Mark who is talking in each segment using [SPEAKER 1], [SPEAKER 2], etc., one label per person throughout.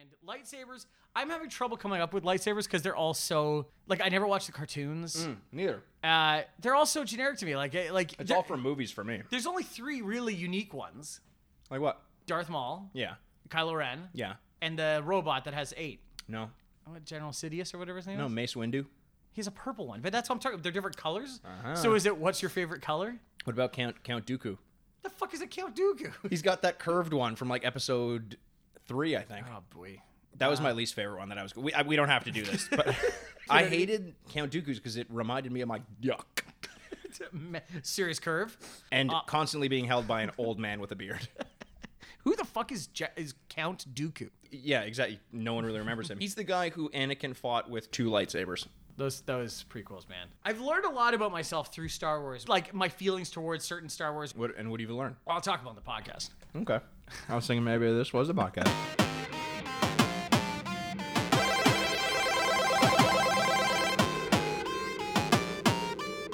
[SPEAKER 1] And lightsabers, I'm having trouble coming up with lightsabers because they're all so like I never watched the cartoons.
[SPEAKER 2] Hmm, Neither.
[SPEAKER 1] Uh, they're all so generic to me. Like eh, like
[SPEAKER 2] Mm. It's
[SPEAKER 1] there-
[SPEAKER 2] all from movies for me.
[SPEAKER 1] there's only three really unique ones:
[SPEAKER 2] Like what?
[SPEAKER 1] Darth Maul,
[SPEAKER 2] Yeah.
[SPEAKER 1] Kylo Ren,
[SPEAKER 2] Yeah.
[SPEAKER 1] and the robot that has eight.
[SPEAKER 2] No.
[SPEAKER 1] Oh, what, General Sidious or whatever his name
[SPEAKER 2] No,
[SPEAKER 1] is.
[SPEAKER 2] Mace Windu.
[SPEAKER 1] He's a purple one, but that's what I'm talking. They're different colors.
[SPEAKER 2] Uh-huh.
[SPEAKER 1] So is it what's your favorite color?
[SPEAKER 2] What about Count Count Dooku?
[SPEAKER 1] The fuck is a Count Dooku?
[SPEAKER 2] He's got that curved one from like episode three, I think.
[SPEAKER 1] Oh boy.
[SPEAKER 2] That was my least favorite one that I was. We, I, we don't have to do this, but I hated Count Dooku's because it reminded me of my yuck
[SPEAKER 1] It's a me- Serious curve.
[SPEAKER 2] and constantly being held by an old man with a beard.
[SPEAKER 1] Who the fuck is Je- is Count Dooku?
[SPEAKER 2] Yeah, exactly. No one really remembers him. He's the guy who Anakin fought with two lightsabers.
[SPEAKER 1] Those those prequels, man. I've learned a lot about myself through Star Wars, like my feelings towards certain Star Wars.
[SPEAKER 2] What and what do you learn?
[SPEAKER 1] I'll talk about it on the podcast.
[SPEAKER 2] Okay, I was thinking maybe this was a podcast.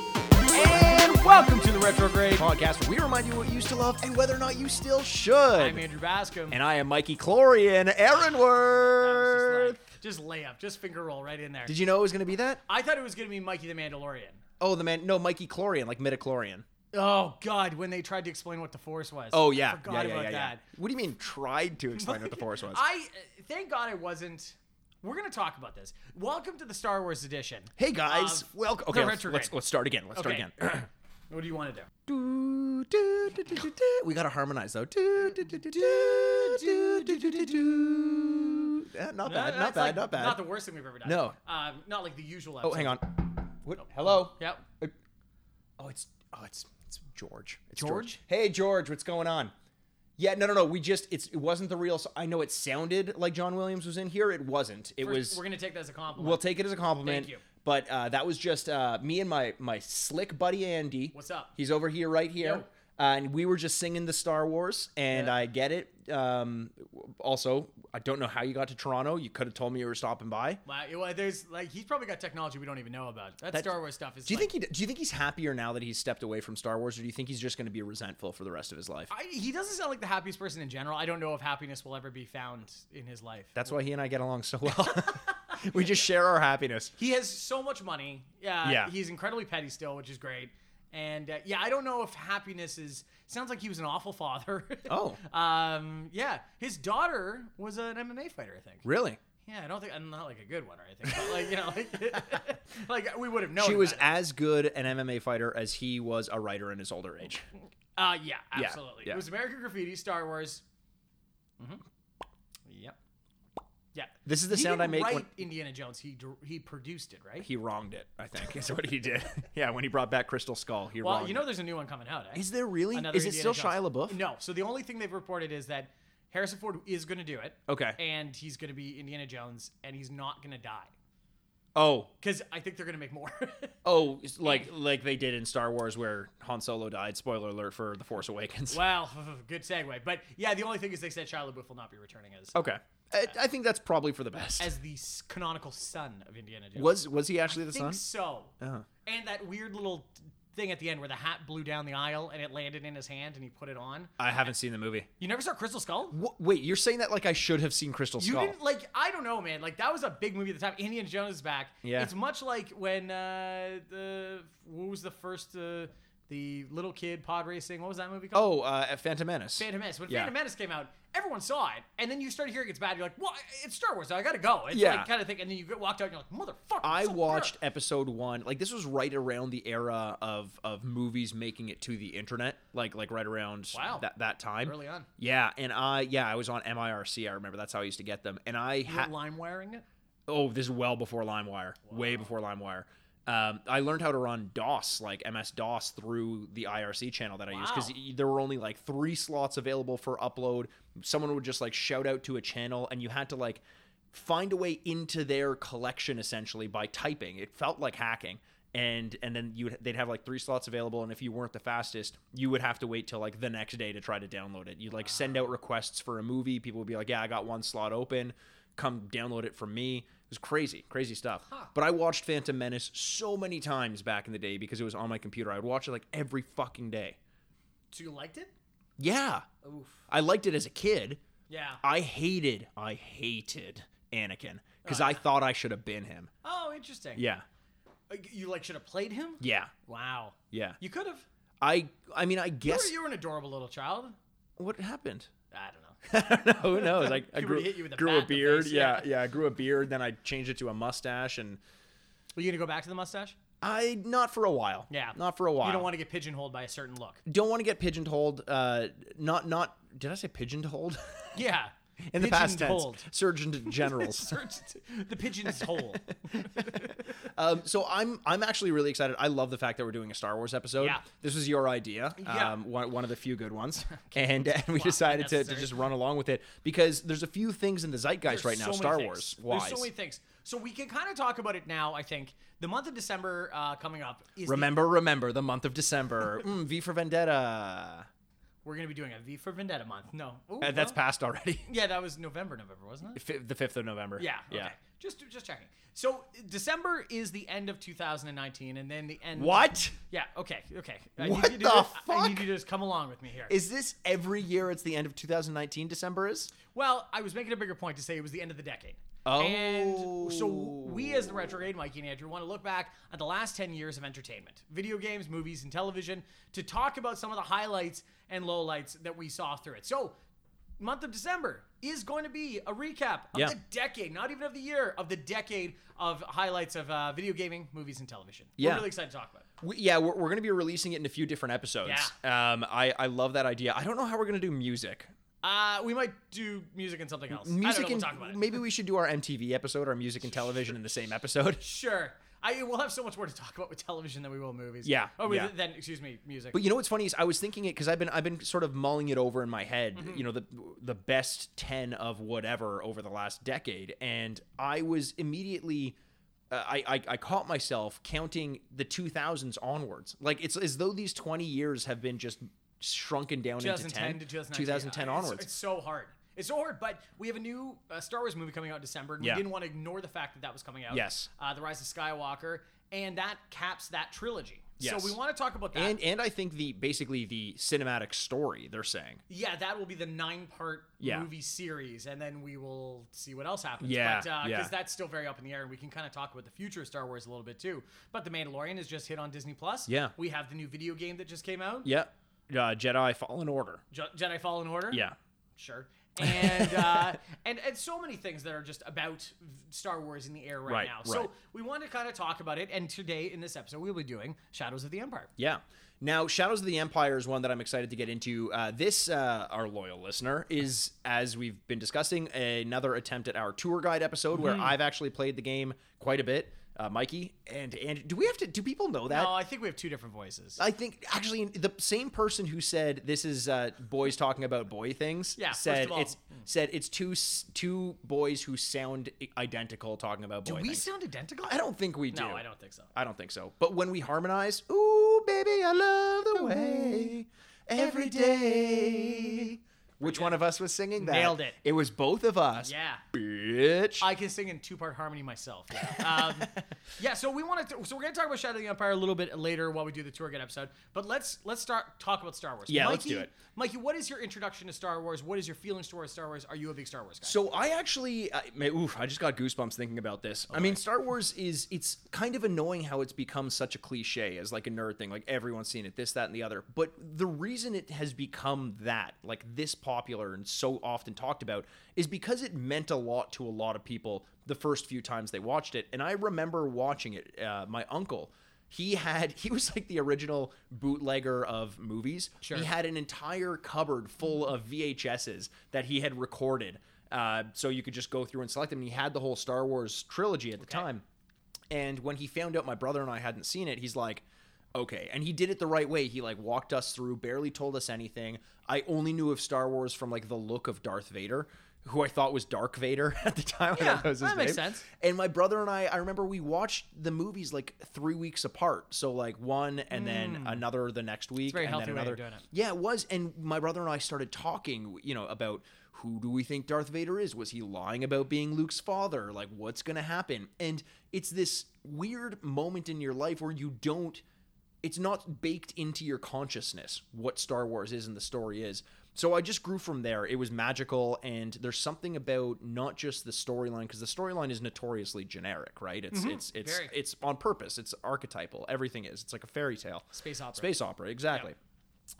[SPEAKER 1] And welcome to the Retrograde.
[SPEAKER 2] podcast where we remind you what you used to love and whether or not you still should.
[SPEAKER 1] I'm Andrew Bascom.
[SPEAKER 2] and I am Mikey Chlorian Aaronworth.
[SPEAKER 1] just lay up, just finger roll right in there.
[SPEAKER 2] Did you know it was going to be that?
[SPEAKER 1] I thought it was gonna be Mikey the Mandalorian.
[SPEAKER 2] Oh, the man. No, Mikey Chlorian, like midichlorian.
[SPEAKER 1] Oh God, when they tried to explain what the Force was.
[SPEAKER 2] Oh yeah,
[SPEAKER 1] forgot
[SPEAKER 2] yeah, yeah,
[SPEAKER 1] about
[SPEAKER 2] yeah, yeah.
[SPEAKER 1] that.
[SPEAKER 2] What do you mean tried to explain what the force was?
[SPEAKER 1] I uh, thank God I wasn't. We're gonna talk about this. Welcome to the Star Wars edition.
[SPEAKER 2] hey guys,
[SPEAKER 1] Of
[SPEAKER 2] welcome.
[SPEAKER 1] the
[SPEAKER 2] Okay, let's,
[SPEAKER 1] retrograde.
[SPEAKER 2] let's let's start again. Let's
[SPEAKER 1] Okay.
[SPEAKER 2] start again.
[SPEAKER 1] What do you want to do?
[SPEAKER 2] Do, do, do, do, do, do. We gotta harmonize though. Do, do, do, do, do, do, do, do, do, do. Yeah, Not bad,
[SPEAKER 1] Uh, that's
[SPEAKER 2] not
[SPEAKER 1] like
[SPEAKER 2] bad, not
[SPEAKER 1] Not the
[SPEAKER 2] bad.
[SPEAKER 1] worst thing we've ever done.
[SPEAKER 2] No.
[SPEAKER 1] Um, not like the usual.
[SPEAKER 2] Oh,
[SPEAKER 1] Episode.
[SPEAKER 2] hang on. What? Hello.
[SPEAKER 1] Yep.
[SPEAKER 2] Oh, it's oh, it's it's George. It's
[SPEAKER 1] George?
[SPEAKER 2] Hey, George, what's going on? Yeah, no, no, no. We just it's it wasn't the real. s- I know it sounded like John Williams was in here. It wasn't. It
[SPEAKER 1] We're-
[SPEAKER 2] was.
[SPEAKER 1] We're gonna take that as a compliment.
[SPEAKER 2] We'll take it as a compliment.
[SPEAKER 1] Thank you.
[SPEAKER 2] But uh, that was just uh, me and my my slick buddy Andy.
[SPEAKER 1] What's up?
[SPEAKER 2] He's over here right here.
[SPEAKER 1] Yo.
[SPEAKER 2] Uh, and we were just singing the Star Wars, and
[SPEAKER 1] Yeah.
[SPEAKER 2] I get it. Um, also, I don't know how you got to Toronto. You could have told me you were stopping by.
[SPEAKER 1] Wow, it- well, there's like he's probably got technology we don't even know about. That Star Wars stuff is.
[SPEAKER 2] Do you
[SPEAKER 1] like-
[SPEAKER 2] think he? Do you think he's happier now that he's stepped away from Star Wars, or do you think he's just going to be resentful for the rest of his life?
[SPEAKER 1] I, he doesn't sound like the happiest person in general? I don't know if happiness will ever be found in his life.
[SPEAKER 2] That's why he and I get along so well. we just share our happiness.
[SPEAKER 1] he has so much money. Yeah,
[SPEAKER 2] Yeah.
[SPEAKER 1] He's incredibly petty still, which is great. And uh, yeah, I don't know if happiness is. Sounds like he was an awful father.
[SPEAKER 2] Oh.
[SPEAKER 1] um, yeah. His daughter was an MMA fighter, I think.
[SPEAKER 2] Really?
[SPEAKER 1] Yeah, I don't think I'm not like a good one or anything. But like you know, like, like we would have known.
[SPEAKER 2] She was
[SPEAKER 1] about
[SPEAKER 2] as good an MMA fighter as he was a writer in his older age.
[SPEAKER 1] it. Uh, yeah, absolutely.
[SPEAKER 2] yeah.
[SPEAKER 1] It was American Graffiti, Star Wars. hmm Yep. Yeah.
[SPEAKER 2] This is the sound I
[SPEAKER 1] didn't
[SPEAKER 2] make
[SPEAKER 1] Write
[SPEAKER 2] when-
[SPEAKER 1] Indiana Jones. He dir- he produced it, right?
[SPEAKER 2] He wronged it, I think, is what he did. yeah, when he brought back Crystal Skull, he
[SPEAKER 1] well,
[SPEAKER 2] wronged
[SPEAKER 1] you know,
[SPEAKER 2] it.
[SPEAKER 1] there's a new one coming out. Eh?
[SPEAKER 2] Is there really?
[SPEAKER 1] Another
[SPEAKER 2] is it
[SPEAKER 1] Indiana
[SPEAKER 2] still Shia
[SPEAKER 1] Jones.
[SPEAKER 2] LaBeouf?
[SPEAKER 1] No. So the only thing they've reported is that Harrison Ford is going to do it.
[SPEAKER 2] Okay.
[SPEAKER 1] And he's going to be Indiana Jones, and he's not going to die
[SPEAKER 2] Oh,
[SPEAKER 1] because I think they're going to make more.
[SPEAKER 2] oh, it's like like they did in Star Wars where Han Solo died. Spoiler alert for The Force Awakens.
[SPEAKER 1] well, good segue. But yeah, the only thing is they said Shia LaBeouf will not be returning as
[SPEAKER 2] Okay, I, I think that's probably for the best.
[SPEAKER 1] as the s- canonical son of Indiana Jones.
[SPEAKER 2] was was he actually
[SPEAKER 1] I
[SPEAKER 2] the
[SPEAKER 1] think
[SPEAKER 2] son?
[SPEAKER 1] so.
[SPEAKER 2] Uh-huh.
[SPEAKER 1] And that weird little thing at the end where the hat blew down the aisle and it landed in his hand and he put it on.
[SPEAKER 2] I haven't seen the movie.
[SPEAKER 1] You never saw Crystal Skull?
[SPEAKER 2] Wh- wait, you're saying that like I should have seen Crystal
[SPEAKER 1] You
[SPEAKER 2] Skull?
[SPEAKER 1] didn't like I don't know, man. Like that was a big movie at the time. Indiana Jones is back.
[SPEAKER 2] Yeah.
[SPEAKER 1] It's much like when uh the what was the first uh the little kid pod racing, what was that movie called?
[SPEAKER 2] Oh, uh, Phantom Menace.
[SPEAKER 1] Phantom Menace. When
[SPEAKER 2] yeah.
[SPEAKER 1] Phantom Menace came out, everyone saw it, and then you started hearing it's bad. You're like, "Well, it's Star Wars. So I gotta go." It's
[SPEAKER 2] Yeah.
[SPEAKER 1] like kind of thing. And then you get- walked out, and you're like, "Motherfucker!"
[SPEAKER 2] I
[SPEAKER 1] it's so good."
[SPEAKER 2] watched episode one. Like this was right around the era of of movies making it to the internet. Like like right around
[SPEAKER 1] Wow.
[SPEAKER 2] that that time.
[SPEAKER 1] Early on.
[SPEAKER 2] Yeah, and I yeah I was on MIRC. I remember that's how I used to get them. And I
[SPEAKER 1] You were
[SPEAKER 2] had
[SPEAKER 1] lime wiring it.
[SPEAKER 2] oh this is well before LimeWire, way before LimeWire. Um, I learned how to run DOS like MS DOS through the IRC channel that I used because
[SPEAKER 1] Wow.
[SPEAKER 2] there were only like three slots available for upload. Someone would just like shout out to a channel, and you had to like find a way into their collection essentially by typing. It felt like hacking. And and then you would they'd have like three slots available, and if you weren't the fastest, you would have to wait till like the next day to try to download it. You'd like send out requests for a movie. People would be like, "Yeah, I got one slot open. Come download it from me." It was crazy, crazy stuff. But I watched Phantom Menace so many times back in the day because it was on my computer. I would watch it like every fucking day.
[SPEAKER 1] So you liked it?
[SPEAKER 2] Yeah.
[SPEAKER 1] Oof.
[SPEAKER 2] I liked it as a kid,
[SPEAKER 1] Yeah.
[SPEAKER 2] I hated, I hated Anakin because I thought I should have been him.
[SPEAKER 1] Oh, interesting.
[SPEAKER 2] Yeah,
[SPEAKER 1] Uh, You like should have played him.
[SPEAKER 2] yeah,
[SPEAKER 1] Wow.
[SPEAKER 2] yeah.
[SPEAKER 1] You could have.
[SPEAKER 2] I, I mean, I
[SPEAKER 1] You
[SPEAKER 2] guess
[SPEAKER 1] were, you were an adorable little child.
[SPEAKER 2] what happened?
[SPEAKER 1] I don't know.
[SPEAKER 2] I don't know. Who knows? I, I
[SPEAKER 1] Puberty
[SPEAKER 2] grew,
[SPEAKER 1] hit you with a
[SPEAKER 2] grew
[SPEAKER 1] bat
[SPEAKER 2] a
[SPEAKER 1] in the
[SPEAKER 2] beard.
[SPEAKER 1] face,
[SPEAKER 2] yeah.
[SPEAKER 1] yeah.
[SPEAKER 2] yeah, I grew a beard. Then I changed it to a mustache, and
[SPEAKER 1] Were you gonna go back to the mustache?
[SPEAKER 2] I not for a while.
[SPEAKER 1] Yeah.
[SPEAKER 2] not for a while.
[SPEAKER 1] You don't want to get pigeonholed by a certain look.
[SPEAKER 2] don't want to get pigeonholed. Uh, not not. Did I say pigeonholed?
[SPEAKER 1] Yeah.
[SPEAKER 2] In the past tense,
[SPEAKER 1] Pigeonholed.
[SPEAKER 2] Surgeon Generals.
[SPEAKER 1] Searched- the pigeon's hole.
[SPEAKER 2] um, so I'm I'm actually really excited. I love the fact that we're doing a Star Wars episode.
[SPEAKER 1] Yeah.
[SPEAKER 2] This was your idea.
[SPEAKER 1] Yeah.
[SPEAKER 2] Um, one, one of the few good ones, and, and we decided to, to
[SPEAKER 1] unnecessary.
[SPEAKER 2] just run along with it because there's a few things in the
[SPEAKER 1] There's
[SPEAKER 2] zeitgeist right now,
[SPEAKER 1] so many
[SPEAKER 2] Star
[SPEAKER 1] things.
[SPEAKER 2] Wars wise.
[SPEAKER 1] There's so many things. So we can kind of talk about it now. I think the month of December uh, coming up is the-
[SPEAKER 2] Remember, remember the month of December. Mm, v for Vendetta.
[SPEAKER 1] we're going to be doing a V for Vendetta month. No, Ooh,
[SPEAKER 2] Uh, that's
[SPEAKER 1] no.
[SPEAKER 2] passed already.
[SPEAKER 1] yeah, that was November, November, wasn't it?
[SPEAKER 2] Fi the fifth of November.
[SPEAKER 1] Yeah,
[SPEAKER 2] Yeah.
[SPEAKER 1] Okay. Just just checking. So December is the end of 2019, and then the end.
[SPEAKER 2] What
[SPEAKER 1] Yeah. Okay. Okay. I
[SPEAKER 2] What
[SPEAKER 1] you to
[SPEAKER 2] the
[SPEAKER 1] just, I
[SPEAKER 2] fuck?
[SPEAKER 1] need you to just come along with me here.
[SPEAKER 2] is this? Every year, it's the end of 2019. December is.
[SPEAKER 1] Well, I was making a bigger point to say it was the end of the decade. And so we
[SPEAKER 2] Oh.
[SPEAKER 1] as the retrograde, Mikey and Andrew, want to look back at the last 10 years of entertainment, video games, movies, and television to talk about some of the highlights and lowlights that we saw through it. So month of December is going to be a recap of
[SPEAKER 2] Yeah.
[SPEAKER 1] the decade, not even of the year, of the decade of highlights of uh, video gaming, movies, and television.
[SPEAKER 2] Yeah.
[SPEAKER 1] We're really excited to talk about it.
[SPEAKER 2] We, yeah, we're, we're going to be releasing it in a few different episodes. Um, I, I love that idea. I don't know how we're going to do music.
[SPEAKER 1] Uh, we might do music and something else. I don't know.
[SPEAKER 2] Music
[SPEAKER 1] We'll
[SPEAKER 2] and
[SPEAKER 1] talk about it.
[SPEAKER 2] maybe we should do our MTV episode, our music and television in the same episode.
[SPEAKER 1] Sure. I we'll have so much more to talk about with television than we will movies.
[SPEAKER 2] Yeah,
[SPEAKER 1] Oh, wait,
[SPEAKER 2] yeah.
[SPEAKER 1] then excuse me, music.
[SPEAKER 2] But you know what's funny is I was thinking it because I've been I've been sort of mulling it over in my head.
[SPEAKER 1] Mm-hmm.
[SPEAKER 2] You know the the best ten of whatever over the last decade, and I was immediately. uh, I, I, I caught myself counting the 2000s onwards. Like it's as though these 20 years have been just shrunken down into 10.
[SPEAKER 1] 2010 to 2019.
[SPEAKER 2] 2010
[SPEAKER 1] It's-
[SPEAKER 2] onwards.
[SPEAKER 1] It's, so hard. It's so hard, but we have a new uh, Star Wars movie coming out in December, and we
[SPEAKER 2] Yeah.
[SPEAKER 1] didn't want to ignore the fact that that was coming out.
[SPEAKER 2] Yes.
[SPEAKER 1] Uh, the Rise of Skywalker, and that caps that trilogy.
[SPEAKER 2] Yes.
[SPEAKER 1] So we want to talk about that.
[SPEAKER 2] and and I think the basically the cinematic story they're saying.
[SPEAKER 1] yeah, that will be the nine-part
[SPEAKER 2] Yeah.
[SPEAKER 1] movie series, and then we will see what else happens.
[SPEAKER 2] Yeah,
[SPEAKER 1] but, uh,
[SPEAKER 2] yeah.
[SPEAKER 1] because that's still very up in the air, and we can kind of talk about the future of Star Wars a little bit too. But The Mandalorian has just hit on Disney Plus.
[SPEAKER 2] Yeah.
[SPEAKER 1] we have the new video game that just came out.
[SPEAKER 2] Yeah, uh, Jedi Fallen Order.
[SPEAKER 1] Je- Jedi Fallen Order.
[SPEAKER 2] Yeah,
[SPEAKER 1] sure. And uh, and and so many things that are just about Star Wars in the air right,
[SPEAKER 2] Right,
[SPEAKER 1] now. So
[SPEAKER 2] right.
[SPEAKER 1] we want to kind of talk about it. And today in this episode, we'll be doing Shadows of the Empire.
[SPEAKER 2] yeah. Now, Shadows of the Empire is one that I'm excited to get into. Uh, this, uh, our loyal listener, is as we've been discussing, another attempt at our tour guide episode
[SPEAKER 1] Mm-hmm.
[SPEAKER 2] where I've actually played the game quite a bit. Uh, Mikey and and do we have to? Do people know that?
[SPEAKER 1] Oh, I think we have two different voices.
[SPEAKER 2] I think actually the same person who said this is uh, boys talking about boy things
[SPEAKER 1] Yeah, first
[SPEAKER 2] said
[SPEAKER 1] of all-
[SPEAKER 2] it's said it's two s- two boys who sound i- identical talking about boy
[SPEAKER 1] Do we
[SPEAKER 2] things.
[SPEAKER 1] sound identical?
[SPEAKER 2] I don't think we do.
[SPEAKER 1] No, I don't think so.
[SPEAKER 2] I don't think so. But when we harmonize, ooh baby, I love the way every day. Which one of us was singing that?
[SPEAKER 1] Nailed it.
[SPEAKER 2] It was both of us.
[SPEAKER 1] Yeah.
[SPEAKER 2] Bitch.
[SPEAKER 1] I can sing in two-part harmony myself. Yeah. Um, yeah so we want to. So we're gonna talk about Shadow of the Empire a little bit later while we do the tour guide episode. But let's let's start talk about Star Wars.
[SPEAKER 2] Yeah,
[SPEAKER 1] Mikey,
[SPEAKER 2] let's do it.
[SPEAKER 1] Mikey, what is your introduction to Star Wars? What is your feelings towards Star Wars? Are you a big Star Wars guy?
[SPEAKER 2] So I actually, I, man, oof, I just got goosebumps thinking about this. I mean, Star Wars is it's kind of annoying how it's become such a cliche as like a nerd thing, like everyone's seen it, this, that, and the other. But the reason it has become that, like this popular and so often talked about, is because it meant a lot to a lot of people the first few times they watched it. And I remember watching it. Uh, my uncle. He had he was like the original bootlegger of movies.
[SPEAKER 1] Sure.
[SPEAKER 2] He had an entire cupboard full of VHSs that he had recorded uh, so you could just go through and select them. And he had the whole Star Wars trilogy at the time. And when he found out my brother and I hadn't seen it, he's like, okay. And he did it the right way. He like walked us through, barely told us anything. I only knew of Star Wars from like the look of Darth Vader, who I thought was Dark Vader at the time. I
[SPEAKER 1] Yeah,
[SPEAKER 2] thought was his
[SPEAKER 1] that makes
[SPEAKER 2] name.
[SPEAKER 1] sense.
[SPEAKER 2] And my brother and I, I remember we watched the movies like three weeks apart. So like one and then another the next week.
[SPEAKER 1] Hmm. very
[SPEAKER 2] and
[SPEAKER 1] healthy
[SPEAKER 2] then
[SPEAKER 1] way of
[SPEAKER 2] another.
[SPEAKER 1] doing it.
[SPEAKER 2] Yeah, it was. And my brother and I started talking, you know, about who do we think Darth Vader is? Was he lying about being Luke's father? Like, what's going to happen? And it's this weird moment in your life where you don't, it's not baked into your consciousness what Star Wars is and the story is. So I just grew from there. It was magical, and there's something about not just the storyline because the storyline is notoriously generic, right? It's it's it's
[SPEAKER 1] Mm-hmm. very.
[SPEAKER 2] it's on purpose. It's archetypal. Everything is. It's like a fairy tale.
[SPEAKER 1] Space opera.
[SPEAKER 2] Space opera, exactly.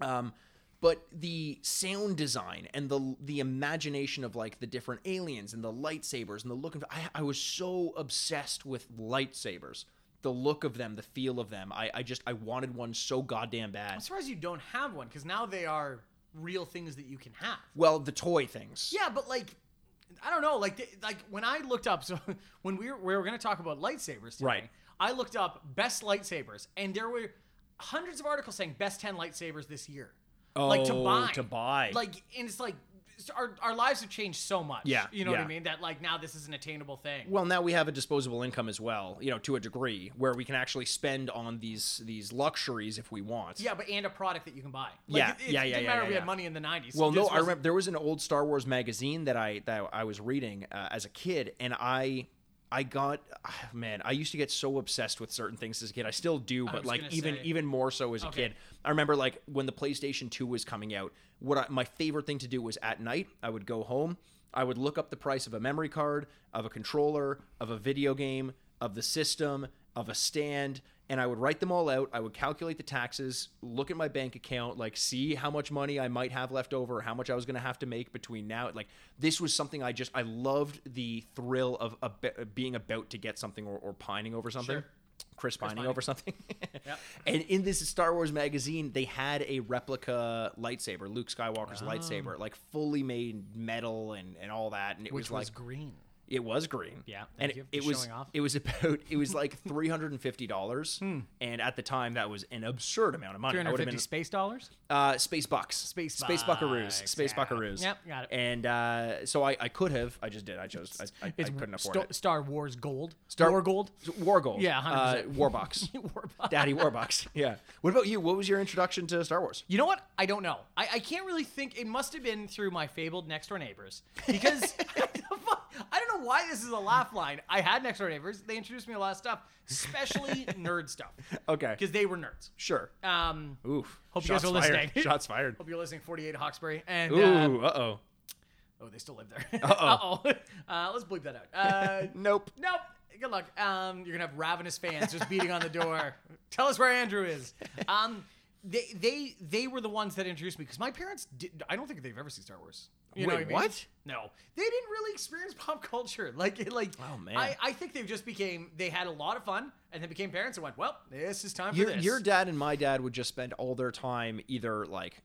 [SPEAKER 2] Um, but the sound design and the the imagination of like the different aliens and the lightsabers and the look of I, I was so obsessed with lightsabers. The look of them, the feel of them. I, I just I wanted one so goddamn bad.
[SPEAKER 1] I'm surprised you don't have one because now they are real things that you can have.
[SPEAKER 2] Well, the toy things.
[SPEAKER 1] Yeah, but like, I don't know. Like, th- like when I looked up, so when we were, we were going to talk about lightsabers today,
[SPEAKER 2] Right.
[SPEAKER 1] I looked up best lightsabers, and there were hundreds of articles saying best ten lightsabers this year. like to
[SPEAKER 2] Oh,
[SPEAKER 1] buy,
[SPEAKER 2] to buy.
[SPEAKER 1] Like, and it's like s- our our lives have changed so much.
[SPEAKER 2] Yeah,
[SPEAKER 1] you know what
[SPEAKER 2] yeah.
[SPEAKER 1] I mean. That like now this is an attainable thing.
[SPEAKER 2] Well, now we have a disposable income as well, you know, to a degree where we can actually spend on these these luxuries if we want.
[SPEAKER 1] yeah, but and a product that you can buy. Like,
[SPEAKER 2] Yeah,
[SPEAKER 1] it, it
[SPEAKER 2] yeah, yeah,
[SPEAKER 1] Didn't
[SPEAKER 2] yeah,
[SPEAKER 1] matter
[SPEAKER 2] yeah,
[SPEAKER 1] if we
[SPEAKER 2] yeah.
[SPEAKER 1] had money in the '90s.
[SPEAKER 2] Well,
[SPEAKER 1] This
[SPEAKER 2] no, I
[SPEAKER 1] wasn't-
[SPEAKER 2] remember there was an old Star Wars magazine that I that I was reading uh, as a kid, and I I got ah, man, I used to get so obsessed with certain things as a kid. I still do, but
[SPEAKER 1] was
[SPEAKER 2] like
[SPEAKER 1] gonna
[SPEAKER 2] even
[SPEAKER 1] say.
[SPEAKER 2] even more so as a
[SPEAKER 1] Okay.
[SPEAKER 2] kid. I remember like when the PlayStation Two was coming out. What I, my favorite thing to do was at night. I would go home. I would look up the price of a memory card, of a controller, of a video game, of the system, of a stand, and I would write them all out. I would calculate the taxes, look at my bank account, like see how much money I might have left over, how much I was going to have to make between now. Like this was something I just I loved the thrill of ab- being about to get something or, or pining over something.
[SPEAKER 1] Sure.
[SPEAKER 2] Chris pining
[SPEAKER 1] Pining.
[SPEAKER 2] over something. And in this Star Wars magazine, they had a replica lightsaber, Luke Skywalker's
[SPEAKER 1] Oh.
[SPEAKER 2] lightsaber, like fully made metal and, and all that. And it
[SPEAKER 1] which
[SPEAKER 2] was like
[SPEAKER 1] was green.
[SPEAKER 2] it was green.
[SPEAKER 1] Yeah,
[SPEAKER 2] and
[SPEAKER 1] thank
[SPEAKER 2] it,
[SPEAKER 1] you
[SPEAKER 2] it
[SPEAKER 1] for
[SPEAKER 2] was
[SPEAKER 1] showing off. Hmm.
[SPEAKER 2] it was about it was like three hundred and fifty dollars, and at the time that was an absurd amount of money. I would have
[SPEAKER 1] 350
[SPEAKER 2] been
[SPEAKER 1] space dollars.
[SPEAKER 2] uh, space bucks,
[SPEAKER 1] Space
[SPEAKER 2] space buckaroos,
[SPEAKER 1] bucks,
[SPEAKER 2] space
[SPEAKER 1] yeah.
[SPEAKER 2] buckaroos.
[SPEAKER 1] Yep, got it.
[SPEAKER 2] And uh, so I, I could have, I just did. I chose. I, I, I couldn't afford
[SPEAKER 1] Sto-
[SPEAKER 2] it.
[SPEAKER 1] Star Wars gold.
[SPEAKER 2] Star-
[SPEAKER 1] Star War gold.
[SPEAKER 2] War gold.
[SPEAKER 1] Yeah,
[SPEAKER 2] uh,
[SPEAKER 1] 100%.
[SPEAKER 2] Warbucks.
[SPEAKER 1] Warbucks.
[SPEAKER 2] Daddy Warbucks. Yeah. What about you? What was your introduction to Star Wars?
[SPEAKER 1] You know what? I don't know. I, I can't really think. It must have been through my fabled next door neighbors because I don't know why this is a laugh line. I had next door neighbors. They introduced me to a lot of stuff, especially nerd stuff,
[SPEAKER 2] Okay.
[SPEAKER 1] because they were nerds.
[SPEAKER 2] Sure.
[SPEAKER 1] Um,
[SPEAKER 2] Oof.
[SPEAKER 1] Hope you guys
[SPEAKER 2] Shots
[SPEAKER 1] are
[SPEAKER 2] fired.
[SPEAKER 1] listening.
[SPEAKER 2] Shots fired.
[SPEAKER 1] hope you're listening. Forty eight Hawkesbury and
[SPEAKER 2] Ooh.
[SPEAKER 1] uh,
[SPEAKER 2] Uh oh.
[SPEAKER 1] oh, they still live there. Uh-oh. Uh, let's bleep that out. Uh,
[SPEAKER 2] Nope.
[SPEAKER 1] Nope. Good luck. Um, you're gonna have ravenous fans just beating on the door. Tell us where Andrew is. Um, they they they were the ones that introduced me because my parents did. I don't think they've ever seen Star Wars. You know
[SPEAKER 2] Wait,
[SPEAKER 1] what, I mean?
[SPEAKER 2] what?
[SPEAKER 1] No, they didn't really experience pop culture. Like it- like.
[SPEAKER 2] Oh, man.
[SPEAKER 1] I, I think they just became. They had a lot of fun and they became parents and went. Well, this is time
[SPEAKER 2] Your,
[SPEAKER 1] for this.
[SPEAKER 2] your dad and my dad would just spend all their time either like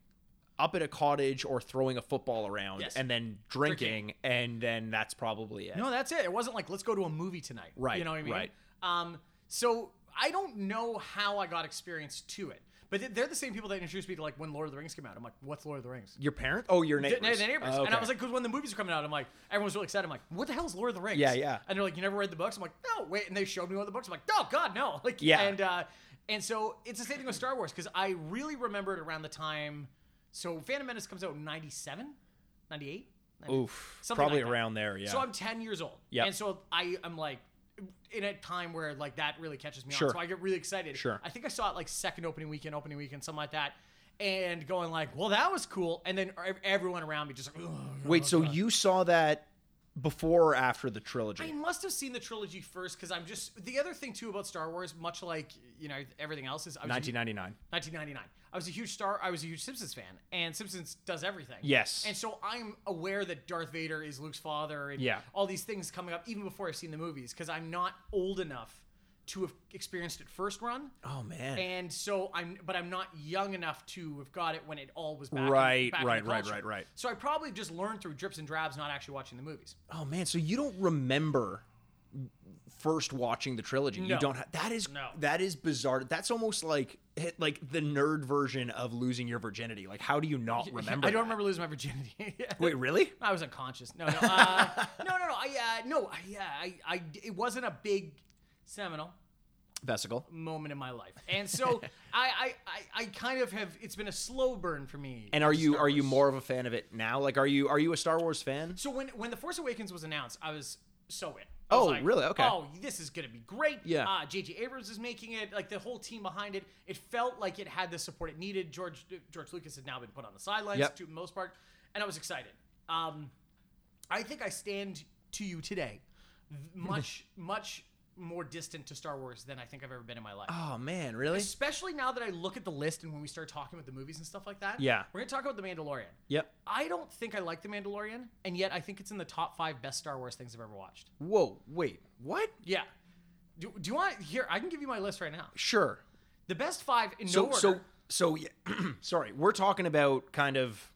[SPEAKER 2] up at a cottage or throwing a football around
[SPEAKER 1] Yes.
[SPEAKER 2] and then drinking, and then that's probably it.
[SPEAKER 1] No, that's it. It wasn't like let's go to a movie tonight.
[SPEAKER 2] Right,
[SPEAKER 1] You know what I mean?
[SPEAKER 2] right.
[SPEAKER 1] Um, so I don't know how I got experience to it, but th- they're the same people that introduced me to like when Lord of the Rings came out. I'm like, what's Lord of the Rings?
[SPEAKER 2] Your parent? Oh, your
[SPEAKER 1] The-
[SPEAKER 2] neighbors.
[SPEAKER 1] the neighbors.
[SPEAKER 2] Oh,
[SPEAKER 1] And I
[SPEAKER 2] okay.
[SPEAKER 1] was like, because when the movies were coming out, I'm like, everyone's really excited. I'm like, what the hell is Lord of the Rings?
[SPEAKER 2] Yeah, yeah.
[SPEAKER 1] And they're like, you never read the books? I'm like, no, wait. And they showed me one of the books. I'm like, oh god, no. Like,
[SPEAKER 2] Yeah.
[SPEAKER 1] And uh, and so it's the same thing with Star Wars because I really remembered around the time. So Phantom Menace comes out in 97, 98.
[SPEAKER 2] oof,
[SPEAKER 1] something
[SPEAKER 2] probably
[SPEAKER 1] like that.
[SPEAKER 2] around there. Yeah.
[SPEAKER 1] So I'm 10 years old.
[SPEAKER 2] Yep.
[SPEAKER 1] And so I am like in a time where like that really catches me
[SPEAKER 2] Sure.
[SPEAKER 1] on. So I get really excited.
[SPEAKER 2] Sure.
[SPEAKER 1] I think I saw it like second opening weekend, opening weekend, something like that. And going like, well, that was cool. And then ev- everyone around me just like, "Ugh."
[SPEAKER 2] Wait, so you saw that before or after the trilogy?
[SPEAKER 1] I must have seen the trilogy first because I'm just the other thing too about Star Wars, much like you know everything else is I was
[SPEAKER 2] 1999.
[SPEAKER 1] 1999. I was a huge star. I was a huge Simpsons fan, and Simpsons does everything.
[SPEAKER 2] Yes.
[SPEAKER 1] And so I'm aware that Darth Vader is Luke's father, and
[SPEAKER 2] Yeah.
[SPEAKER 1] all these things coming up even before I've seen the movies because I'm not old enough to have experienced it first run,
[SPEAKER 2] Oh man.
[SPEAKER 1] and so I'm, but I'm not young enough to have got it when it all was back. in-
[SPEAKER 2] Right,
[SPEAKER 1] back in
[SPEAKER 2] right,
[SPEAKER 1] the
[SPEAKER 2] right,
[SPEAKER 1] culture.
[SPEAKER 2] right, right.
[SPEAKER 1] So I probably just learned through drips and drabs, not actually watching the movies.
[SPEAKER 2] oh man. So you don't remember first watching the trilogy. You
[SPEAKER 1] No.
[SPEAKER 2] don't. Ha- that is
[SPEAKER 1] No.
[SPEAKER 2] that is bizarre. That's almost like like the nerd version of losing your virginity. Like how do you not remember?
[SPEAKER 1] I don't
[SPEAKER 2] that?
[SPEAKER 1] remember losing my virginity.
[SPEAKER 2] Wait, really?
[SPEAKER 1] I was unconscious. No, no, uh, no, no, no. I uh, no, I, uh, I, I, it wasn't a big seminal
[SPEAKER 2] Vesicle.
[SPEAKER 1] moment in my life, and so I, I, I, I kind of have. It's been a slow burn for me.
[SPEAKER 2] And are
[SPEAKER 1] with
[SPEAKER 2] you
[SPEAKER 1] Star
[SPEAKER 2] are you
[SPEAKER 1] Wars.
[SPEAKER 2] more of a fan of it now? Like are you are you a Star Wars fan?
[SPEAKER 1] So when when the Force Awakens was announced, I was so in. I was
[SPEAKER 2] Oh,
[SPEAKER 1] like,
[SPEAKER 2] really? Okay.
[SPEAKER 1] Oh, this is gonna be great.
[SPEAKER 2] Yeah.
[SPEAKER 1] Uh, J.J. Abrams is making it. Like the whole team behind it. It felt like it had the support it needed. George George Lucas had now been put on the sidelines
[SPEAKER 2] Yep.
[SPEAKER 1] to the most part, and I was excited. Um, I think I stand to you today, th- much much more distant to Star Wars than I think I've ever been in my life.
[SPEAKER 2] Oh man, really?
[SPEAKER 1] Especially now that I look at the list and when we start talking about the movies and stuff like that.
[SPEAKER 2] Yeah.
[SPEAKER 1] We're gonna talk about the Mandalorian.
[SPEAKER 2] Yep.
[SPEAKER 1] I don't think I like The Mandalorian, and yet I think it's in the top five best Star Wars things I've ever watched.
[SPEAKER 2] Whoa, wait. What?
[SPEAKER 1] Yeah. Do, do you want here? I can give you my list right now.
[SPEAKER 2] Sure.
[SPEAKER 1] The best five in
[SPEAKER 2] So
[SPEAKER 1] no order.
[SPEAKER 2] so so yeah, sorry. We're talking about kind of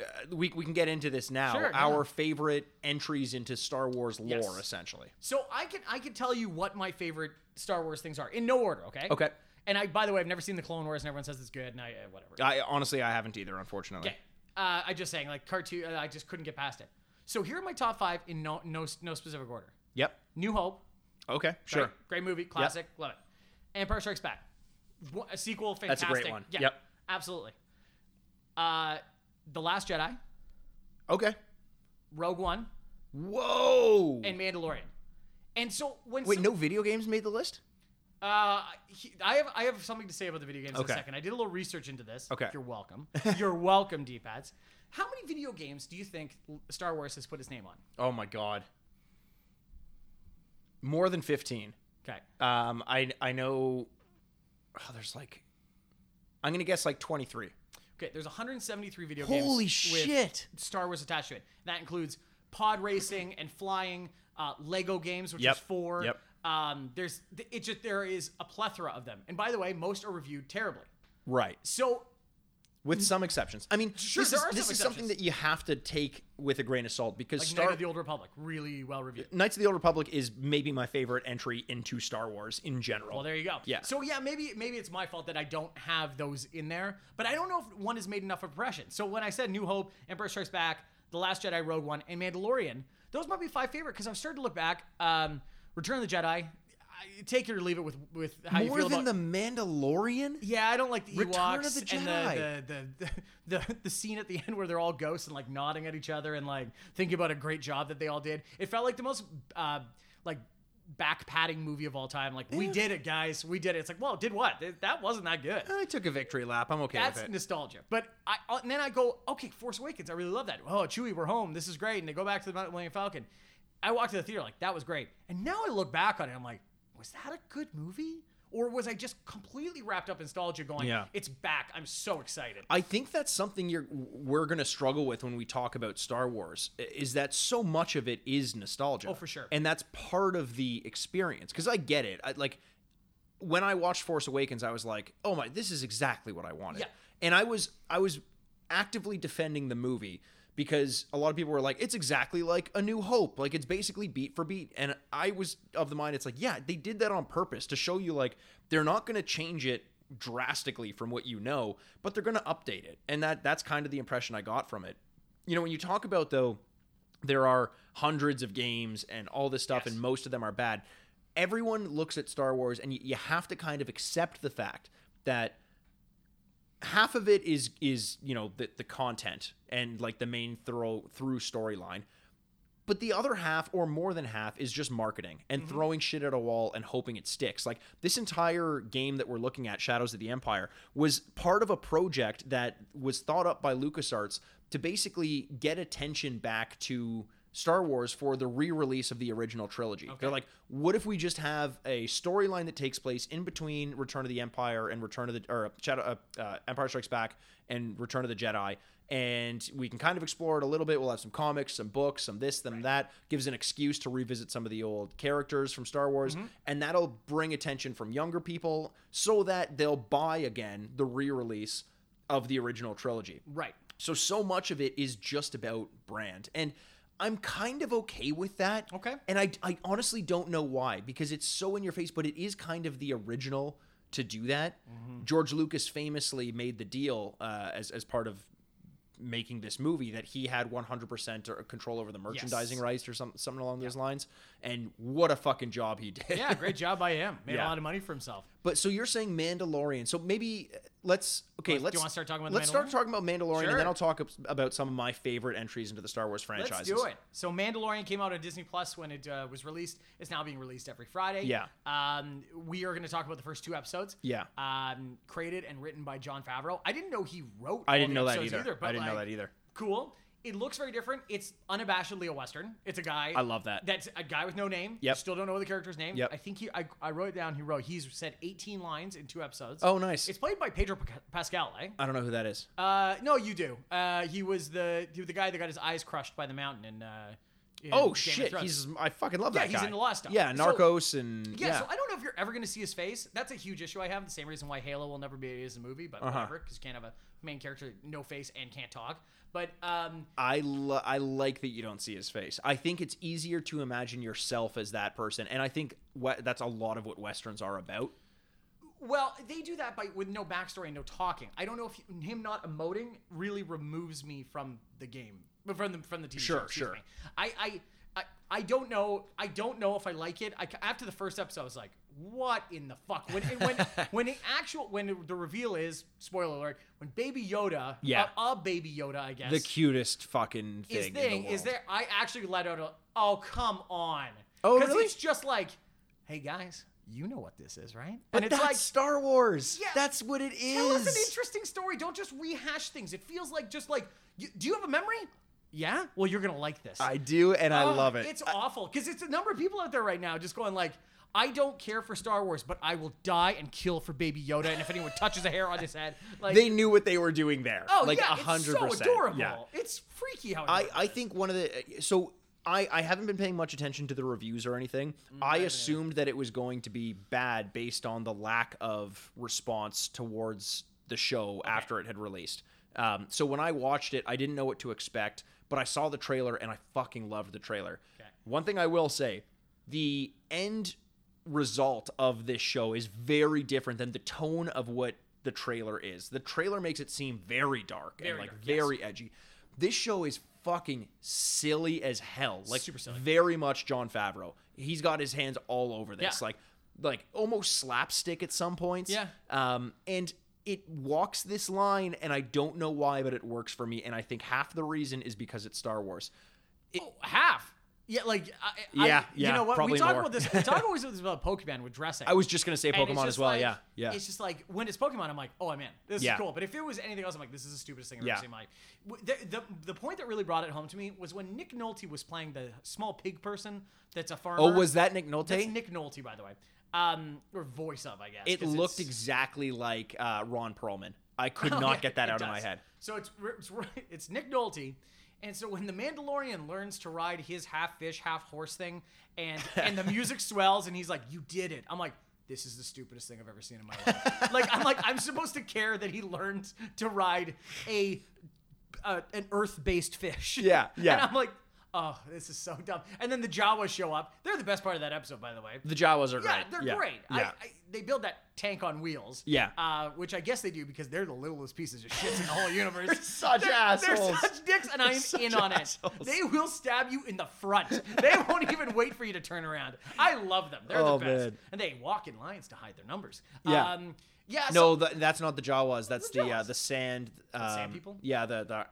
[SPEAKER 2] uh, we, we can get into this now.
[SPEAKER 1] Sure, yeah.
[SPEAKER 2] Our favorite entries into Star Wars lore,
[SPEAKER 1] Yes.
[SPEAKER 2] essentially.
[SPEAKER 1] So I can I can tell you what my favorite Star Wars things are in no order. Okay.
[SPEAKER 2] Okay.
[SPEAKER 1] And I by the way I've never seen the Clone Wars and everyone says it's good and I uh, whatever.
[SPEAKER 2] I honestly I haven't either, unfortunately.
[SPEAKER 1] Okay. Uh, I just saying like cartoon. uh, I just couldn't get past it. So here are my top five in no no no specific order.
[SPEAKER 2] Yep.
[SPEAKER 1] New Hope.
[SPEAKER 2] Okay. Sure.
[SPEAKER 1] Right? Great movie, classic, love it. Empire Strikes Back, Wha- a sequel,
[SPEAKER 2] a
[SPEAKER 1] fantastic.
[SPEAKER 2] great one.
[SPEAKER 1] Yeah,
[SPEAKER 2] Yep.
[SPEAKER 1] absolutely. Uh, the Last Jedi,
[SPEAKER 2] Okay.
[SPEAKER 1] Rogue One,
[SPEAKER 2] Whoa.
[SPEAKER 1] and Mandalorian. And so when
[SPEAKER 2] Mm. wait,
[SPEAKER 1] some-
[SPEAKER 2] no video games made the list?
[SPEAKER 1] uh, he- I have I have something to say about the video games in
[SPEAKER 2] Okay.
[SPEAKER 1] a second. I did a little research into this.
[SPEAKER 2] Okay.
[SPEAKER 1] you're welcome. you're welcome, D-pads. How many video games do you think L- Star Wars has put its name on?
[SPEAKER 2] Oh my god. More than 15.
[SPEAKER 1] Okay,
[SPEAKER 2] Um I I know oh, there's like I'm going to guess like 23.
[SPEAKER 1] okay. There's 173 video
[SPEAKER 2] Holy
[SPEAKER 1] games. with
[SPEAKER 2] shit.
[SPEAKER 1] Star Wars attached to it. That includes pod racing and flying, uh, Lego games, which
[SPEAKER 2] Yep.
[SPEAKER 1] is four.
[SPEAKER 2] Yep.
[SPEAKER 1] Um, there's th- it just there is a plethora of them. And by the way, most are reviewed terribly.
[SPEAKER 2] Right.
[SPEAKER 1] So
[SPEAKER 2] With some exceptions. I mean,
[SPEAKER 1] Mm. Sure,
[SPEAKER 2] this
[SPEAKER 1] there
[SPEAKER 2] is,
[SPEAKER 1] are
[SPEAKER 2] this
[SPEAKER 1] some
[SPEAKER 2] is something
[SPEAKER 1] exceptions.
[SPEAKER 2] that you have to take with a grain of salt because
[SPEAKER 1] like
[SPEAKER 2] Star
[SPEAKER 1] Knight of the Old Republic, really well reviewed.
[SPEAKER 2] Knights of the Old Republic is maybe my favorite entry into Star Wars in general.
[SPEAKER 1] Well, there you go.
[SPEAKER 2] Yeah.
[SPEAKER 1] So yeah, maybe maybe it's my fault that I don't have those in there, but I don't know if one has made enough impression. So when I said New Hope, Empire Strikes Back, The Last Jedi, Rogue One, and Mandalorian, those might be five favorite because I've started to look back. Um, Return of the Jedi, I, take it or leave it with with how you
[SPEAKER 2] More
[SPEAKER 1] feel
[SPEAKER 2] than
[SPEAKER 1] about
[SPEAKER 2] the Mandalorian?
[SPEAKER 1] Yeah, I don't like the
[SPEAKER 2] Return of
[SPEAKER 1] Ewoks
[SPEAKER 2] the Jedi.
[SPEAKER 1] and the the, the the the scene at the end where they're all ghosts and like nodding at each other and like thinking about a great job that they all did. It felt like the most uh, like back patting movie of all time. Like we did it, guys, we did it. It's like, well, did what? Th- That wasn't that good.
[SPEAKER 2] I took a victory lap. I'm okay
[SPEAKER 1] That's
[SPEAKER 2] with it.
[SPEAKER 1] nostalgia. But I uh, and then I go, okay, Force Awakens. I really love that. Oh, Chewie, we're home. This is great. And they go back to the Millennium Falcon. I walked to the theater like that was great. And now I look back on it, I'm like, was that a good movie? Or was I just completely wrapped up in nostalgia going,
[SPEAKER 2] Yeah.
[SPEAKER 1] it's back. I'm so excited.
[SPEAKER 2] I think that's something you're we're gonna struggle with when we talk about Star Wars. i- Is that so much of it is nostalgia? Oh,
[SPEAKER 1] for sure.
[SPEAKER 2] And that's part of the experience because I get it. I, like when I watched Force Awakens, I was like, "Oh my, this is exactly what I wanted."
[SPEAKER 1] Yeah.
[SPEAKER 2] And I was I was actively defending the movie because a lot of people were like, "It's exactly like A New Hope, like it's basically beat for beat." And I was of the mind it's like, "Yeah, they did that on purpose to show you like they're not going to change it drastically from what you know, but they're going to update it." And that that's kind of the impression I got from it. You know, when you talk about though there are hundreds of games and all this stuff, and most of them are bad. Everyone looks at Star Wars, and you, you have to kind of accept the fact that half of it is is you know the, the content and like the main throw through storyline but the other half or more than half is just marketing and throwing shit at a wall and hoping it sticks like this entire game that we're looking at shadows of the empire was part of a project that was thought up by lucasarts to basically get attention back to star wars for the re-release of the original trilogy they're like what if we just have a storyline that takes place in between return of the empire and return of the or Shadow, uh, uh, empire strikes back and return of the jedi and we can kind of explore it a little bit. We'll have some comics, some books, some this, some that. Gives an excuse to revisit some of the old characters from Star Wars, and that'll bring attention from younger people so that they'll buy again the re release of the original trilogy.
[SPEAKER 1] Right.
[SPEAKER 2] So, so much of it is just about brand. And I'm kind of okay with that.
[SPEAKER 1] Okay.
[SPEAKER 2] And I, I honestly don't know why, because it's so in your face, but it is kind of the original to do that.
[SPEAKER 1] Mm-hmm.
[SPEAKER 2] George Lucas famously made the deal uh, as, as part of making this movie that he had 100% or control over the merchandising rights or some, something along those lines. And what a fucking job he did.
[SPEAKER 1] Yeah, great job by him. Made
[SPEAKER 2] Yeah.
[SPEAKER 1] a lot of money for himself.
[SPEAKER 2] But so you're saying Mandalorian. So maybe uh, let's okay.
[SPEAKER 1] Do you
[SPEAKER 2] let's
[SPEAKER 1] wanna start talking about The
[SPEAKER 2] Let's start
[SPEAKER 1] Mandalorian?
[SPEAKER 2] talking about Mandalorian,
[SPEAKER 1] Sure.
[SPEAKER 2] and then I'll talk ab- about some of my favorite entries into the Star Wars franchise.
[SPEAKER 1] Let's do it. So Mandalorian came out on Disney Plus when it uh, was released. It's now being released every Friday.
[SPEAKER 2] Yeah.
[SPEAKER 1] Um, we are going to talk about the first two episodes.
[SPEAKER 2] Yeah.
[SPEAKER 1] Um, created and written by John Favreau. I didn't know he wrote.
[SPEAKER 2] I
[SPEAKER 1] all
[SPEAKER 2] didn't
[SPEAKER 1] the
[SPEAKER 2] know that
[SPEAKER 1] episodes
[SPEAKER 2] either.
[SPEAKER 1] but
[SPEAKER 2] I didn't know
[SPEAKER 1] like,
[SPEAKER 2] that either.
[SPEAKER 1] Cool. It looks very different. It's unabashedly a western. It's a guy.
[SPEAKER 2] I love that.
[SPEAKER 1] That's a guy with no name.
[SPEAKER 2] Yep.
[SPEAKER 1] Still don't know the character's name.
[SPEAKER 2] Yep.
[SPEAKER 1] I think he. I, I wrote it down. He wrote. He's said 18 lines in two episodes.
[SPEAKER 2] Oh, nice.
[SPEAKER 1] It's played by Pedro Pac- Pascal, eh?
[SPEAKER 2] I don't know who that is.
[SPEAKER 1] Uh, no, you do. Uh, he was the he was the guy that got his eyes crushed by the mountain and. Uh, in Game
[SPEAKER 2] oh
[SPEAKER 1] of
[SPEAKER 2] shit,
[SPEAKER 1] Thrones.
[SPEAKER 2] he's I fucking love
[SPEAKER 1] Yeah,
[SPEAKER 2] that
[SPEAKER 1] he's
[SPEAKER 2] guy.
[SPEAKER 1] in a lot of stuff.
[SPEAKER 2] Yeah,
[SPEAKER 1] So-
[SPEAKER 2] Narcos and
[SPEAKER 1] yeah,
[SPEAKER 2] yeah.
[SPEAKER 1] So I don't know if you're ever going to see his face. That's a huge issue I have. The same reason why Halo will never be as a movie, but
[SPEAKER 2] Uh-huh.
[SPEAKER 1] whatever, because you can't have a main character no face and can't talk. But um,
[SPEAKER 2] I lo- I like that you don't see his face. I think it's easier to imagine yourself as that person, and I think what that's a lot of what westerns are about.
[SPEAKER 1] well, they do that by with no backstory and no talking. I don't know if he- him not emoting really removes me from the game, but from the from the TV
[SPEAKER 2] Sure,
[SPEAKER 1] show. excuse
[SPEAKER 2] sure.
[SPEAKER 1] me. I, I I I don't know. I don't know if I like it. I, after the first episode, I was like, "What in the fuck?" When when when the actual when the reveal is spoiler alert when Baby Yoda
[SPEAKER 2] Yeah.
[SPEAKER 1] a, a Baby Yoda I guess
[SPEAKER 2] The cutest fucking thing.
[SPEAKER 1] is
[SPEAKER 2] in the
[SPEAKER 1] thing is
[SPEAKER 2] world.
[SPEAKER 1] there I actually let out a oh come on
[SPEAKER 2] Oh,
[SPEAKER 1] because
[SPEAKER 2] really?
[SPEAKER 1] it's just like hey guys you know what this is right
[SPEAKER 2] But
[SPEAKER 1] and it's
[SPEAKER 2] that's
[SPEAKER 1] like
[SPEAKER 2] Star Wars.
[SPEAKER 1] Yeah.
[SPEAKER 2] that's what it is.
[SPEAKER 1] Tell us an interesting story. Don't just rehash things. It feels like just like, you, do you have a memory? Yeah. Well, you're gonna like this.
[SPEAKER 2] I do, and I
[SPEAKER 1] Oh,
[SPEAKER 2] love it.
[SPEAKER 1] It's awful because it's a number of people out there right now just going like, I don't care for Star Wars, but I will die and kill for Baby Yoda. And if anyone touches a hair on his head, like,
[SPEAKER 2] they knew what they were doing there.
[SPEAKER 1] oh
[SPEAKER 2] like
[SPEAKER 1] yeah, it's
[SPEAKER 2] 100%.
[SPEAKER 1] so adorable.
[SPEAKER 2] Yeah.
[SPEAKER 1] It's freaky how
[SPEAKER 2] I,
[SPEAKER 1] adorable
[SPEAKER 2] I
[SPEAKER 1] it is.
[SPEAKER 2] think one of the so I, I haven't been paying much attention to the reviews or anything.
[SPEAKER 1] Mm,
[SPEAKER 2] I assumed that it was going to be bad based on the lack of response towards the show after it had released. Um, so when I watched it, I didn't know what to expect, but I saw the trailer and I fucking loved the trailer.
[SPEAKER 1] Okay.
[SPEAKER 2] One thing I will say, the end result of this show is very different than the tone of what the trailer is. The trailer makes it seem very dark
[SPEAKER 1] Very
[SPEAKER 2] and like
[SPEAKER 1] dark, yes.
[SPEAKER 2] very edgy. This show is fucking silly as hell. Like
[SPEAKER 1] Super silly.
[SPEAKER 2] very much John Favreau. He's got his hands all over this.
[SPEAKER 1] Yeah.
[SPEAKER 2] Like like almost slapstick at some points.
[SPEAKER 1] Yeah.
[SPEAKER 2] Um and it walks this line and I don't know why but it works for me and I think half the reason is because it's Star Wars.
[SPEAKER 1] Oh, half. Yeah, like I, I-
[SPEAKER 2] Yeah,
[SPEAKER 1] You
[SPEAKER 2] yeah,
[SPEAKER 1] know what? We
[SPEAKER 2] probably
[SPEAKER 1] talk
[SPEAKER 2] more.
[SPEAKER 1] about this. We talk always about this about Pokemon with dressing.
[SPEAKER 2] I was just going to say
[SPEAKER 1] And it's
[SPEAKER 2] Pokemon
[SPEAKER 1] just
[SPEAKER 2] as well.
[SPEAKER 1] like-
[SPEAKER 2] yeah. Yeah.
[SPEAKER 1] It's just like when it's Pokemon, I'm like, oh man, this
[SPEAKER 2] Yeah.
[SPEAKER 1] is cool. But if it was anything else, I'm like, this is the stupidest thing I've
[SPEAKER 2] Yeah.
[SPEAKER 1] ever seen. in my life. W- The, the the point that really brought it home to me was when Nick Nolte was playing the small pig person that's a farmer.
[SPEAKER 2] Oh, was that Nick Nolte?
[SPEAKER 1] that's Nick Nolte, by the way, um, or voice of, I guess.
[SPEAKER 2] It
[SPEAKER 1] 'cause
[SPEAKER 2] looked
[SPEAKER 1] it's-
[SPEAKER 2] exactly like uh, Ron Perlman. I could
[SPEAKER 1] Oh,
[SPEAKER 2] not
[SPEAKER 1] yeah,
[SPEAKER 2] get that
[SPEAKER 1] it
[SPEAKER 2] out of my
[SPEAKER 1] does.
[SPEAKER 2] head.
[SPEAKER 1] So it's r- it's, r- it's Nick Nolte, and so when the Mandalorian learns to ride his half fish, half horse thing, and and the music swells, and he's like, "You did it!" I'm like. This is the stupidest thing I've ever seen in my life. like I'm like I'm supposed to care that he learned to ride a uh, an earth-based fish.
[SPEAKER 2] Yeah, yeah.
[SPEAKER 1] And I'm like, oh, this is so dumb. And then the Jawas show up. They're the best part of that episode, by the way.
[SPEAKER 2] The Jawas are
[SPEAKER 1] Yeah,
[SPEAKER 2] great.
[SPEAKER 1] they're great. I,
[SPEAKER 2] Yeah.
[SPEAKER 1] I, they build that tank on wheels.
[SPEAKER 2] Yeah.
[SPEAKER 1] Uh, which I guess they do because they're the littlest pieces of shit in the whole universe. they're
[SPEAKER 2] such
[SPEAKER 1] They're
[SPEAKER 2] assholes.
[SPEAKER 1] such dicks, and I am
[SPEAKER 2] such
[SPEAKER 1] in on it.
[SPEAKER 2] assholes.
[SPEAKER 1] They will stab you in the front. They won't even wait for you to turn around. I love them. They're
[SPEAKER 2] Oh,
[SPEAKER 1] the best.
[SPEAKER 2] man.
[SPEAKER 1] And they walk in lines to hide their numbers.
[SPEAKER 2] Yeah.
[SPEAKER 1] Um, yeah.
[SPEAKER 2] no,
[SPEAKER 1] So,
[SPEAKER 2] th that's not the Jawas. That's the uh,
[SPEAKER 1] Jawas.
[SPEAKER 2] the sand. Um,
[SPEAKER 1] sand people?
[SPEAKER 2] Yeah, the the.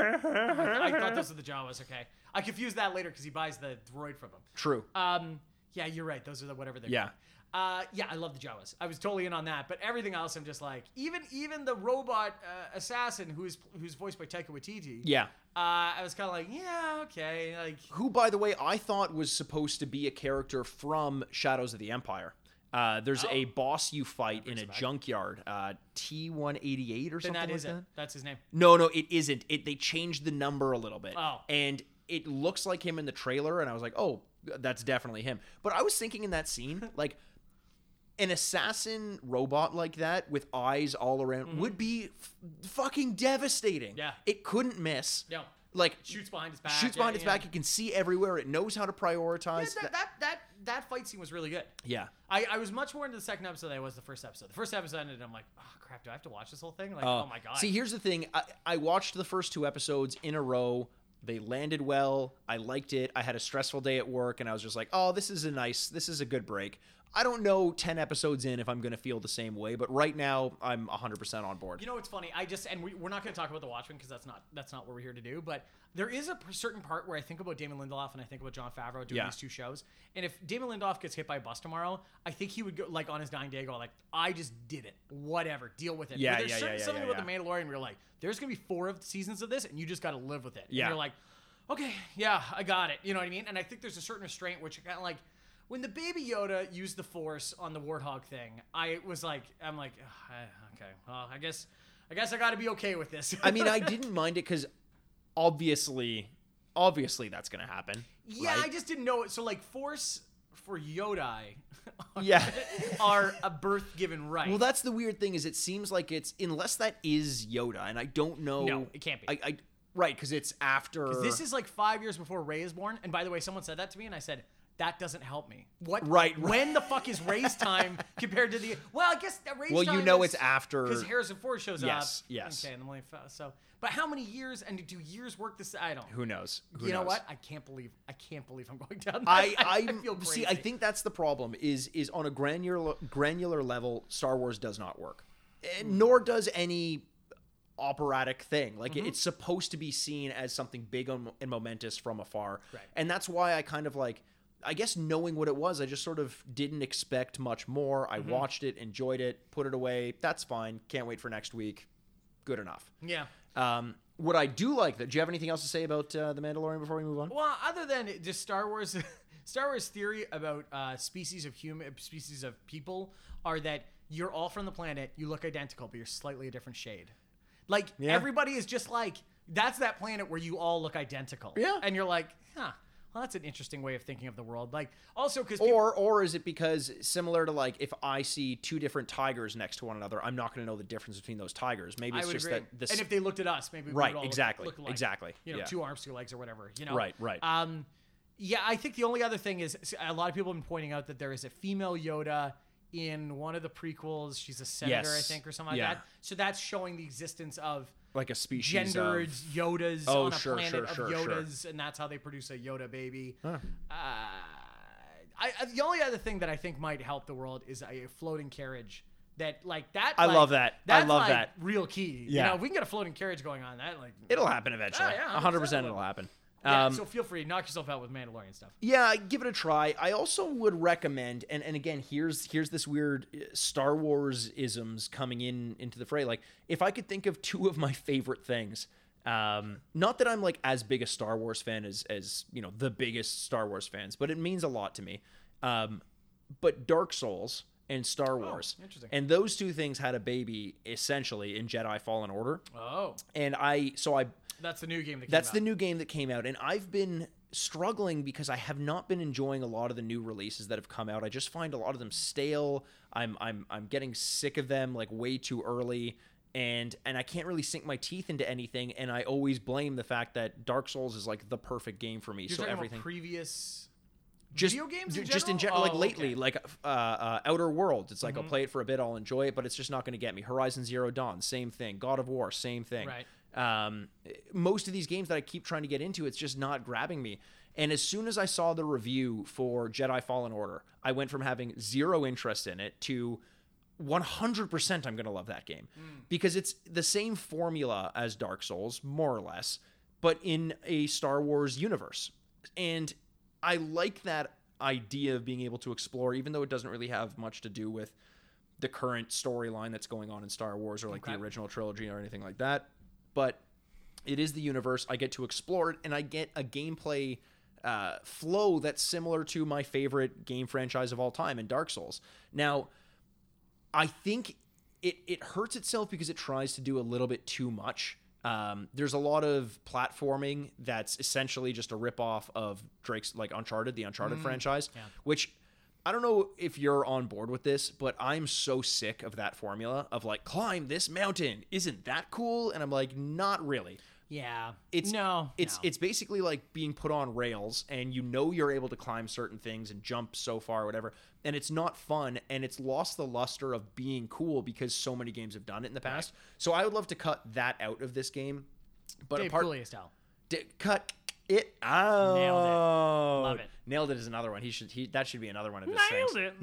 [SPEAKER 1] I thought those were the Jawas. Okay. I confused that later because he buys the droid from him.
[SPEAKER 2] True.
[SPEAKER 1] Um, yeah, you're right. Those are the whatever they're.
[SPEAKER 2] Yeah.
[SPEAKER 1] called. Uh, yeah, I love the Jawas. I was totally in on that, but everything else, I'm just like, even even the robot uh, assassin who's who's voiced by Taika Waititi.
[SPEAKER 2] yeah.
[SPEAKER 1] Uh, I was kind of like, yeah, okay, like.
[SPEAKER 2] Who, by the way, I thought was supposed to be a character from Shadows of the Empire. Uh, there's a boss you fight in a junkyard, uh, T188 or
[SPEAKER 1] Then
[SPEAKER 2] something
[SPEAKER 1] that
[SPEAKER 2] like
[SPEAKER 1] is it.
[SPEAKER 2] that.
[SPEAKER 1] That's his name.
[SPEAKER 2] No, no, it isn't. It they changed the number a little bit.
[SPEAKER 1] Oh.
[SPEAKER 2] And it looks like him in the trailer, and I was like, oh, that's definitely him. But I was thinking in that scene, like an assassin robot like that with eyes all around would be f- fucking devastating.
[SPEAKER 1] Mm-hmm. Yeah.
[SPEAKER 2] It couldn't miss.
[SPEAKER 1] No.
[SPEAKER 2] Like
[SPEAKER 1] Shoots behind his back.
[SPEAKER 2] shoots
[SPEAKER 1] yeah,
[SPEAKER 2] behind its
[SPEAKER 1] yeah.
[SPEAKER 2] back, it can see everywhere, it knows how to
[SPEAKER 1] Yeah,
[SPEAKER 2] prioritize.
[SPEAKER 1] that, that that that fight scene was really good.
[SPEAKER 2] yeah.
[SPEAKER 1] I, I was much more into the second episode than I was the first episode. The first episode ended, and I'm like, oh crap, do I have to watch this whole thing? Like, oh my god.
[SPEAKER 2] Uh, See, here's the thing. I, I watched the first two episodes in a row. They landed well. I liked it. I had a stressful day at work, and I was just like, "Oh, this is a nice. This is a good break." I don't know 10 episodes in if I'm going to feel the same way, but right now I'm 100% on board.
[SPEAKER 1] You know, it's funny. I just and we, we're not going to talk about the Watchmen because that's not that's not what we're here to do. But there is a p- certain part where I think about Damon Lindelof and I think about John Favreau doing
[SPEAKER 2] Yeah.
[SPEAKER 1] these two shows. And if Damon Lindelof gets hit by a bus tomorrow, I think he would go like on his dying day go like, I just did it. Whatever, deal with it.
[SPEAKER 2] Yeah,
[SPEAKER 1] But there's
[SPEAKER 2] yeah, yeah,
[SPEAKER 1] certain,
[SPEAKER 2] yeah,
[SPEAKER 1] something
[SPEAKER 2] yeah,
[SPEAKER 1] about the Mandalorian where you're like, there's going to be four of seasons of this, and you just got to live with it. And
[SPEAKER 2] Yeah.
[SPEAKER 1] you're like, okay, yeah, I got it. You know what I mean? And I think there's a certain restraint which kind of like. When the baby Yoda used the Force on the warthog thing, I was like, I'm like, "Ugh, I- okay, well, I guess, I guess I got to be okay with this.
[SPEAKER 2] I mean, I didn't mind it because obviously, obviously that's going to happen.
[SPEAKER 1] Yeah, I
[SPEAKER 2] right?
[SPEAKER 1] just didn't know it. So like force for Yodai are,
[SPEAKER 2] Yeah.
[SPEAKER 1] are a birth given right.
[SPEAKER 2] Well, that's the weird thing is it seems like it's unless that is Yoda, and I don't know.
[SPEAKER 1] No, it can't be.
[SPEAKER 2] I, I right because it's after.
[SPEAKER 1] this is like five years before Ray is born. And by the way, someone said that to me and I said, that doesn't help me. What
[SPEAKER 2] Right, right.
[SPEAKER 1] when the fuck is Ray's time compared to the Well, I guess that Ray's
[SPEAKER 2] Well,
[SPEAKER 1] time
[SPEAKER 2] you know
[SPEAKER 1] is,
[SPEAKER 2] it's after.
[SPEAKER 1] because Harrison Ford shows
[SPEAKER 2] Yes,
[SPEAKER 1] up.
[SPEAKER 2] yes.
[SPEAKER 1] Okay, and the only fa- so but how many years and do years work this I don't
[SPEAKER 2] Who knows? Who
[SPEAKER 1] You know
[SPEAKER 2] knows?
[SPEAKER 1] what? I can't believe I can't believe I'm going down that.
[SPEAKER 2] I, I,
[SPEAKER 1] feel crazy.
[SPEAKER 2] see. I think that's the problem. Is is on a granular granular level, Star Wars does not work, Eh, nor does any operatic thing. Like it- it's supposed to be seen as something big and and momentous from afar,
[SPEAKER 1] Right.
[SPEAKER 2] and that's why I kind of like. I guess knowing what it was, I just sort of didn't expect much more. I watched it, enjoyed it, put it away. That's fine. Can't wait for next week. Good enough.
[SPEAKER 1] Yeah.
[SPEAKER 2] Um, what I do like that. Do you have anything else to say about uh, the Mandalorian before we move on?
[SPEAKER 1] Well, other than it- just Star Wars, Star Wars theory about uh, species of human species of people are that you're all from the planet, you look identical, but you're slightly a different shade. Like
[SPEAKER 2] Yeah.
[SPEAKER 1] everybody is just like that's that planet where you all look identical.
[SPEAKER 2] Yeah.
[SPEAKER 1] and you're like, huh. Well, that's an interesting way of thinking of the world. Like also because
[SPEAKER 2] Or or is it because similar to like if I see two different tigers next to one another, I'm not going to know the difference between those tigers. Maybe
[SPEAKER 1] I
[SPEAKER 2] it's
[SPEAKER 1] would
[SPEAKER 2] just
[SPEAKER 1] agree.
[SPEAKER 2] that this
[SPEAKER 1] and if they looked at us, maybe we
[SPEAKER 2] Right,
[SPEAKER 1] would all look-
[SPEAKER 2] exactly,
[SPEAKER 1] look alike.
[SPEAKER 2] exactly,
[SPEAKER 1] You know,
[SPEAKER 2] yeah.
[SPEAKER 1] two arms, two legs, or whatever. You know,
[SPEAKER 2] Right, right.
[SPEAKER 1] Um, yeah, I think the only other thing is s- a lot of people have been pointing out that there is a female Yoda in one of the prequels. She's a senator,
[SPEAKER 2] Yes,
[SPEAKER 1] I think, or something like
[SPEAKER 2] yeah.
[SPEAKER 1] that. So that's showing the existence of
[SPEAKER 2] like a species
[SPEAKER 1] gendered
[SPEAKER 2] of,
[SPEAKER 1] Yodas
[SPEAKER 2] uh, Oh,
[SPEAKER 1] on a
[SPEAKER 2] sure,
[SPEAKER 1] planet
[SPEAKER 2] sure,
[SPEAKER 1] of
[SPEAKER 2] sure, sure.
[SPEAKER 1] Yodas, and that's how they produce a Yoda baby. Uh, I, I, the only other thing that I think might help the world is a floating carriage. That like that.
[SPEAKER 2] I
[SPEAKER 1] like-
[SPEAKER 2] love that. I
[SPEAKER 1] that's,
[SPEAKER 2] love
[SPEAKER 1] like,
[SPEAKER 2] that.
[SPEAKER 1] Real key.
[SPEAKER 2] Yeah.
[SPEAKER 1] You know, if we can get a floating carriage going on that. Like
[SPEAKER 2] It'll happen eventually.
[SPEAKER 1] yeah, 100%
[SPEAKER 2] 100%
[SPEAKER 1] it will.
[SPEAKER 2] it'll happen.
[SPEAKER 1] Yeah,
[SPEAKER 2] um,
[SPEAKER 1] so feel free, knock yourself out with Mandalorian stuff.
[SPEAKER 2] yeah, give it a try. I also would recommend, and, and again, here's here's this weird uh, Star Wars isms coming in into the fray. Like, if I could think of two of my favorite things, um, not that I'm like as big a Star Wars fan as as you know the biggest Star Wars fans, but it means a lot to me. Um, but Dark Souls and Star Wars,
[SPEAKER 1] interesting.
[SPEAKER 2] and those two things had a baby essentially in Jedi Fallen Order,
[SPEAKER 1] Oh,
[SPEAKER 2] and I so I
[SPEAKER 1] that's the new game that.
[SPEAKER 2] that's the
[SPEAKER 1] came out.
[SPEAKER 2] new game that came out, and I've been struggling because I have not been enjoying a lot of the new releases that have come out. I just find a lot of them stale. I'm I'm I'm getting sick of them like way too early. And and I can't really sink my teeth into anything, and I always blame the fact that Dark Souls is like the perfect game for me.
[SPEAKER 1] You're
[SPEAKER 2] so
[SPEAKER 1] talking
[SPEAKER 2] everything
[SPEAKER 1] about previous.
[SPEAKER 2] just
[SPEAKER 1] Video games in
[SPEAKER 2] ju- just in
[SPEAKER 1] general?
[SPEAKER 2] general, like
[SPEAKER 1] Oh,
[SPEAKER 2] lately,
[SPEAKER 1] okay. Mm-hmm.
[SPEAKER 2] like uh, uh, Outer Worlds. It's like I'll play it for a bit, I'll enjoy it, but it's just not going to get me. Horizon Zero Dawn, same thing. God of War, same thing.
[SPEAKER 1] Right.
[SPEAKER 2] Um, most of these games that I keep trying to get into, it's just not grabbing me. And as soon as I saw the review for Jedi Fallen Order, I went from having zero interest in it to 100% I'm going to love that game because it's the same formula as Dark Souls, more or less, but in a Star Wars universe. And I like that idea of being able to explore, even though it doesn't really have much to do with the current storyline that's going on in Star Wars or like
[SPEAKER 1] Okay.
[SPEAKER 2] the original trilogy or anything like that. But it is the universe. I get to explore it and I get a gameplay uh, flow that's similar to my favorite game franchise of all time in Dark Souls. Now, I think it it hurts itself because it tries to do a little bit too much. Um, there's a lot of platforming that's essentially just a ripoff of Drake's like Uncharted, the Uncharted franchise, which I don't know if you're on board with this, but I'm so sick of that formula of like climb this mountain. Isn't that cool? And I'm like, not really.
[SPEAKER 1] Yeah,
[SPEAKER 2] It's
[SPEAKER 1] no,
[SPEAKER 2] It's
[SPEAKER 1] no.
[SPEAKER 2] it's basically like being put on rails, and you know you're able to climb certain things and jump so far, or whatever. And it's not fun, and it's lost the luster of being cool because so many games have done it in the past. So I would love to cut that out of this game. But
[SPEAKER 1] Dave
[SPEAKER 2] apart,
[SPEAKER 1] Coulier style.
[SPEAKER 2] d- cut it out.
[SPEAKER 1] Nailed it. Love it.
[SPEAKER 2] Nailed it is another one. He should. He that should be another one of his
[SPEAKER 1] Nailed
[SPEAKER 2] things.
[SPEAKER 1] it.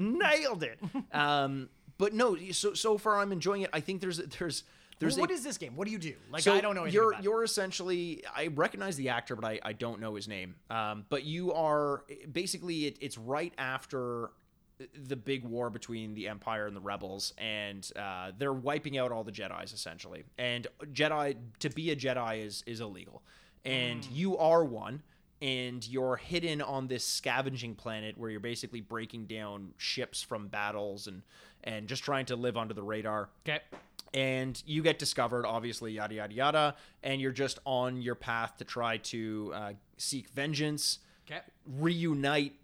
[SPEAKER 2] Nailed it. um, but no. So so far I'm enjoying it. I think there's there's there's
[SPEAKER 1] Well, what
[SPEAKER 2] a,
[SPEAKER 1] is this game? What do you do? Like
[SPEAKER 2] so
[SPEAKER 1] I don't know. anything
[SPEAKER 2] You're
[SPEAKER 1] about it.
[SPEAKER 2] you're essentially I recognize the actor, but I, I don't know his name. Um, but you are basically it, it's right after the big war between the Empire and the Rebels, and uh, they're wiping out all the Jedi's essentially. And Jedi to be a Jedi is is illegal, and
[SPEAKER 1] Hmm.
[SPEAKER 2] you are one. And you're hidden on this scavenging planet where you're basically breaking down ships from battles and and just trying to live under the radar
[SPEAKER 1] okay.
[SPEAKER 2] and you get discovered, obviously, yada yada yada, and you're just on your path to try to uh, seek vengeance,
[SPEAKER 1] Okay.
[SPEAKER 2] reunite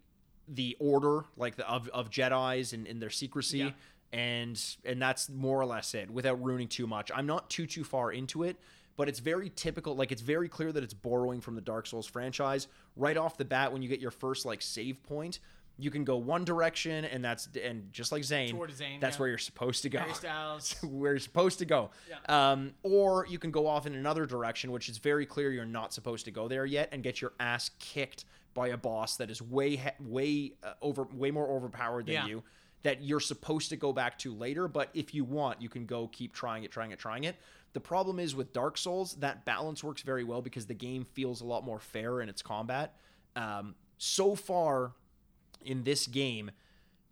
[SPEAKER 2] the order, like the of, of Jedi's and in their secrecy,
[SPEAKER 1] Yeah.
[SPEAKER 2] and and that's more or less it. Without ruining too much, I'm not too too far into it, but it's very typical. Like it's very clear that it's borrowing from the Dark Souls franchise right off the bat. When you get your first like save point. You can go one direction, and that's and just like Zane,
[SPEAKER 1] Toward Zane,
[SPEAKER 2] that's
[SPEAKER 1] yeah.
[SPEAKER 2] where you're supposed to go
[SPEAKER 1] Harry Styles.
[SPEAKER 2] where you're supposed to go. Um, or you can go off in another direction, which is very clear you're not supposed to go there yet, and get your ass kicked by a boss that is way he- way uh, over way more overpowered than
[SPEAKER 1] Yeah.
[SPEAKER 2] you. That you're supposed to go back to later, but if you want, you can go keep trying it, trying it, trying it. The problem is with Dark Souls, that balance works very well because the game feels a lot more fair in its combat. Um, so far, in this game,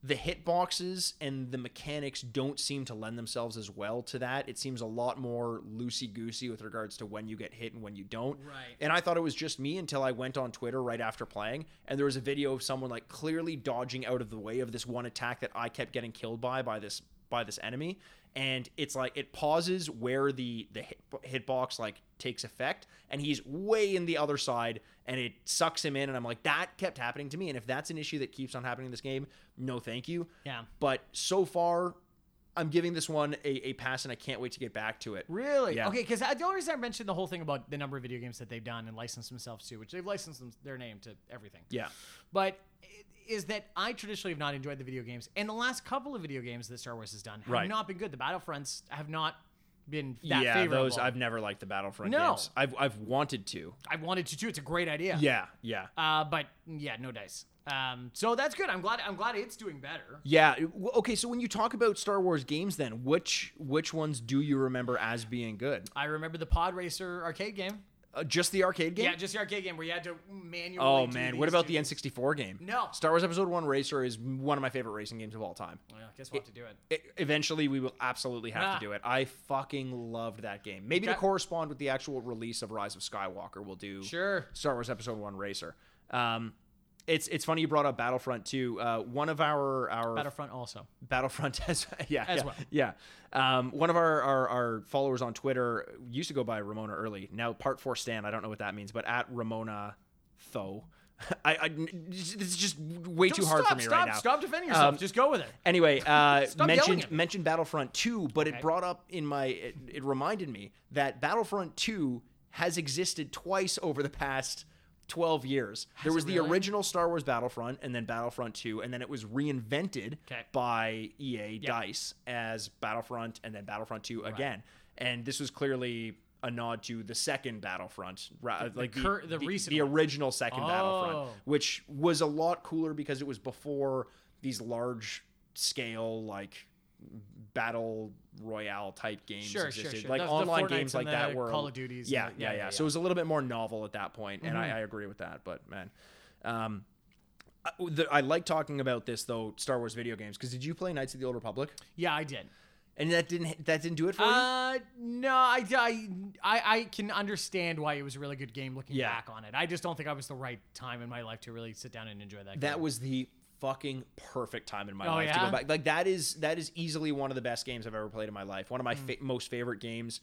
[SPEAKER 2] the hitboxes and the mechanics don't seem to lend themselves as well to that. It seems a lot more loosey goosey with regards to when you get hit and when you don't.
[SPEAKER 1] Right.
[SPEAKER 2] And I thought it was just me until I went on Twitter right after playing, and there was a video of someone like clearly dodging out of the way of this one attack that I kept getting killed by by this by this enemy. And it's like it pauses where the the hit, hitbox like takes effect, and he's way in the other side, and it sucks him in. And I'm like, that kept happening to me. And if that's an issue that keeps on happening in this game, no, thank you.
[SPEAKER 1] Yeah.
[SPEAKER 2] But so far, I'm giving this one a, a pass, and I can't wait to get back to it.
[SPEAKER 1] Really?
[SPEAKER 2] Yeah.
[SPEAKER 1] Okay, because the only reason I mentioned the whole thing about the number of video games that they've done and licensed themselves to, which they've licensed them, their name to everything.
[SPEAKER 2] Yeah.
[SPEAKER 1] But i- is that I traditionally have not enjoyed the video games, and the last couple of video games that Star Wars has done have
[SPEAKER 2] Right.
[SPEAKER 1] not been good. The Battlefronts have not been that
[SPEAKER 2] yeah,
[SPEAKER 1] favorable.
[SPEAKER 2] those I've never liked the Battlefront
[SPEAKER 1] No.
[SPEAKER 2] games. I've I've wanted to.
[SPEAKER 1] I wanted to too. It's a great idea.
[SPEAKER 2] Yeah, yeah.
[SPEAKER 1] Uh, but yeah, no dice. Um, so that's good. I'm glad. I'm glad it's doing better.
[SPEAKER 2] Yeah. w- Okay. So when you talk about Star Wars games, then which which ones do you remember as being good?
[SPEAKER 1] I remember the Pod Racer arcade game.
[SPEAKER 2] Uh, just the arcade game.
[SPEAKER 1] Yeah, just the arcade game where you had to manually.
[SPEAKER 2] oh
[SPEAKER 1] do
[SPEAKER 2] man,
[SPEAKER 1] these
[SPEAKER 2] what about
[SPEAKER 1] to-
[SPEAKER 2] the N64 game?
[SPEAKER 1] No.
[SPEAKER 2] Star Wars Episode One Racer is one of my favorite racing games of all time.
[SPEAKER 1] Well, I Oh, guess we'll have to do it.
[SPEAKER 2] E- eventually, we will absolutely have
[SPEAKER 1] Ah.
[SPEAKER 2] to do it. I fucking loved that game. Maybe to
[SPEAKER 1] That-
[SPEAKER 2] correspond with the actual release of Rise of Skywalker, we'll do
[SPEAKER 1] Sure.
[SPEAKER 2] Star Wars Episode One Racer. Um, it's it's funny you brought up Battlefront too. Uh, one of our our
[SPEAKER 1] Battlefront also.
[SPEAKER 2] Battlefront as yeah
[SPEAKER 1] As
[SPEAKER 2] yeah,
[SPEAKER 1] well.
[SPEAKER 2] yeah. Um, one of our, our our followers on Twitter used to go by Ramona Early. Now Part Four Stan. I don't know what that means, but at Ramona Tho. I, I this is just way too hard
[SPEAKER 1] stop,
[SPEAKER 2] for me
[SPEAKER 1] stop,
[SPEAKER 2] right now.
[SPEAKER 1] Stop defending yourself.
[SPEAKER 2] Um,
[SPEAKER 1] Just go with it.
[SPEAKER 2] Anyway, uh,
[SPEAKER 1] Stop yelling
[SPEAKER 2] mentioned
[SPEAKER 1] at me.
[SPEAKER 2] mentioned Battlefront 2, but it brought up in my it, it reminded me that Battlefront 2 has existed twice over the past 12 years. there
[SPEAKER 1] it
[SPEAKER 2] was the
[SPEAKER 1] really?
[SPEAKER 2] original Star Wars Battlefront and then Battlefront 2 and then it was reinvented
[SPEAKER 1] Okay.
[SPEAKER 2] by EA DICE as Battlefront and then Battlefront 2 again. And this was clearly a nod to the second Battlefront, ra- like the,
[SPEAKER 1] cur- the recent
[SPEAKER 2] the original second Battlefront,
[SPEAKER 1] Oh.
[SPEAKER 2] which was a lot cooler because it was before these large scale like battle royale type games
[SPEAKER 1] Sure, sure,
[SPEAKER 2] existed.
[SPEAKER 1] sure.
[SPEAKER 2] Like
[SPEAKER 1] The- the
[SPEAKER 2] online
[SPEAKER 1] Fortnites
[SPEAKER 2] games like
[SPEAKER 1] and
[SPEAKER 2] that
[SPEAKER 1] the
[SPEAKER 2] were
[SPEAKER 1] Call of Duties and
[SPEAKER 2] Yeah,
[SPEAKER 1] the-
[SPEAKER 2] yeah,
[SPEAKER 1] yeah,
[SPEAKER 2] yeah,
[SPEAKER 1] yeah, Mm-hmm.
[SPEAKER 2] So it
[SPEAKER 1] yeah.
[SPEAKER 2] was a little bit more novel at that point, and I, I agree with that. But man, um, I, the, I like talking about this though Star Wars video games because did you play Knights of the Old Republic?
[SPEAKER 1] Yeah, I did.
[SPEAKER 2] And that didn't that didn't do it for you?
[SPEAKER 1] Uh, no, I, I, I, I can understand why it was a really good game looking
[SPEAKER 2] Yeah.
[SPEAKER 1] back on it. I just don't think I was the right time in my life to really sit down and enjoy that.
[SPEAKER 2] That
[SPEAKER 1] game.
[SPEAKER 2] was the fucking perfect time in my
[SPEAKER 1] Oh,
[SPEAKER 2] life to go
[SPEAKER 1] yeah?
[SPEAKER 2] back. Like that is that is easily one of the best games I've ever played in my life. One of
[SPEAKER 1] Hmm.
[SPEAKER 2] my fa- most favorite games.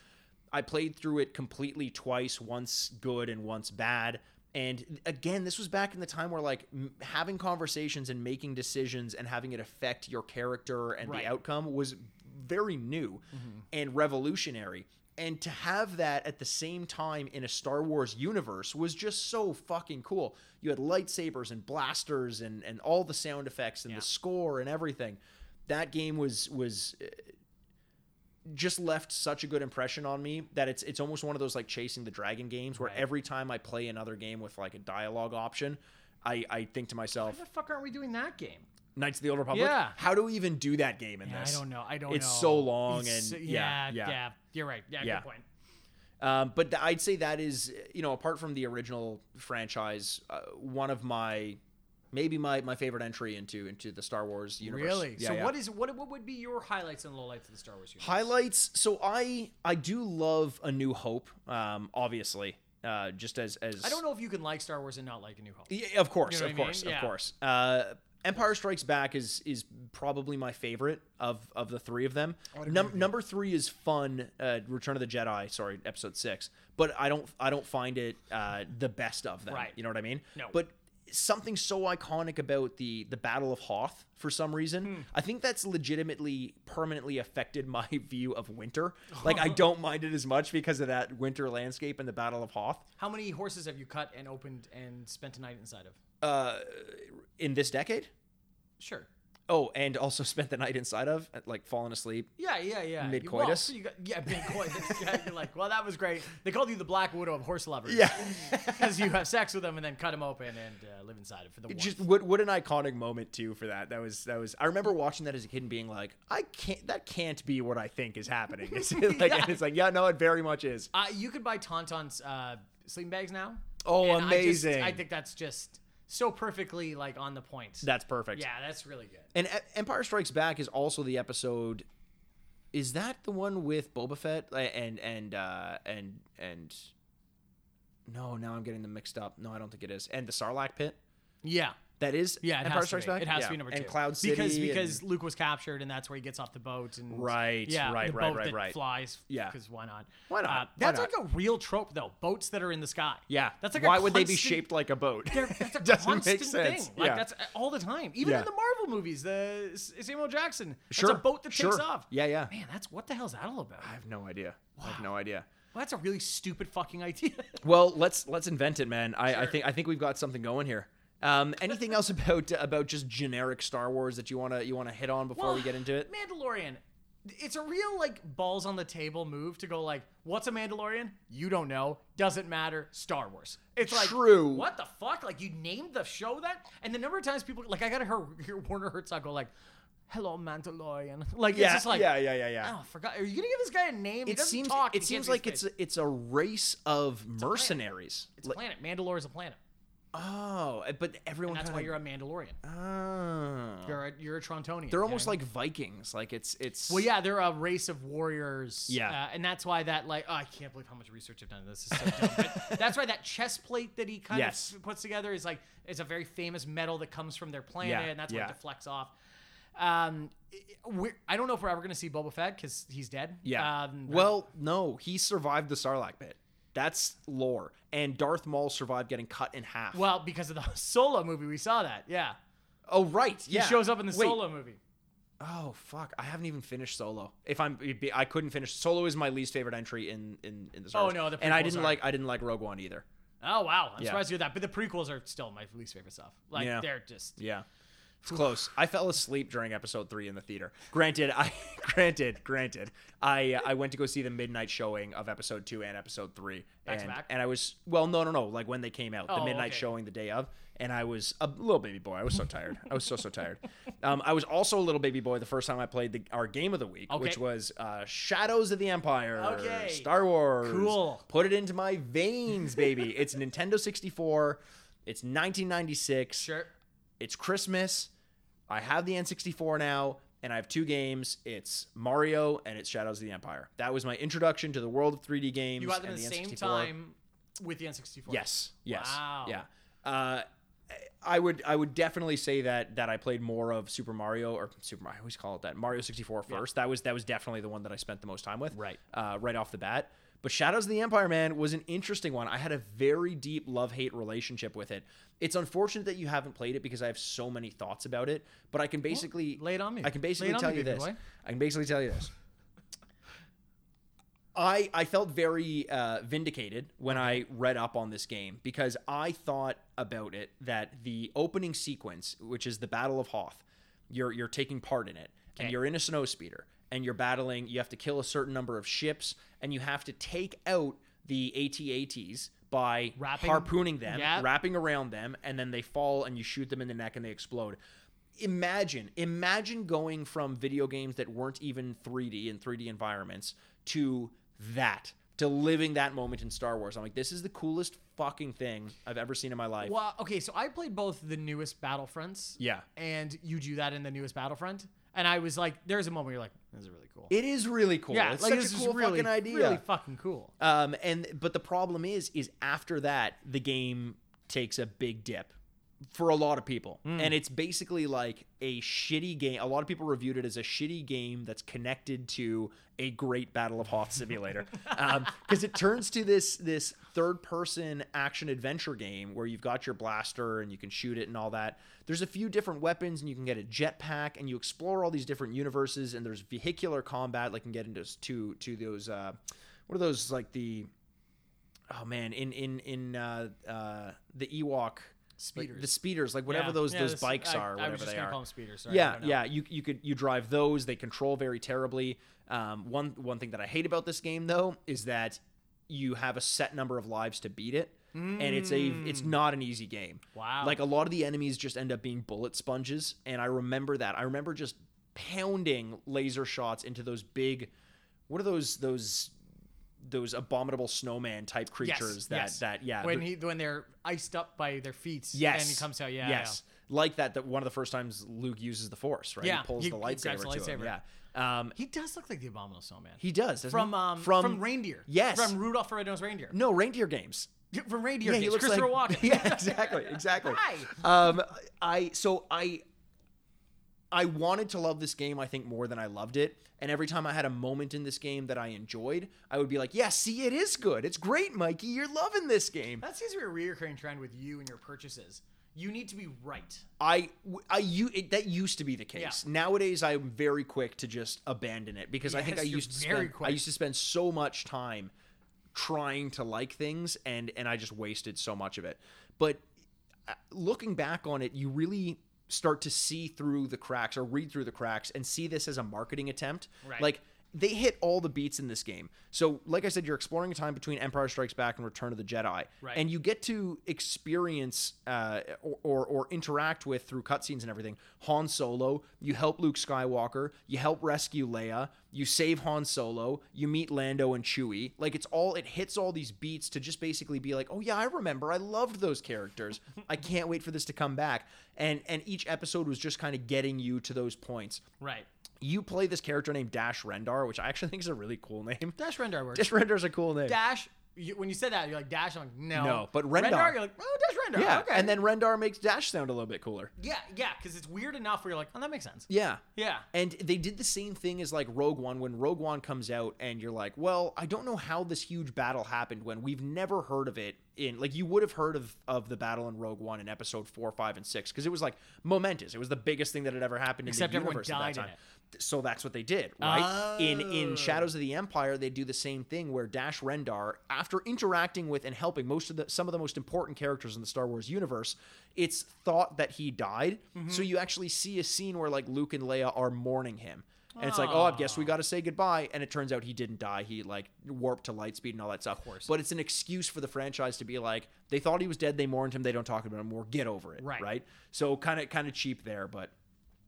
[SPEAKER 2] I played through it completely twice, once good and once bad. And again, this was back in the time where like m- having conversations and making decisions and having it affect your character and
[SPEAKER 1] Right.
[SPEAKER 2] the outcome was very new
[SPEAKER 1] Mm-hmm.
[SPEAKER 2] and revolutionary. And to have that at the same time in a Star Wars universe was just so fucking cool. You had lightsabers and blasters and and all the sound effects and
[SPEAKER 1] Yeah.
[SPEAKER 2] the score and everything. That game was was uh, just left such a good impression on me that it's it's almost one of those like chasing the dragon games where
[SPEAKER 1] Right.
[SPEAKER 2] every time I play another game with like a dialogue option, I I think to myself,
[SPEAKER 1] Why the fuck aren't we doing that game?
[SPEAKER 2] Knights of the Old Republic.
[SPEAKER 1] Yeah.
[SPEAKER 2] How do we even do that game in
[SPEAKER 1] Yeah,
[SPEAKER 2] this?
[SPEAKER 1] I don't know. I don't
[SPEAKER 2] It's
[SPEAKER 1] know.
[SPEAKER 2] so long
[SPEAKER 1] It's-
[SPEAKER 2] and- yeah,
[SPEAKER 1] yeah,
[SPEAKER 2] yeah.
[SPEAKER 1] You're right. Yeah,
[SPEAKER 2] Yeah.
[SPEAKER 1] good point.
[SPEAKER 2] Um, but th- I'd say that is, you know, apart from the original franchise, uh, one of my, maybe my my favorite entry into into the Star Wars universe.
[SPEAKER 1] Really?
[SPEAKER 2] Yeah,
[SPEAKER 1] so
[SPEAKER 2] yeah.
[SPEAKER 1] what is what what would be your highlights and lowlights of the Star Wars universe?
[SPEAKER 2] highlights? So I I do love A New Hope, um, obviously, uh, just as as
[SPEAKER 1] I don't know if you can like Star Wars and not like A New Hope.
[SPEAKER 2] Yeah, of course,
[SPEAKER 1] You know
[SPEAKER 2] of
[SPEAKER 1] what I mean?
[SPEAKER 2] course,
[SPEAKER 1] Yeah.
[SPEAKER 2] of course. Uh, Empire Strikes Back is is probably my favorite of of the three of them. Num- number three is fun. Uh, Return of the Jedi, sorry, Episode six, but I don't I don't find it uh, the best of them.
[SPEAKER 1] Right.
[SPEAKER 2] You know what I mean?
[SPEAKER 1] No.
[SPEAKER 2] But something so iconic about the the Battle of Hoth for some reason.
[SPEAKER 1] Hmm.
[SPEAKER 2] I think that's legitimately permanently affected my view of winter. Like I don't mind it as much because of that winter landscape and the Battle of Hoth.
[SPEAKER 1] How many horses have you cut and opened and spent a night inside of?
[SPEAKER 2] Uh, in this decade.
[SPEAKER 1] Sure.
[SPEAKER 2] Oh, and also spent the night inside of, uh, like falling asleep.
[SPEAKER 1] Yeah, yeah, yeah. You-
[SPEAKER 2] Mid-coitus?
[SPEAKER 1] well, so you got- yeah, mid coitus. yeah, you're like, well, that was great. They called you the Black Widow of horse lovers. Because you have sex with them and then cut them open and uh, live inside it for the warmth.
[SPEAKER 2] Just what what an iconic moment too for that. That was that was. I remember watching that as a kid and being like, I can't. That can't be what I think is happening. It's like,
[SPEAKER 1] Yeah.
[SPEAKER 2] and it's like, yeah, no, it very much is.
[SPEAKER 1] Uh, you could buy Tauntaun's uh, sleeping bags now.
[SPEAKER 2] Oh,
[SPEAKER 1] And I just- I,
[SPEAKER 2] amazing.
[SPEAKER 1] think that's just so perfectly like on the point.
[SPEAKER 2] That's perfect.
[SPEAKER 1] yeah, that's really good.
[SPEAKER 2] And E- Empire Strikes Back is also the episode. Is that the one with Boba Fett Uh, and and uh, and and? No, now I'm getting them mixed up. No, I don't think it is. And the Sarlacc pit.
[SPEAKER 1] Yeah.
[SPEAKER 2] That is
[SPEAKER 1] Yeah, it
[SPEAKER 2] Empire
[SPEAKER 1] has
[SPEAKER 2] Strikes
[SPEAKER 1] to be.
[SPEAKER 2] Back.
[SPEAKER 1] It has
[SPEAKER 2] Yeah.
[SPEAKER 1] to be number two.
[SPEAKER 2] And Cloud City
[SPEAKER 1] because
[SPEAKER 2] and-
[SPEAKER 1] because Luke was captured and that's where he gets off the boat and
[SPEAKER 2] Right,
[SPEAKER 1] yeah,
[SPEAKER 2] right,
[SPEAKER 1] the
[SPEAKER 2] right,
[SPEAKER 1] boat
[SPEAKER 2] right,
[SPEAKER 1] that
[SPEAKER 2] right.
[SPEAKER 1] flies.
[SPEAKER 2] Yeah.
[SPEAKER 1] because why not?
[SPEAKER 2] Why not?
[SPEAKER 1] Uh,
[SPEAKER 2] Why
[SPEAKER 1] that's
[SPEAKER 2] not?
[SPEAKER 1] like a real trope though. Boats that are in the sky.
[SPEAKER 2] Yeah,
[SPEAKER 1] that's like a
[SPEAKER 2] why would they be
[SPEAKER 1] constant-
[SPEAKER 2] shaped like a boat?
[SPEAKER 1] They're- That's a
[SPEAKER 2] Doesn't
[SPEAKER 1] constant
[SPEAKER 2] make sense.
[SPEAKER 1] thing. Like
[SPEAKER 2] yeah.
[SPEAKER 1] that's all the time. Even
[SPEAKER 2] Yeah.
[SPEAKER 1] in the Marvel movies, the S- Samuel Jackson.
[SPEAKER 2] sure.
[SPEAKER 1] It's a boat that
[SPEAKER 2] sure.
[SPEAKER 1] takes off.
[SPEAKER 2] Yeah, yeah.
[SPEAKER 1] Man, that's what the hell's that all about?
[SPEAKER 2] I have no idea. I have no idea.
[SPEAKER 1] Well, that's a really stupid fucking idea.
[SPEAKER 2] Well, let's let's invent it, man. I, I
[SPEAKER 1] Sure.
[SPEAKER 2] think I think we've got something going here. Um, anything else about about just generic Star Wars that you wanna you wanna hit on before we get into it?
[SPEAKER 1] Mandalorian. It's a real like balls on the table move to go like, what's a Mandalorian? You don't know. Doesn't matter. Star Wars. It's like
[SPEAKER 2] True.
[SPEAKER 1] What the fuck? Like you named the show that, and the number of times people like I gotta hear, hear Warner Herzog go like, "Hello Mandalorian." Like it's just like,
[SPEAKER 2] yeah, yeah, yeah, yeah.
[SPEAKER 1] Oh, I forgot. Are you gonna give this guy a name? he
[SPEAKER 2] It
[SPEAKER 1] doesn't
[SPEAKER 2] seems
[SPEAKER 1] talk.
[SPEAKER 2] it
[SPEAKER 1] He
[SPEAKER 2] seems
[SPEAKER 1] can't
[SPEAKER 2] like
[SPEAKER 1] see his
[SPEAKER 2] it's
[SPEAKER 1] face.
[SPEAKER 2] a, it's a race of mercenaries.
[SPEAKER 1] it's a planet. Mandalore is a planet.
[SPEAKER 2] Like- oh, but everyone.
[SPEAKER 1] And that's why
[SPEAKER 2] kinda-
[SPEAKER 1] you're a Mandalorian.
[SPEAKER 2] Oh.
[SPEAKER 1] You're a, you're a Torontonian.
[SPEAKER 2] They're almost like Vikings. Like it's it's.
[SPEAKER 1] Well, yeah, they're a race of warriors.
[SPEAKER 2] Yeah.
[SPEAKER 1] uh, and that's why that like oh, I can't believe how much research I've done. This is so dumb. But that's why that chest plate that he kind
[SPEAKER 2] Yes.
[SPEAKER 1] of puts together is like it's a very famous metal that comes from their planet,
[SPEAKER 2] Yeah,
[SPEAKER 1] and that's why
[SPEAKER 2] yeah.
[SPEAKER 1] it deflects off. Um, it- we're, I don't know if we're ever gonna see Boba Fett because he's dead.
[SPEAKER 2] Yeah.
[SPEAKER 1] Um,
[SPEAKER 2] well, no, he survived the Sarlacc pit. That's lore. And Darth Maul survived getting cut in half.
[SPEAKER 1] well, because of the Solo movie, we saw that. Yeah.
[SPEAKER 2] oh right,
[SPEAKER 1] He
[SPEAKER 2] yeah.
[SPEAKER 1] shows up in the
[SPEAKER 2] Wait.
[SPEAKER 1] Solo movie.
[SPEAKER 2] Oh fuck, I haven't even finished Solo. If I'm, it'd be- I couldn't finish Solo is my least favorite entry in in in the. Star
[SPEAKER 1] Oh,
[SPEAKER 2] Wars.
[SPEAKER 1] no, the
[SPEAKER 2] and I
[SPEAKER 1] prequels
[SPEAKER 2] didn't
[SPEAKER 1] are-
[SPEAKER 2] like I didn't like Rogue One either.
[SPEAKER 1] Oh wow, I'm
[SPEAKER 2] Yeah.
[SPEAKER 1] surprised you hear that. But the prequels are still my least favorite stuff. Like
[SPEAKER 2] Yeah.
[SPEAKER 1] they're just
[SPEAKER 2] Yeah. It's close. I fell asleep during episode three in the theater. Granted, I granted, granted, I uh, I went to go see the midnight showing of episode two and episode three,
[SPEAKER 1] Back to
[SPEAKER 2] and
[SPEAKER 1] back?
[SPEAKER 2] and I was well, no, no, no, like when they came out, the
[SPEAKER 1] Oh,
[SPEAKER 2] midnight
[SPEAKER 1] okay.
[SPEAKER 2] showing the day of, and I was a little baby boy. I was so tired. I was so so tired. Um, I was also a little baby boy the first time I played the, our game of the week,
[SPEAKER 1] Okay.
[SPEAKER 2] which was uh, Shadows of the Empire,
[SPEAKER 1] Okay.
[SPEAKER 2] Star Wars.
[SPEAKER 1] Cool.
[SPEAKER 2] Put it into my veins, baby. it's Nintendo sixty four. It's 1996
[SPEAKER 1] sure.
[SPEAKER 2] it's Christmas. I have the N64 now, and I have two games. It's Mario and it's Shadows of the Empire. That was my introduction to the world of 3D games.
[SPEAKER 1] You got them at
[SPEAKER 2] and
[SPEAKER 1] the, same
[SPEAKER 2] N64.
[SPEAKER 1] time with the N64.
[SPEAKER 2] Yes. Yes.
[SPEAKER 1] Wow.
[SPEAKER 2] Yeah. Uh, I would I would definitely say that that I played more of Super Mario or Super I always call it that Mario 64 first. That was that was definitely the one that I spent the most time with.
[SPEAKER 1] Right.
[SPEAKER 2] Uh, right off the bat. But Shadows of the Empire man was an interesting one. I had a very deep love-hate relationship with it. It's unfortunate that you haven't played it because I have so many thoughts about it, but I can basically
[SPEAKER 1] lay it on me.
[SPEAKER 2] I can
[SPEAKER 1] Lay it
[SPEAKER 2] basically
[SPEAKER 1] on
[SPEAKER 2] tell
[SPEAKER 1] me,
[SPEAKER 2] you
[SPEAKER 1] baby
[SPEAKER 2] this.
[SPEAKER 1] boy.
[SPEAKER 2] I can basically tell you this. I I felt very uh, vindicated when I read up on this game because I thought about it that the opening sequence, which is the Battle of Hoth, you're you're taking part in it, and
[SPEAKER 1] Okay.
[SPEAKER 2] you're in a snowspeeder, and you're battling. You have to kill a certain number of ships, and you have to take out the AT-ATs by
[SPEAKER 1] Wrapping-
[SPEAKER 2] harpooning them,
[SPEAKER 1] Yeah.
[SPEAKER 2] wrapping around them, and then they fall, and you shoot them in the neck, and they explode. Imagine, imagine going from video games that weren't even 3D and 3D environments to that, to living that moment in Star Wars. I'm like, this is the coolest fucking thing I've ever seen in my life.
[SPEAKER 1] Well, okay, so I played both the newest Battlefronts.
[SPEAKER 2] Yeah.
[SPEAKER 1] And you do that in the newest Battlefront. And I was like, there's a moment where you're like, this is really cool.
[SPEAKER 2] It is really cool.
[SPEAKER 1] yeah,
[SPEAKER 2] it's
[SPEAKER 1] like
[SPEAKER 2] such
[SPEAKER 1] this
[SPEAKER 2] a
[SPEAKER 1] is
[SPEAKER 2] cool
[SPEAKER 1] really,
[SPEAKER 2] fucking idea.
[SPEAKER 1] really fucking cool.
[SPEAKER 2] um, and but the problem is, is after that the game takes a big dip for a lot of people, and it's basically like a shitty game. A lot of people reviewed it as a shitty game that's connected to a great Battle of Hoth simulator, because it turns to this this third person action adventure game where you've got your blaster and you can shoot it and all that. There's a few different weapons and you can get a jetpack and you explore all these different universes and there's vehicular combat like you can get into s- to to those. Uh, what are those like the oh man in in in uh uh the ewok
[SPEAKER 1] Speeders.
[SPEAKER 2] the speeders like whatever
[SPEAKER 1] Yeah.
[SPEAKER 2] those
[SPEAKER 1] Yeah,
[SPEAKER 2] those
[SPEAKER 1] this-
[SPEAKER 2] bikes
[SPEAKER 1] I,
[SPEAKER 2] are
[SPEAKER 1] I
[SPEAKER 2] whatever
[SPEAKER 1] was just
[SPEAKER 2] they
[SPEAKER 1] gonna
[SPEAKER 2] are
[SPEAKER 1] call them speeders. Sorry, I
[SPEAKER 2] yeah
[SPEAKER 1] don't know.
[SPEAKER 2] yeah you you could you drive those they control very terribly um one one thing that i hate about this game though is that you have a set number of lives to beat it and it's a
[SPEAKER 1] Mm.
[SPEAKER 2] it's not an easy game
[SPEAKER 1] Wow.
[SPEAKER 2] like a lot of the enemies just end up being bullet sponges and i remember that i remember just pounding laser shots into those big what are those those those abominable snowman type
[SPEAKER 1] Yes,
[SPEAKER 2] creatures that
[SPEAKER 1] yes.
[SPEAKER 2] that yeah
[SPEAKER 1] When
[SPEAKER 2] they're-
[SPEAKER 1] he when they're iced up by their feet.
[SPEAKER 2] yes
[SPEAKER 1] And he comes out. Yeah.
[SPEAKER 2] yes like that that one of the first times Luke uses the Force right
[SPEAKER 1] Yeah,
[SPEAKER 2] he pulls
[SPEAKER 1] he
[SPEAKER 2] the lightsaber,
[SPEAKER 1] grabs the
[SPEAKER 2] to him
[SPEAKER 1] lightsaber.
[SPEAKER 2] yeah um
[SPEAKER 1] yeah. He does look like the Abominable Snowman.
[SPEAKER 2] he does doesn't
[SPEAKER 1] from
[SPEAKER 2] he?
[SPEAKER 1] um
[SPEAKER 2] from
[SPEAKER 1] from, reindeer.
[SPEAKER 2] yes.
[SPEAKER 1] From Rudolph the Red-Nosed Reindeer.
[SPEAKER 2] no reindeer games
[SPEAKER 1] Yeah, From reindeer.
[SPEAKER 2] yeah,
[SPEAKER 1] Games.
[SPEAKER 2] he looks
[SPEAKER 1] Christopher
[SPEAKER 2] like
[SPEAKER 1] Walken.
[SPEAKER 2] yeah, exactly, exactly.
[SPEAKER 1] Hi.
[SPEAKER 2] Um, I so I I wanted to love this game, I think, more than I loved it. And every time I had a moment in this game that I enjoyed, I would be like, "Yeah, see, it is good. It's great, Mikey. You're loving this game."
[SPEAKER 1] That seems to be a recurring trend with you and your purchases. You need to be right.
[SPEAKER 2] I I you it, that used to be the case. Nowadays, I'm very quick to just abandon it because I think I
[SPEAKER 1] Yes, you're
[SPEAKER 2] used to
[SPEAKER 1] very
[SPEAKER 2] spend I
[SPEAKER 1] quick.
[SPEAKER 2] used to spend so much time trying to like things and and I just wasted so much of it. But uh, looking back on it, you really start to see through the cracks or read through the cracks and see this as a marketing attempt.
[SPEAKER 1] Right.
[SPEAKER 2] Like they hit all the beats in this game. So, like I said, you're exploring a time between Empire Strikes Back and Return of the Jedi,
[SPEAKER 1] Right.
[SPEAKER 2] and you get to experience uh, or, or or interact with through cutscenes and everything. Han Solo, you help Luke Skywalker, you help rescue Leia, you save Han Solo, you meet Lando and Chewie. Like it's all it hits all these beats to just basically be like, oh yeah, I remember, I loved those characters. I can't wait for this to come back. And and each episode was just kind of getting you to those points.
[SPEAKER 1] Right.
[SPEAKER 2] You play this character named Dash Rendar, which I actually think is a really cool name.
[SPEAKER 1] Dash Rendar works.
[SPEAKER 2] Dash Rendar's a cool name.
[SPEAKER 1] Dash. You, when you said that, you're like Dash. I'm like no.
[SPEAKER 2] No, but Rendar.
[SPEAKER 1] Oh. You're like oh, Dash Rendar.
[SPEAKER 2] yeah,
[SPEAKER 1] Okay.
[SPEAKER 2] and then Rendar makes Dash sound a little bit cooler.
[SPEAKER 1] yeah, yeah, because it's weird enough where you're like, oh, that makes sense.
[SPEAKER 2] Yeah.
[SPEAKER 1] Yeah.
[SPEAKER 2] And they did the same thing as like Rogue One when Rogue One comes out and you're like, "Well, I don't know how this huge battle happened when we've never heard of it in like you would have heard of of the battle in Rogue One in episode 4, 5 and 6 because it was like momentous. It was the biggest thing that had ever happened
[SPEAKER 1] Except
[SPEAKER 2] in the
[SPEAKER 1] everyone
[SPEAKER 2] universe at
[SPEAKER 1] died
[SPEAKER 2] that
[SPEAKER 1] in Oh.
[SPEAKER 2] time. So that's what they did, right? In in Shadows of the Empire, they do the same thing where Dash Rendar, after interacting with and helping most of the some of the most important characters in the Star Wars universe, it's thought that he died.
[SPEAKER 1] Mm-hmm.
[SPEAKER 2] So you actually see a scene where like Luke and Leia are mourning him. And it's like, oh, I guess we got to say goodbye. And it turns out he didn't die. He like warped to light speed and all that stuff. Of
[SPEAKER 1] course.
[SPEAKER 2] But it's an excuse for the franchise to be like, they thought he was dead. They mourned him. They don't talk about him. Or get over it.
[SPEAKER 1] Right.
[SPEAKER 2] Right. So kind of kind of cheap there, but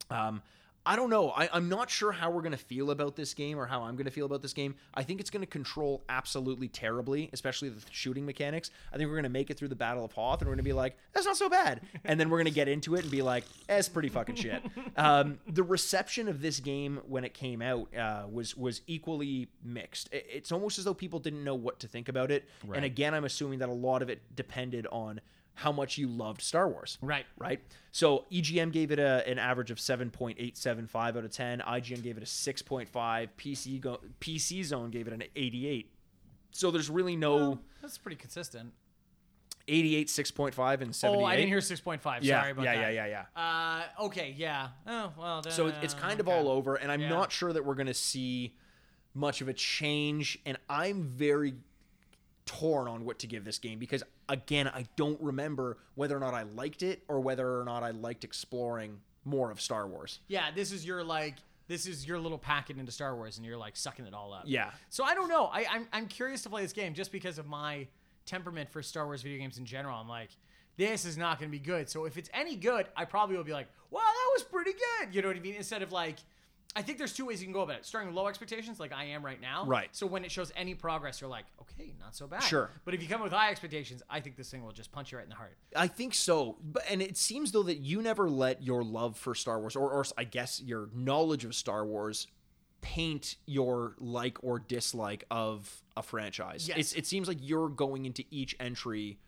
[SPEAKER 2] um, I don't know. I, I'm not sure how we're going to feel about this game or how I'm going to feel about this game. I think it's going to control absolutely terribly, especially the shooting mechanics. I think we're going to make it through the Battle of Hoth and we're going to be like, that's not so bad. And then we're going to get into it and be like, that's pretty fucking shit. Um, the reception of this game when it came out uh, was was equally mixed. I- It's almost as though people didn't know what to think about it. And again, I'm assuming that a lot of it depended on how much you loved Star Wars
[SPEAKER 1] Right.
[SPEAKER 2] right? So EGM gave it a, an average of 7.875 out of 10. IGN gave it a 6.5. PC go, PC Zone gave it an 88. So there's really no
[SPEAKER 1] That's pretty consistent.
[SPEAKER 2] 88, 6.5, and 78.
[SPEAKER 1] Oh, I didn't hear 6.5.
[SPEAKER 2] yeah,
[SPEAKER 1] Sorry about that.
[SPEAKER 2] yeah, yeah, yeah, yeah.
[SPEAKER 1] yeah, yeah. Uh, okay, yeah. Oh well. Then,
[SPEAKER 2] So it's it's kind of
[SPEAKER 1] Uh, okay.
[SPEAKER 2] all over, and I'm
[SPEAKER 1] Yeah.
[SPEAKER 2] not sure that we're gonna see much of a change. And I'm very torn on what to give this game because again, I don't remember whether or not I liked it or whether or not I liked exploring more of Star Wars.
[SPEAKER 1] Yeah, this is your like. this is your little packet into Star Wars, and you're like sucking it all up.
[SPEAKER 2] Yeah.
[SPEAKER 1] So I don't know. I, I'm I'm curious to play this game just because of my temperament for Star Wars video games in general. I'm like, this is not going to be good. So if it's any good, I probably will be like, wow, that was pretty good. You know what I mean? Instead of like. I think there's two ways you can go about it. Starting with low expectations, like I am right now.
[SPEAKER 2] Right.
[SPEAKER 1] So when it shows any progress, you're like, okay, not so bad.
[SPEAKER 2] Sure.
[SPEAKER 1] But if you come with high expectations, I think this thing will just punch you right in the heart.
[SPEAKER 2] I think so. But and it seems though that you never let your love for Star Wars or or I guess your knowledge of Star Wars paint your like or dislike of a franchise.
[SPEAKER 1] Yes.
[SPEAKER 2] It's, it seems like you're going into each entry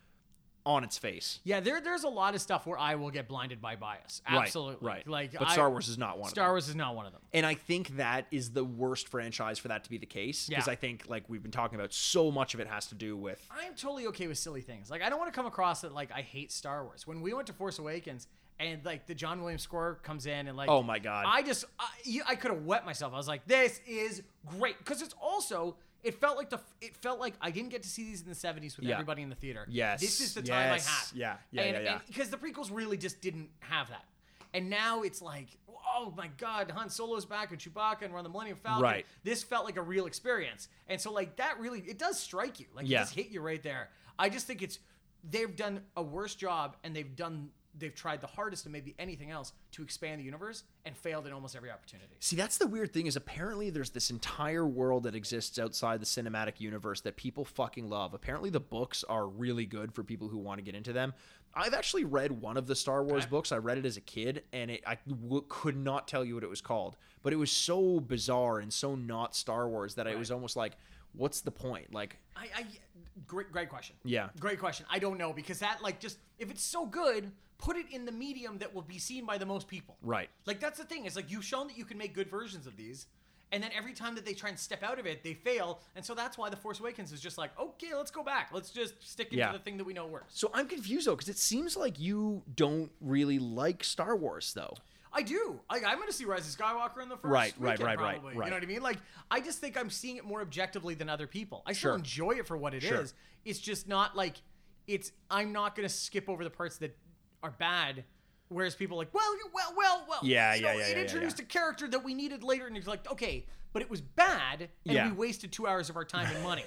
[SPEAKER 2] on its face.
[SPEAKER 1] Yeah, there, there's a lot of stuff where I will get blinded by bias.
[SPEAKER 2] Right,
[SPEAKER 1] Absolutely.
[SPEAKER 2] Right.
[SPEAKER 1] Like,
[SPEAKER 2] But
[SPEAKER 1] I-
[SPEAKER 2] Star Wars is not one of them.
[SPEAKER 1] Star Wars is not one of them.
[SPEAKER 2] And I think that is the worst franchise for that to be the case. Because
[SPEAKER 1] Yeah.
[SPEAKER 2] I think like we've been talking about so much of it has to do with
[SPEAKER 1] I'm totally okay with silly things. Like I don't want to come across that like I hate Star Wars. When we went to Force Awakens and like the John Williams score comes in and like
[SPEAKER 2] Oh my God.
[SPEAKER 1] I just I, you- I could have wet myself. I was like this is great because it's also it felt like the it felt like I didn't get to see these in the 70s with
[SPEAKER 2] Yeah.
[SPEAKER 1] everybody in the theater.
[SPEAKER 2] Yes.
[SPEAKER 1] This is the time
[SPEAKER 2] Yes.
[SPEAKER 1] I had.
[SPEAKER 2] Yeah. Yeah,
[SPEAKER 1] And,
[SPEAKER 2] yeah, yeah.
[SPEAKER 1] Because the prequels really just didn't have that. And now it's like, oh my God, Han Solo's back and Chewbacca and we're on the Millennium Falcon.
[SPEAKER 2] Right.
[SPEAKER 1] This felt like a real experience. And so, like, that really, it does strike you. Like,
[SPEAKER 2] Yeah.
[SPEAKER 1] it just hit you right there. I just think it's, they've done a worse job and they've done, they've tried the hardest of maybe anything else to expand the universe and failed in almost every opportunity.
[SPEAKER 2] See, that's the weird thing is apparently there's this entire world that exists outside the cinematic universe that people fucking love. Apparently the books are really good for people who want to get into them. I've actually read one of the Star Wars books. I read it as a kid and it, I w- could not tell you what it was called, but it was so bizarre and so not Star Wars that I was almost like, what's the point? Like,
[SPEAKER 1] I, I great, great question.
[SPEAKER 2] Yeah.
[SPEAKER 1] Great question. I don't know because that, like, just, if it's so good, put it in the medium that will be seen by the most people.
[SPEAKER 2] right.
[SPEAKER 1] Like that's the thing. It's like you've shown that you can make good versions of these, and then every time that they try and step out of it, they fail. And so that's why the Force Awakens is just like, okay, let's go back. Let's just stick into
[SPEAKER 2] Yeah.
[SPEAKER 1] the thing that we know works.
[SPEAKER 2] So I'm confused though, because it seems like you don't really like Star Wars though.
[SPEAKER 1] I do. I, I'm going to see Rise of Skywalker in the first
[SPEAKER 2] Right,
[SPEAKER 1] weekend,
[SPEAKER 2] right, right, right,
[SPEAKER 1] probably.
[SPEAKER 2] right.
[SPEAKER 1] You know what I mean? Like I just think I'm seeing it more objectively than other people. I still
[SPEAKER 2] Sure.
[SPEAKER 1] enjoy it for what it is.
[SPEAKER 2] Sure.
[SPEAKER 1] It's just not like it's. I'm not going to skip over the parts that are bad. Whereas people are like, well, you- well, well, well,
[SPEAKER 2] Yeah,
[SPEAKER 1] you
[SPEAKER 2] yeah,
[SPEAKER 1] know,
[SPEAKER 2] yeah,
[SPEAKER 1] it
[SPEAKER 2] yeah,
[SPEAKER 1] introduced
[SPEAKER 2] yeah.
[SPEAKER 1] a character that we needed later, and it's like, okay, but it was bad, and
[SPEAKER 2] Yeah.
[SPEAKER 1] we wasted two hours of our time and money.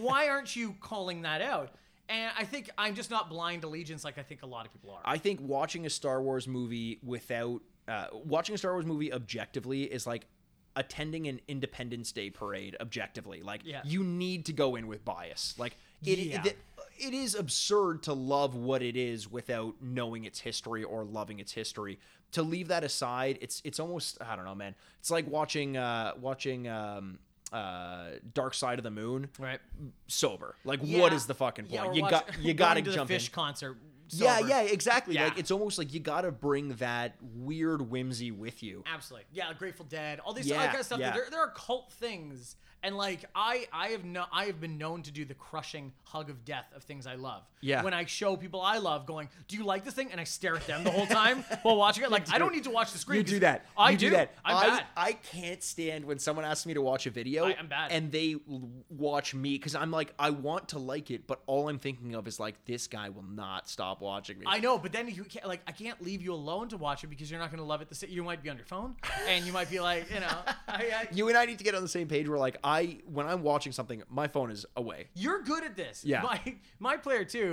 [SPEAKER 1] Why aren't you calling that out? And I think I'm just not blind allegiance like I think a lot of people are.
[SPEAKER 2] I think watching a Star Wars movie without uh, watching a Star Wars movie objectively is like attending an Independence Day parade objectively. Like
[SPEAKER 1] Yeah.
[SPEAKER 2] you need to go in with bias. Like it,
[SPEAKER 1] Yeah.
[SPEAKER 2] it, it is absurd to love what it is without knowing its history or loving its history. To leave that aside, it's it's almost I don't know, man. It's like watching uh, watching um, uh, Dark Side of the Moon
[SPEAKER 1] right.
[SPEAKER 2] sober. Like
[SPEAKER 1] Yeah.
[SPEAKER 2] what is the fucking point?
[SPEAKER 1] Yeah, or
[SPEAKER 2] you
[SPEAKER 1] watch-
[SPEAKER 2] got you
[SPEAKER 1] going
[SPEAKER 2] got to
[SPEAKER 1] to the
[SPEAKER 2] jump in.
[SPEAKER 1] fish concert.
[SPEAKER 2] Yeah,
[SPEAKER 1] sober.
[SPEAKER 2] yeah, exactly.
[SPEAKER 1] Yeah.
[SPEAKER 2] Like it's almost like you got to bring that weird whimsy with you.
[SPEAKER 1] Absolutely. Yeah, Grateful Dead, all these
[SPEAKER 2] Yeah,
[SPEAKER 1] other kind of stuff.
[SPEAKER 2] yeah.
[SPEAKER 1] There, there are cult things, and like I, I have no, I have been known to do the crushing hug of death of things I love.
[SPEAKER 2] Yeah.
[SPEAKER 1] When I show people I love, going, "Do you like this thing?" and I stare at them the whole time while watching it. Like I don't need to watch the screen.
[SPEAKER 2] You
[SPEAKER 1] 'cause
[SPEAKER 2] do that.
[SPEAKER 1] I
[SPEAKER 2] You
[SPEAKER 1] do.
[SPEAKER 2] that.
[SPEAKER 1] I'm
[SPEAKER 2] I,
[SPEAKER 1] bad.
[SPEAKER 2] I can't stand when someone asks me to watch a video.
[SPEAKER 1] I- I'm bad.
[SPEAKER 2] And they l- watch me because I'm like, I want to like it, but all I'm thinking of is like, this guy will not stop watching me.
[SPEAKER 1] I know, but then you can't like I can't leave you alone to watch it because you're not going to love it. The same. you might be on your phone, and you might be like, you know, I, I,
[SPEAKER 2] you and I need to get on the same page. Where like, I when I'm watching something, my phone is away.
[SPEAKER 1] You're good at this.
[SPEAKER 2] Yeah.
[SPEAKER 1] My my player too.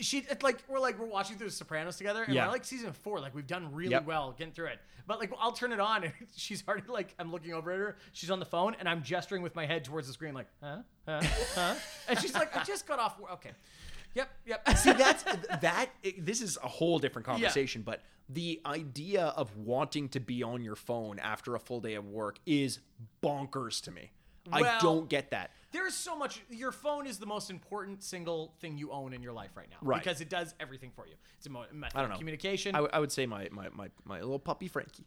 [SPEAKER 1] She it's like we're like we're watching through the Sopranos together, and
[SPEAKER 2] Yeah.
[SPEAKER 1] we're like season four. Like we've done really
[SPEAKER 2] Yep.
[SPEAKER 1] well getting through it. But like I'll turn it on, and she's already like I'm looking over at her. She's on the phone, and I'm gesturing with my head towards the screen, like huh, huh, huh. and she's like, I just got off. Work. Okay. Yep. Yep.
[SPEAKER 2] See, that's that. This is a whole different conversation, but the idea of wanting to be on your phone after a full day of work is bonkers to me. I
[SPEAKER 1] Well-
[SPEAKER 2] don't get that.
[SPEAKER 1] There's so much. Your phone is the most important single thing you own in your life right now,
[SPEAKER 2] Right.
[SPEAKER 1] Because it does everything for you. It's a mo- method
[SPEAKER 2] I don't
[SPEAKER 1] of
[SPEAKER 2] know.
[SPEAKER 1] communication.
[SPEAKER 2] I, w- I would say my, my my my little puppy Frankie.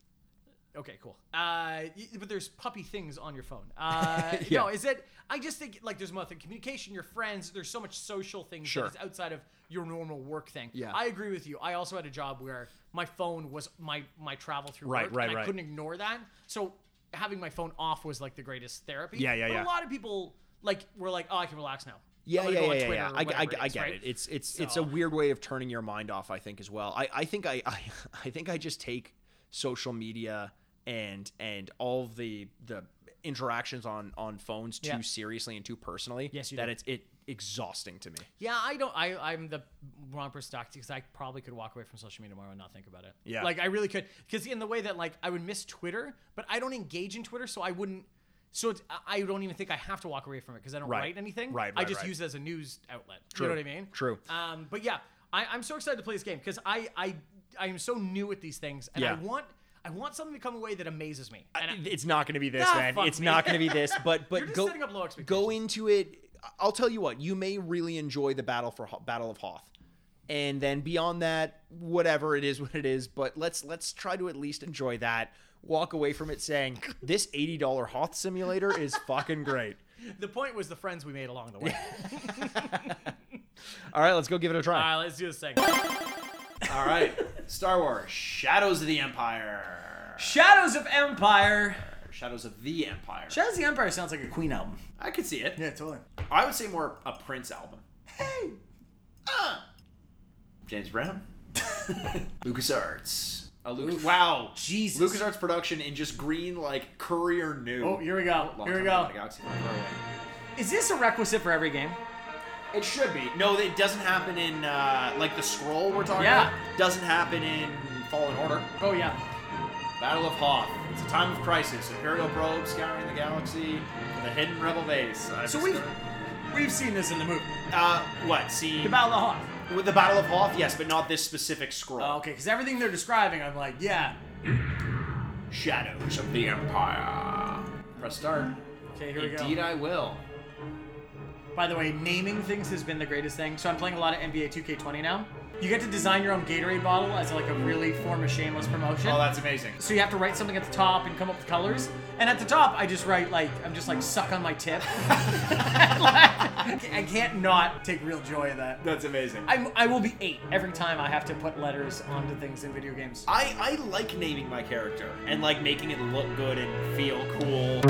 [SPEAKER 1] Okay, cool. Uh, y- but there's puppy things on your phone. Uh,
[SPEAKER 2] Yeah.
[SPEAKER 1] No, is it? I just think like there's method of communication, your friends. There's so much social things
[SPEAKER 2] Sure.
[SPEAKER 1] that is outside of your normal work thing.
[SPEAKER 2] Yeah.
[SPEAKER 1] I agree with you. I also had a job where my phone was my my travel through
[SPEAKER 2] Right,
[SPEAKER 1] work,
[SPEAKER 2] right,
[SPEAKER 1] and I
[SPEAKER 2] right.
[SPEAKER 1] couldn't ignore that. So having my phone off was like the greatest therapy.
[SPEAKER 2] Yeah, yeah,
[SPEAKER 1] but
[SPEAKER 2] yeah.
[SPEAKER 1] A lot of people like were like, oh, I can relax now.
[SPEAKER 2] Yeah,
[SPEAKER 1] I'm gonna
[SPEAKER 2] yeah,
[SPEAKER 1] go
[SPEAKER 2] yeah,
[SPEAKER 1] on
[SPEAKER 2] yeah,
[SPEAKER 1] Twitter
[SPEAKER 2] yeah.
[SPEAKER 1] or
[SPEAKER 2] I, I,
[SPEAKER 1] whatever
[SPEAKER 2] I
[SPEAKER 1] is,
[SPEAKER 2] get
[SPEAKER 1] right?
[SPEAKER 2] it. It's it's it's a
[SPEAKER 1] So-
[SPEAKER 2] weird way of turning your mind off. I think as well. I I think I I, I think I just take social media and and all of the the interactions on on phones too
[SPEAKER 1] Yeah.
[SPEAKER 2] seriously and too personally
[SPEAKER 1] Yes, you
[SPEAKER 2] that
[SPEAKER 1] do.
[SPEAKER 2] it's it exhausting to me
[SPEAKER 1] Yeah, I don't. I I'm the wrong person to talk to because I probably could walk away from social media tomorrow and not think about it.
[SPEAKER 2] Yeah.
[SPEAKER 1] like I really could because in the way that like I would miss Twitter, but I don't engage in Twitter, so I wouldn't. So it's, I- I don't even think I have to walk away from it because I don't
[SPEAKER 2] Right.
[SPEAKER 1] write anything.
[SPEAKER 2] Right,
[SPEAKER 1] I
[SPEAKER 2] right,
[SPEAKER 1] just
[SPEAKER 2] right.
[SPEAKER 1] use it as a news outlet.
[SPEAKER 2] True.
[SPEAKER 1] You know what I mean?
[SPEAKER 2] True.
[SPEAKER 1] Um, but yeah, I, I'm so excited to play this game because I I I am so new at these things and I
[SPEAKER 2] Yeah.
[SPEAKER 1] want I want something to come away that amazes me. And I,
[SPEAKER 2] it's not going to be this
[SPEAKER 1] Ah,
[SPEAKER 2] man
[SPEAKER 1] fuck
[SPEAKER 2] it's
[SPEAKER 1] me.
[SPEAKER 2] not going to be this but but
[SPEAKER 1] You're just
[SPEAKER 2] go
[SPEAKER 1] setting up low
[SPEAKER 2] go
[SPEAKER 1] expectations.
[SPEAKER 2] into it i'll tell you what you may really enjoy the battle for Ho- battle of hoth and then beyond that whatever it is what it is but let's let's try to at least enjoy that walk away from it saying this $80 hoth simulator is fucking great
[SPEAKER 1] the point was the friends we made along the way.
[SPEAKER 2] all right let's go give it a try
[SPEAKER 1] All right, let's do this thing.
[SPEAKER 2] Uh, All right, Star Wars: Shadows of the Empire.
[SPEAKER 1] Shadows of Empire.
[SPEAKER 2] Shadows of the Empire.
[SPEAKER 1] Shadows of the Empire sounds like a Queen album.
[SPEAKER 2] I could see it.
[SPEAKER 3] Yeah, totally.
[SPEAKER 2] I would say more a Prince album. Hey, uh. James Brown, LucasArts. A Lucas. Wow,
[SPEAKER 1] Jesus.
[SPEAKER 2] LucasArts production in just green like Courier New.
[SPEAKER 1] Oh, here we go.
[SPEAKER 2] Long
[SPEAKER 1] Here we
[SPEAKER 2] Time Out
[SPEAKER 1] go.
[SPEAKER 2] of the Galaxy, Far Away.
[SPEAKER 1] Is this a requisite for every game?
[SPEAKER 2] It should be. No, it doesn't happen in uh, like the scroll we're talking
[SPEAKER 1] Yeah.
[SPEAKER 2] about. Doesn't happen in Fallen Order.
[SPEAKER 1] Oh yeah.
[SPEAKER 2] Battle of Hoth. It's a time of crisis. Imperial probes scouring the galaxy. The hidden rebel base. I've
[SPEAKER 1] So we've
[SPEAKER 2] discovered-
[SPEAKER 1] we've seen this in the movie,
[SPEAKER 2] uh, what? See,
[SPEAKER 1] the Battle of Hoth.
[SPEAKER 2] with the Battle of Hoth, yes, but not this specific scroll.
[SPEAKER 1] Oh, okay, because everything they're describing, I'm like, yeah.
[SPEAKER 2] Shadows of the Empire. Press start.
[SPEAKER 1] Okay, here we
[SPEAKER 2] Indeed,
[SPEAKER 1] go.
[SPEAKER 2] I will.
[SPEAKER 1] By the way, naming things has been the greatest thing. So I'm playing a lot of NBA 2K20 now. You get to design your own Gatorade bottle as like a really form of shameless promotion.
[SPEAKER 2] Oh, that's amazing.
[SPEAKER 1] so you have to write something at the top and come up with colors. And at the top, I just write like I'm just like suck on my tip. I can't not take real joy in that.
[SPEAKER 2] That's amazing. I,
[SPEAKER 1] I'm, I will be eight every time I have to put letters onto things in video games.
[SPEAKER 2] I, I like naming my character and like making it look good and feel cool.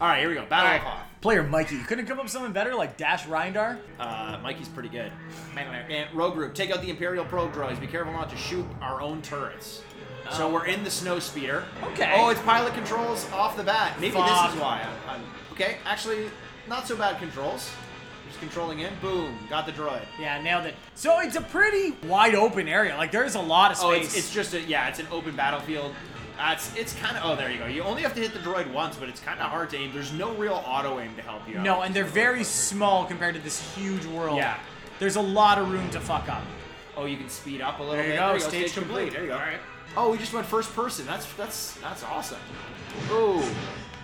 [SPEAKER 2] All right, here we go. Battle of Hoth.
[SPEAKER 1] Player Mikey, you couldn't come up with something better like Dash Rindar?
[SPEAKER 2] Uh, Mikey's pretty good. And rogue group, take out the Imperial probe droids. Be careful not to shoot our own turrets. So we're in the snow sphere.
[SPEAKER 1] Okay.
[SPEAKER 2] Oh, it's pilot controls off the bat. Maybe this
[SPEAKER 1] Fuck.
[SPEAKER 2] is why. I'm, I'm- okay, actually, not so bad controls. Just controlling in. Boom, got the droid.
[SPEAKER 1] Yeah, nailed it. So it's a pretty wide open area. Like there's a lot of space.
[SPEAKER 2] Oh, it's, it's just a yeah, it's an open battlefield. Uh, it's it's kind of oh there you go. You only have to hit the droid once, but it's kind of hard to aim. There's no real auto aim to help you. out.
[SPEAKER 1] no, and they're very small compared to this huge world.
[SPEAKER 2] Yeah.
[SPEAKER 1] There's a lot of room to fuck up.
[SPEAKER 2] Oh, you can speed up a little
[SPEAKER 1] There you
[SPEAKER 2] bit.
[SPEAKER 1] go, stage complete.
[SPEAKER 2] There you go. All right. Oh, we just went first person. That's that's that's awesome. Oh,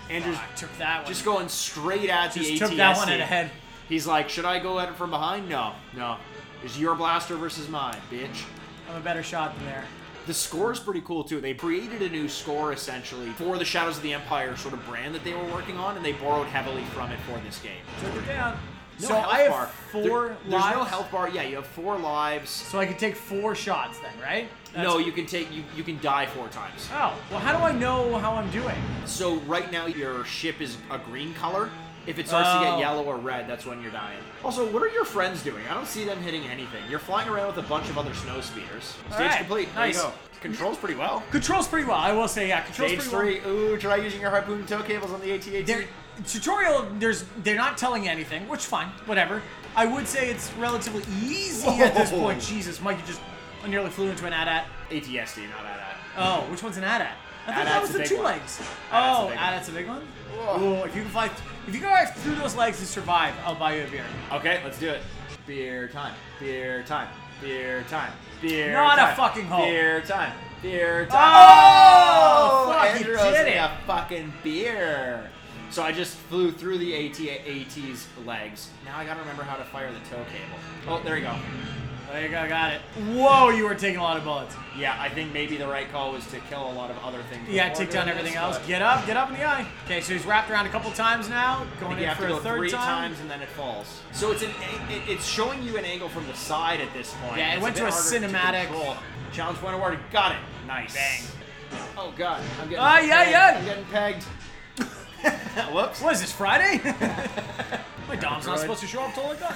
[SPEAKER 2] Andrew's
[SPEAKER 1] Fuck, took that one.
[SPEAKER 2] just going straight at the
[SPEAKER 1] Just
[SPEAKER 2] ATST.
[SPEAKER 1] took that one at a head.
[SPEAKER 2] He's like, should I go at it from behind? No, no. It's your blaster versus mine, bitch.
[SPEAKER 1] I'm a better shot than there.
[SPEAKER 2] The score is pretty cool too. They created a new score essentially for the Shadows of the Empire sort of brand that they were working on, and they borrowed heavily from it for this game.
[SPEAKER 1] Took it down.
[SPEAKER 2] No
[SPEAKER 1] so
[SPEAKER 2] health
[SPEAKER 1] I have
[SPEAKER 2] bar.
[SPEAKER 1] four
[SPEAKER 2] There-
[SPEAKER 1] lives.
[SPEAKER 2] There's no health bar. Yeah, you have four lives.
[SPEAKER 1] So I can take four shots then, right? That's-
[SPEAKER 2] no, you can take you, you can die four times.
[SPEAKER 1] Oh, well, how do I know how I'm doing?
[SPEAKER 2] So right now your ship is a green color. If it starts to
[SPEAKER 1] Oh.
[SPEAKER 2] get yellow or red, that's when you're dying. Also, what are your friends doing? I don't see them hitting anything. You're flying around with a bunch of other snow spears. Stage
[SPEAKER 1] right.
[SPEAKER 2] complete. There
[SPEAKER 1] Nice.
[SPEAKER 2] you go. Controls pretty well.
[SPEAKER 1] Controls pretty well, I will say. Yeah, controls
[SPEAKER 2] Stage
[SPEAKER 1] pretty well.
[SPEAKER 2] three. Ooh, try using your harpoon tow cables on the AT-AT.
[SPEAKER 1] They're tutorial. There's they're not telling you anything, which fine, whatever. I would say it's relatively easy at this
[SPEAKER 2] Whoa.
[SPEAKER 1] point. Jesus, Mike, you just I nearly flew into an AT-AT.
[SPEAKER 2] ATSD, not at
[SPEAKER 1] Oh, which one's an AT-AT? I thought
[SPEAKER 2] AT-AT's
[SPEAKER 1] that was
[SPEAKER 2] a
[SPEAKER 1] the
[SPEAKER 2] big
[SPEAKER 1] two
[SPEAKER 2] one.
[SPEAKER 1] legs.
[SPEAKER 2] AT-AT's a
[SPEAKER 1] oh,
[SPEAKER 2] big one.
[SPEAKER 1] AT-AT's a big one.
[SPEAKER 2] Whoa.
[SPEAKER 1] Ooh, if you can fly, if you can fly through those legs and survive, I'll buy you a beer.
[SPEAKER 2] that. Okay, let's do it. Beer time. Beer time. Beer time. Beer
[SPEAKER 1] Not a
[SPEAKER 2] time.
[SPEAKER 1] fucking hole.
[SPEAKER 2] Beer time. Beer time.
[SPEAKER 1] Oh, fuck, you
[SPEAKER 2] Andrew
[SPEAKER 1] did
[SPEAKER 2] owes me
[SPEAKER 1] it.
[SPEAKER 2] a fucking beer. So I just flew through the AT AT's legs. Now I gotta remember how to fire the tow cable. Oh, there you go.
[SPEAKER 1] There you go, got it. Whoa, you were taking a lot of bullets.
[SPEAKER 2] Yeah, I think maybe the right call was to kill a lot of other things.
[SPEAKER 1] Yeah,
[SPEAKER 2] before
[SPEAKER 1] take down
[SPEAKER 2] doing
[SPEAKER 1] everything
[SPEAKER 2] this,
[SPEAKER 1] else.
[SPEAKER 2] but
[SPEAKER 1] Get up, get up in the eye. Okay, so he's wrapped around a couple times now,
[SPEAKER 2] I
[SPEAKER 1] going
[SPEAKER 2] think you
[SPEAKER 1] in
[SPEAKER 2] have
[SPEAKER 1] for
[SPEAKER 2] to go
[SPEAKER 1] a third
[SPEAKER 2] three
[SPEAKER 1] time.
[SPEAKER 2] times and then it falls. So it's an a- it, it's showing you an angle from the side at this point.
[SPEAKER 1] Yeah, it
[SPEAKER 2] It's
[SPEAKER 1] went
[SPEAKER 2] bit
[SPEAKER 1] to a
[SPEAKER 2] harder
[SPEAKER 1] cinematic-
[SPEAKER 2] control. Challenge point awarded. Got it. Nice.
[SPEAKER 1] Bang.
[SPEAKER 2] Oh god, I'm getting.
[SPEAKER 1] Ay, ay,
[SPEAKER 2] pegged.
[SPEAKER 1] ay.
[SPEAKER 2] I'm getting pegged. Whoops.
[SPEAKER 1] What is this Friday? My Dom's not
[SPEAKER 2] Droid. Oh,
[SPEAKER 1] supposed to show up till like that.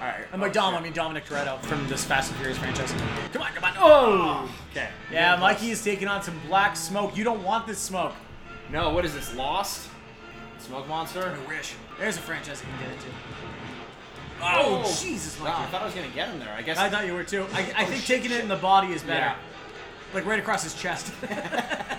[SPEAKER 2] All right.
[SPEAKER 1] And by Dom, I mean Dominic Toretto from this Fast and Furious franchise. Come on, come on. Oh!
[SPEAKER 2] Okay.
[SPEAKER 1] Yeah, Mikey is taking on some black smoke. You don't want this smoke.
[SPEAKER 2] No, what is this? Lost? Smoke Monster?
[SPEAKER 1] I wish. There's a franchise I can get into.
[SPEAKER 2] Oh,
[SPEAKER 1] Jesus,
[SPEAKER 2] Wow, I
[SPEAKER 1] Mikey.
[SPEAKER 2] thought I was gonna get him there. I guess.
[SPEAKER 1] I thought you were too. I, I think taking it in the body is better.
[SPEAKER 2] Yeah.
[SPEAKER 1] Like right across his chest.
[SPEAKER 2] All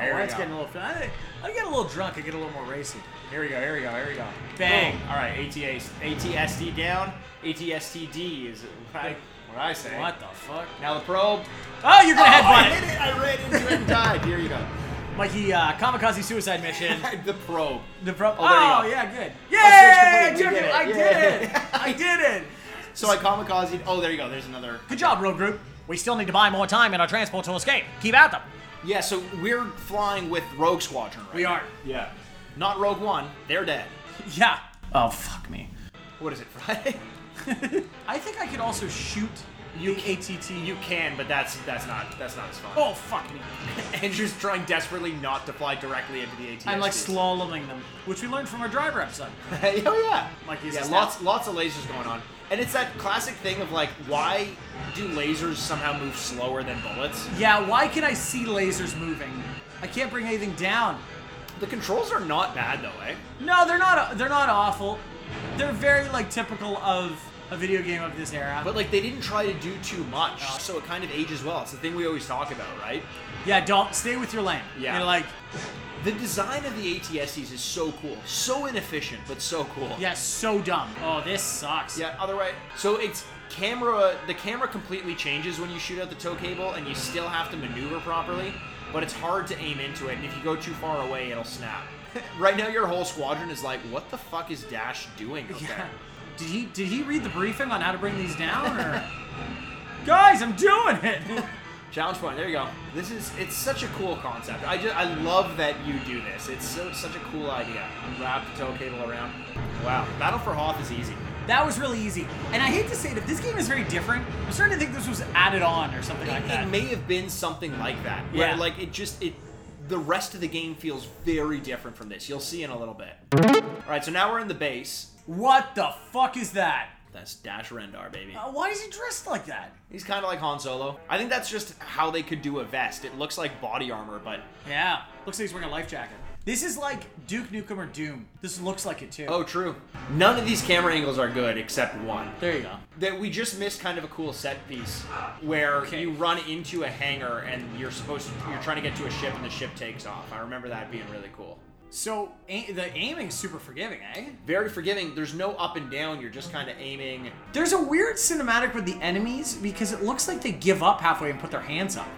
[SPEAKER 1] Here
[SPEAKER 2] here, we
[SPEAKER 1] Oh, That's
[SPEAKER 2] go.
[SPEAKER 1] getting a little. I, I get a little drunk. I get a little more racy.
[SPEAKER 2] here we go. Here we go. Here we go.
[SPEAKER 1] Bang.
[SPEAKER 2] Boom. All right. ATS, ATSD down. ATSTD is what I, what I say.
[SPEAKER 1] What the fuck?
[SPEAKER 2] Now the probe.
[SPEAKER 1] Oh, you're gonna
[SPEAKER 2] I
[SPEAKER 1] headbutt
[SPEAKER 2] hit it. I ran into it and died. Here you go.
[SPEAKER 1] it, Mikey. Uh, kamikaze suicide mission.
[SPEAKER 2] the probe.
[SPEAKER 1] The pro-
[SPEAKER 2] Oh, there you
[SPEAKER 1] oh,
[SPEAKER 2] go.
[SPEAKER 1] yeah, good. Oh,
[SPEAKER 2] I
[SPEAKER 1] Yeah, I
[SPEAKER 2] switched
[SPEAKER 1] took
[SPEAKER 2] completely.
[SPEAKER 1] it. I
[SPEAKER 2] We
[SPEAKER 1] did
[SPEAKER 2] did it.
[SPEAKER 1] it.
[SPEAKER 2] Yeah.
[SPEAKER 1] I did it.
[SPEAKER 2] So I kamikaze. Oh, there you go. There's another.
[SPEAKER 1] Good job, road group. We still need to buy more time in our transport to escape. Keep at them.
[SPEAKER 4] Yeah, so we're flying with Rogue Squadron, right?
[SPEAKER 1] We are.
[SPEAKER 2] Yeah.
[SPEAKER 4] Not Rogue One. They're dead.
[SPEAKER 1] Yeah. Oh fuck me.
[SPEAKER 2] What is it? Friday.
[SPEAKER 1] I think I could also shoot you the ATT.
[SPEAKER 2] You can, but that's that's not that's not as fun.
[SPEAKER 1] Oh fuck me.
[SPEAKER 2] Andrew's trying desperately not to fly directly into the ATS.
[SPEAKER 1] I'm like slaloming them, which we learned from our driver episode.
[SPEAKER 2] oh yeah.
[SPEAKER 1] Like, he's
[SPEAKER 2] yeah,
[SPEAKER 1] just
[SPEAKER 2] lots lots of lasers going on, and it's that classic thing of like, why do lasers somehow move slower than bullets?
[SPEAKER 1] Yeah, why can I see lasers moving? I can't bring anything down.
[SPEAKER 2] The controls are not bad though, eh?
[SPEAKER 1] No, they're not. They're not awful. They're very like typical of a video game of this era.
[SPEAKER 2] But like, they didn't try to do too much, so it kind of ages well. It's the thing we always talk about, right?
[SPEAKER 1] yeah, don't stay with your lane.
[SPEAKER 2] Yeah.
[SPEAKER 1] You're like,
[SPEAKER 2] The design of the ATSDs is so cool, so inefficient, but so cool.
[SPEAKER 1] yeah, so dumb. Oh, this sucks.
[SPEAKER 2] Yeah, other way. So it's camera. The camera completely changes when you shoot out the tow cable, and you still have to maneuver properly. But it's hard to aim into it, and if you go too far away, it'll snap. right now, your whole squadron is like, "What the fuck is Dash doing?" Okay.
[SPEAKER 1] Yeah. Did he did he read the briefing on how to bring these down or? Guys, I'm doing it.
[SPEAKER 2] Challenge point. There you go. This is. It's such a cool concept. I just. I love that you do this. It's so such a cool idea. Wrap the tow cable around. Wow. Battle for Hoth is easy.
[SPEAKER 1] that was really easy. And I hate to say it, if this game is very different, I'm starting to think this was added on or something like
[SPEAKER 2] it,
[SPEAKER 1] that.
[SPEAKER 2] it may have been something like that. Where,
[SPEAKER 1] Yeah.
[SPEAKER 2] Like it just it the rest of the game feels very different from this. You'll see in a little bit. Alright, so now we're in the base.
[SPEAKER 1] what the fuck is that?
[SPEAKER 2] That's Dash Rendar, baby.
[SPEAKER 1] Uh, why is he dressed like that?
[SPEAKER 2] He's kinda like Han Solo. I think that's just how they could do a vest. It looks like body armor, but
[SPEAKER 1] Yeah, looks like he's wearing a life jacket. This is like Duke Nukem or Doom. This looks like it too.
[SPEAKER 2] oh true. None of these camera angles are good except one.
[SPEAKER 1] there you go.
[SPEAKER 2] That we just missed kind of a cool set piece where
[SPEAKER 1] Okay.
[SPEAKER 2] you run into a hangar and you're supposed to you're trying to get to a ship and the ship takes off. I remember that being really cool.
[SPEAKER 1] So a- the aiming's super forgiving, eh?
[SPEAKER 2] very forgiving. There's no up and down. You're just kind of aiming.
[SPEAKER 1] There's a weird cinematic with the enemies because it looks like they give up halfway and put their hands up.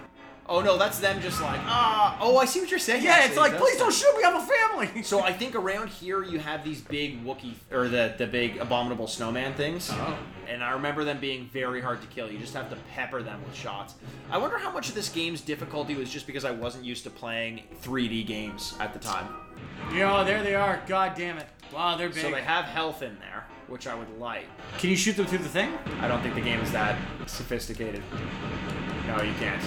[SPEAKER 2] Oh no, that's them just like ah. Oh, I see what you're saying.
[SPEAKER 1] Yeah, it's
[SPEAKER 2] actually.
[SPEAKER 1] like,
[SPEAKER 2] It
[SPEAKER 1] please don't
[SPEAKER 2] does-
[SPEAKER 1] shoot me, I'm a family.
[SPEAKER 2] So I think around here you have these big Wookiee or the the big abominable snowman things.
[SPEAKER 1] Oh.
[SPEAKER 2] And I remember them being very hard to kill. You just have to pepper them with shots. I wonder how much of this game's difficulty was just because I wasn't used to playing 3D games at the time.
[SPEAKER 1] Yo, there they are. God damn it. Wow, they're big.
[SPEAKER 2] So they have health in there, which I would like.
[SPEAKER 1] Can you shoot them through the thing?
[SPEAKER 2] I don't think the game is that sophisticated. No, you can't.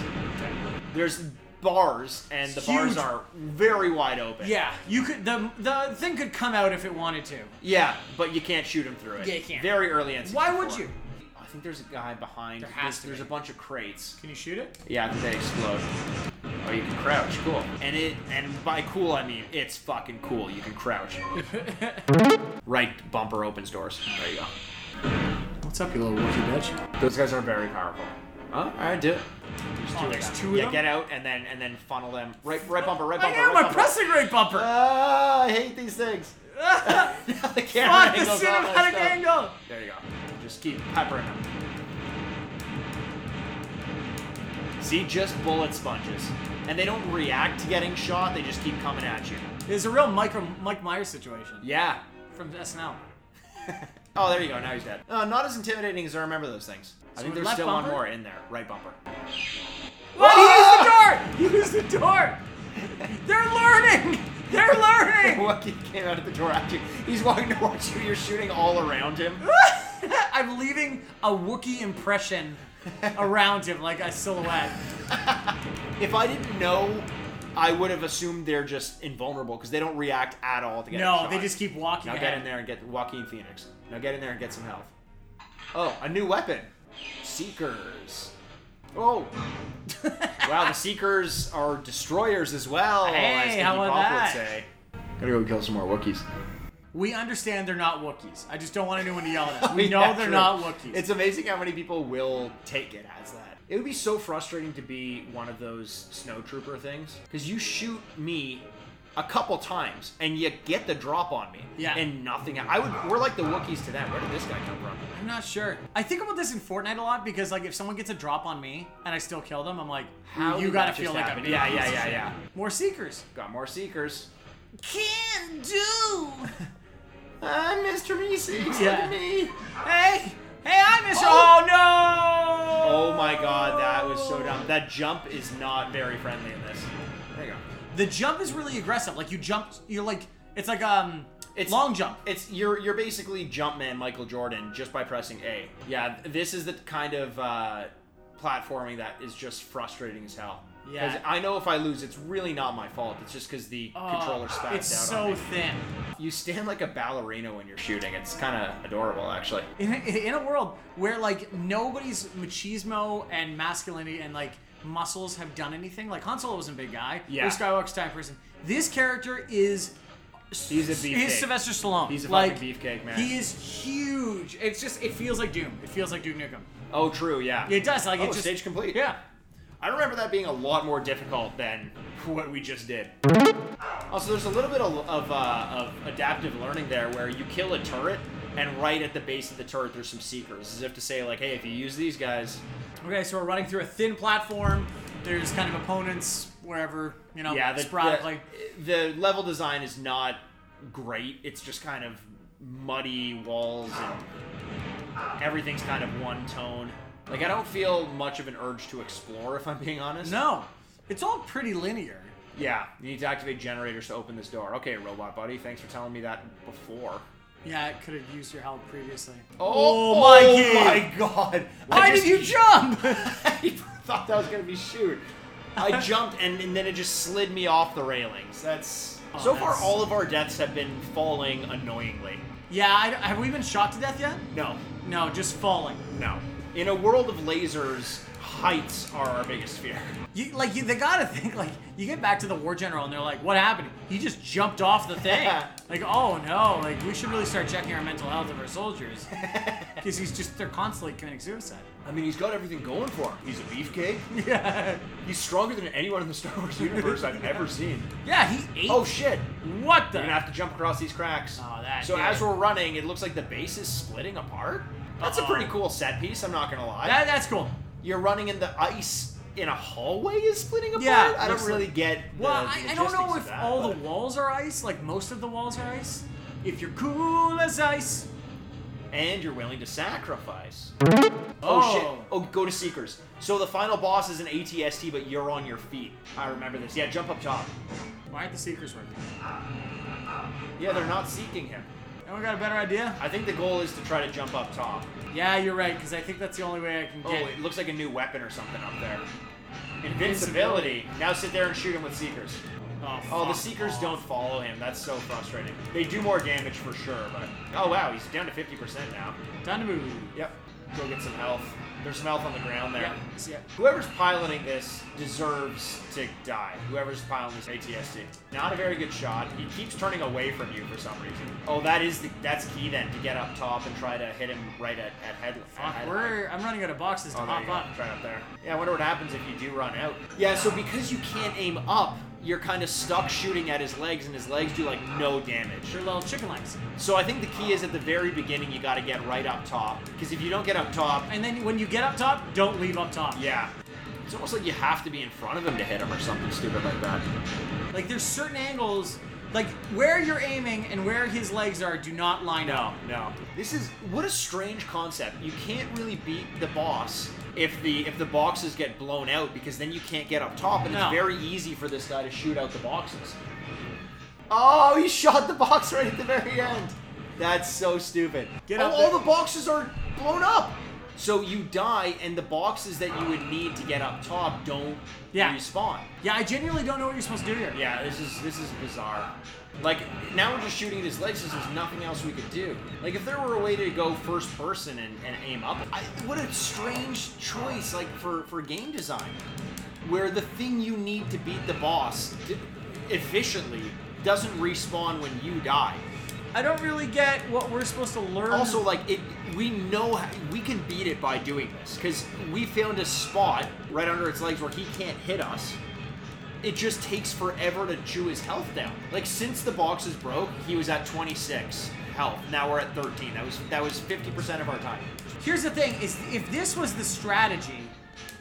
[SPEAKER 2] There's bars, and the bars
[SPEAKER 1] Huge.
[SPEAKER 2] are very wide open.
[SPEAKER 1] Yeah, you could. The the thing could come out if it wanted to.
[SPEAKER 2] Yeah, but you can't shoot them through it.
[SPEAKER 1] Yeah, you can't.
[SPEAKER 2] Very early NC.
[SPEAKER 1] Why would you?
[SPEAKER 2] I think there's a guy behind.
[SPEAKER 1] There has
[SPEAKER 2] there's,
[SPEAKER 1] to
[SPEAKER 2] there's
[SPEAKER 1] be.
[SPEAKER 2] a bunch of crates.
[SPEAKER 1] Can you shoot it?
[SPEAKER 2] Yeah, I think they explode. Oh, you can crouch. Cool. And it, and by cool I mean it's fucking cool. You can crouch. right bumper opens doors. There you go.
[SPEAKER 1] What's up, you little Wookiee bitch?
[SPEAKER 2] Those guys are very powerful. Huh? All right, do it. There's
[SPEAKER 1] Oh,
[SPEAKER 2] of
[SPEAKER 1] there's
[SPEAKER 2] them.
[SPEAKER 1] two of
[SPEAKER 2] yeah,
[SPEAKER 1] them?
[SPEAKER 2] get out and then and then funnel them. Right, right bumper, right
[SPEAKER 1] I
[SPEAKER 2] bumper.
[SPEAKER 1] am
[SPEAKER 2] right
[SPEAKER 1] a
[SPEAKER 2] bumper.
[SPEAKER 1] pressing rate bumper.
[SPEAKER 2] Ah, I hate these things. the camera
[SPEAKER 1] Fuck the
[SPEAKER 2] angle's all messed
[SPEAKER 1] cinematic
[SPEAKER 2] up.
[SPEAKER 1] angle.
[SPEAKER 2] There you go. Just keep peppering them. See, just bullet sponges, and they don't react to getting shot. They just keep coming at you.
[SPEAKER 1] It's a real Mike Mike Myers situation
[SPEAKER 2] Yeah.
[SPEAKER 1] from SNL.
[SPEAKER 2] Oh, there you go. Now he's dead. Uh, not as intimidating as I remember those things. I
[SPEAKER 1] So
[SPEAKER 2] think there's
[SPEAKER 1] left
[SPEAKER 2] still
[SPEAKER 1] bumper?
[SPEAKER 2] one more in there. Right bumper.
[SPEAKER 1] What? He used the door. He used the door. They're learning. They're learning.
[SPEAKER 2] Wookiee came out of the door at you. He's walking towards you. You're shooting all around him.
[SPEAKER 1] I'm leaving a Wookiee impression around him, like a silhouette.
[SPEAKER 2] If I didn't know I would have assumed they're just invulnerable because they don't react at all to get
[SPEAKER 1] No,
[SPEAKER 2] shot.
[SPEAKER 1] they just keep walking.
[SPEAKER 2] Now get
[SPEAKER 1] ahead.
[SPEAKER 2] in there and get Joaquin Phoenix. Now get in there and get some health. Oh, a new weapon. Seekers. Oh. wow, the Seekers are destroyers as well. as
[SPEAKER 1] Hey,
[SPEAKER 2] the
[SPEAKER 1] how
[SPEAKER 2] Deep
[SPEAKER 1] about
[SPEAKER 2] Hawk
[SPEAKER 1] that?
[SPEAKER 2] Would say. Gotta go kill some more Wookiees.
[SPEAKER 1] We understand they're not Wookiees. I just don't want anyone to yell at us. We
[SPEAKER 2] Oh, Yeah,
[SPEAKER 1] know they're
[SPEAKER 2] true.
[SPEAKER 1] not Wookiees.
[SPEAKER 2] It's amazing how many people will take it as that. It would be so frustrating to be one of those snowtrooper things because you shoot me a couple times and you get the drop on me.
[SPEAKER 1] Yeah.
[SPEAKER 2] And nothing. I would. We're like the Wookiees to them. Where did this guy come from?
[SPEAKER 1] I'm not sure. I think about this in Fortnite a lot because like if someone gets a drop on me and I still kill them, I'm like,
[SPEAKER 2] How
[SPEAKER 1] you
[SPEAKER 2] did
[SPEAKER 1] gotta
[SPEAKER 2] that
[SPEAKER 1] feel
[SPEAKER 2] just
[SPEAKER 1] like
[SPEAKER 2] happen?
[SPEAKER 1] a big
[SPEAKER 2] Yeah, yeah,
[SPEAKER 1] piece of
[SPEAKER 2] yeah,
[SPEAKER 1] shit.
[SPEAKER 2] yeah.
[SPEAKER 1] More seekers.
[SPEAKER 2] Got more Seekers.
[SPEAKER 1] Can do.
[SPEAKER 2] I'm Mr. Ah, Meeseeks.
[SPEAKER 1] Yeah.
[SPEAKER 2] me.
[SPEAKER 1] hey, hey, I miss.
[SPEAKER 2] Oh.
[SPEAKER 1] Oh, no!
[SPEAKER 2] Oh my god, that was so dumb. That jump is not very friendly in this. There you go.
[SPEAKER 1] The jump is really aggressive. Like you jump, you're like it's like um,
[SPEAKER 2] It's-
[SPEAKER 1] long jump.
[SPEAKER 2] It's you're you're basically Jumpman Michael Jordan just by pressing A. Yeah, this is the kind of uh, platforming that is just frustrating as hell. 'Cause
[SPEAKER 1] Yeah.
[SPEAKER 2] I know if I lose, it's really not my fault. It's just because the
[SPEAKER 1] Oh,
[SPEAKER 2] controller spats
[SPEAKER 1] It's
[SPEAKER 2] out
[SPEAKER 1] so
[SPEAKER 2] on me.
[SPEAKER 1] thin.
[SPEAKER 2] You stand like a ballerina when you're shooting. It's kind of adorable, actually.
[SPEAKER 1] in a, in a world where like nobody's machismo and masculinity and like muscles have done anything. Like Han Solo wasn't a big guy.
[SPEAKER 2] Yeah.
[SPEAKER 1] Luke Skywalker's a tiny person. This character is.
[SPEAKER 2] He's a beefcake.
[SPEAKER 1] He's Sylvester Stallone.
[SPEAKER 2] He's a
[SPEAKER 1] like,
[SPEAKER 2] fucking beefcake, man.
[SPEAKER 1] He is huge. It's just it feels like Doom. It feels like Duke Nukem.
[SPEAKER 2] Oh, true. Yeah.
[SPEAKER 1] It does like
[SPEAKER 2] Oh,
[SPEAKER 1] it just
[SPEAKER 2] stage complete.
[SPEAKER 1] yeah.
[SPEAKER 2] I remember that being a lot more difficult than what we just did. Also, there's a little bit of, of, uh, of adaptive learning there where you kill a turret, and right at the base of the turret, there's some seekers, as if to say, like, hey, if you use these guys,
[SPEAKER 1] Okay, so we're running through a thin platform. There's kind of opponents wherever you know
[SPEAKER 2] yeah, the,
[SPEAKER 1] Oh, sporadically.
[SPEAKER 2] the, the level design is not great. It's just kind of muddy walls, and everything's kind of one tone. Like, I don't feel much of an urge to explore, if I'm being honest.
[SPEAKER 1] No, it's all pretty linear.
[SPEAKER 2] Yeah, you need to activate generators to open this door. Okay, robot buddy, thanks for telling me that before.
[SPEAKER 1] Yeah, it could have used your help previously.
[SPEAKER 2] Oh,
[SPEAKER 1] Mikey!
[SPEAKER 2] my god!
[SPEAKER 1] Why
[SPEAKER 2] I just-
[SPEAKER 1] did you jump?
[SPEAKER 2] I thought that was gonna be shoot. I jumped and, and then it just slid me off the railings. Oh, That's so far.
[SPEAKER 1] that's-
[SPEAKER 2] All of our deaths have been falling annoyingly.
[SPEAKER 1] yeah, I, have we been shot to death yet?
[SPEAKER 2] No,
[SPEAKER 1] No, just falling.
[SPEAKER 2] no. In a world of lasers, heights are our biggest fear.
[SPEAKER 1] You like you, they gotta think like you get back to the war general and they're like, what happened? He just jumped off the thing. like, oh no, like we should really start checking our mental health of our soldiers because he's just they're constantly committing suicide.
[SPEAKER 2] I mean, he's got everything going for him. He's a beefcake.
[SPEAKER 1] Yeah,
[SPEAKER 2] He's stronger than anyone in the Star Wars universe I've ever seen.
[SPEAKER 1] yeah, he ate.
[SPEAKER 2] Oh shit!
[SPEAKER 1] what the?
[SPEAKER 2] You're gonna have to jump across these cracks.
[SPEAKER 1] Oh, that
[SPEAKER 2] so
[SPEAKER 1] did
[SPEAKER 2] as
[SPEAKER 1] it.
[SPEAKER 2] we're running, it looks like the base is splitting apart. That's a
[SPEAKER 1] Uh-oh.
[SPEAKER 2] pretty cool set piece. I'm not gonna lie.
[SPEAKER 1] Uh-huh. that, that's cool.
[SPEAKER 2] You're running in the ice in a hallway is splitting apart.
[SPEAKER 1] Yeah,
[SPEAKER 2] I don't
[SPEAKER 1] looks
[SPEAKER 2] really
[SPEAKER 1] like-
[SPEAKER 2] get. The,
[SPEAKER 1] Well,
[SPEAKER 2] the
[SPEAKER 1] I, I don't know
[SPEAKER 2] logistics of
[SPEAKER 1] if
[SPEAKER 2] that,
[SPEAKER 1] all
[SPEAKER 2] but-
[SPEAKER 1] the walls are ice. Like most of the walls are ice. If you're cool as ice,
[SPEAKER 2] And you're willing to sacrifice. Oh,
[SPEAKER 1] Oh.
[SPEAKER 2] shit! Oh, go to seekers. So the final boss is an ATST, but you're on your feet. I remember this. Yeah, jump up top.
[SPEAKER 1] why aren't the seekers working?
[SPEAKER 2] Yeah, they're not seeking him.
[SPEAKER 1] Anyone got a better idea?
[SPEAKER 2] I think the goal is to try to jump up top.
[SPEAKER 1] Yeah, you're right, because I think that's the only way I can
[SPEAKER 2] Oh,
[SPEAKER 1] get.
[SPEAKER 2] it looks like a new weapon or something up there. Invincibility. Now sit there and shoot him with Seekers.
[SPEAKER 1] Oh,
[SPEAKER 2] Oh, the
[SPEAKER 1] fuck
[SPEAKER 2] Seekers
[SPEAKER 1] off.
[SPEAKER 2] don't follow him. That's so frustrating. They do more damage for sure, but. Oh, wow, he's down to 50% now.
[SPEAKER 1] Time to move.
[SPEAKER 2] Yep. Go get some health. There's some health on the ground there.
[SPEAKER 1] Yeah. yeah.
[SPEAKER 2] Whoever's piloting this deserves to die. Whoever's piloting this ATST. Not a very good shot. He keeps turning away from you for some reason. Oh, that is the, that's key then to get up top and try to hit him right at, at head. at
[SPEAKER 1] Fuck,
[SPEAKER 2] head
[SPEAKER 1] we're, I'm running out of boxes to
[SPEAKER 2] Oh, there you
[SPEAKER 1] hop
[SPEAKER 2] go.
[SPEAKER 1] up.
[SPEAKER 2] Try up there. Yeah, I wonder what happens if you do run out. Yeah, so because you can't aim up, you're kind of stuck shooting at his legs, and his legs do like no damage.
[SPEAKER 1] Your little chicken legs.
[SPEAKER 2] So I think the key is at the very beginning, you got to get right up top, because if you don't get up top,
[SPEAKER 1] And then when you get up top, don't leave up top.
[SPEAKER 2] yeah, it's almost like you have to be in front of him to hit him or something stupid like that.
[SPEAKER 1] Like there's certain angles, like where you're aiming and where his legs are, do not line up.
[SPEAKER 2] No. This is what a strange concept. You can't really beat the boss if the if the boxes get blown out because then you can't get up top and
[SPEAKER 1] No.
[SPEAKER 2] it's very easy for this guy to shoot out the boxes. Oh, he shot the box right at the very end. That's so stupid.
[SPEAKER 1] Get
[SPEAKER 2] Oh,
[SPEAKER 1] up
[SPEAKER 2] all
[SPEAKER 1] there.
[SPEAKER 2] the boxes are blown up.
[SPEAKER 3] So you die, and the boxes that you would need to get up top don't
[SPEAKER 1] Yeah.
[SPEAKER 3] respawn.
[SPEAKER 1] Yeah, I genuinely don't know what you're supposed to do here.
[SPEAKER 3] Yeah, this is this is bizarre. Like now we're just shooting at his legs because there's nothing else we could do. Like if there were a way to go first person and, and aim up, I, what a strange choice like for for game design, where the thing you need to beat the boss d- efficiently doesn't respawn when you die.
[SPEAKER 1] I don't really get what we're supposed to learn.
[SPEAKER 3] Also, like it, we know how, we can beat it by doing this because we found a spot right under its legs where he can't hit us. It just takes forever to chew his health down. Like since the boxes broke, he was at 26 health. Now we're at 13. That was that was 50% of our time.
[SPEAKER 1] here's the thing: is if this was the strategy,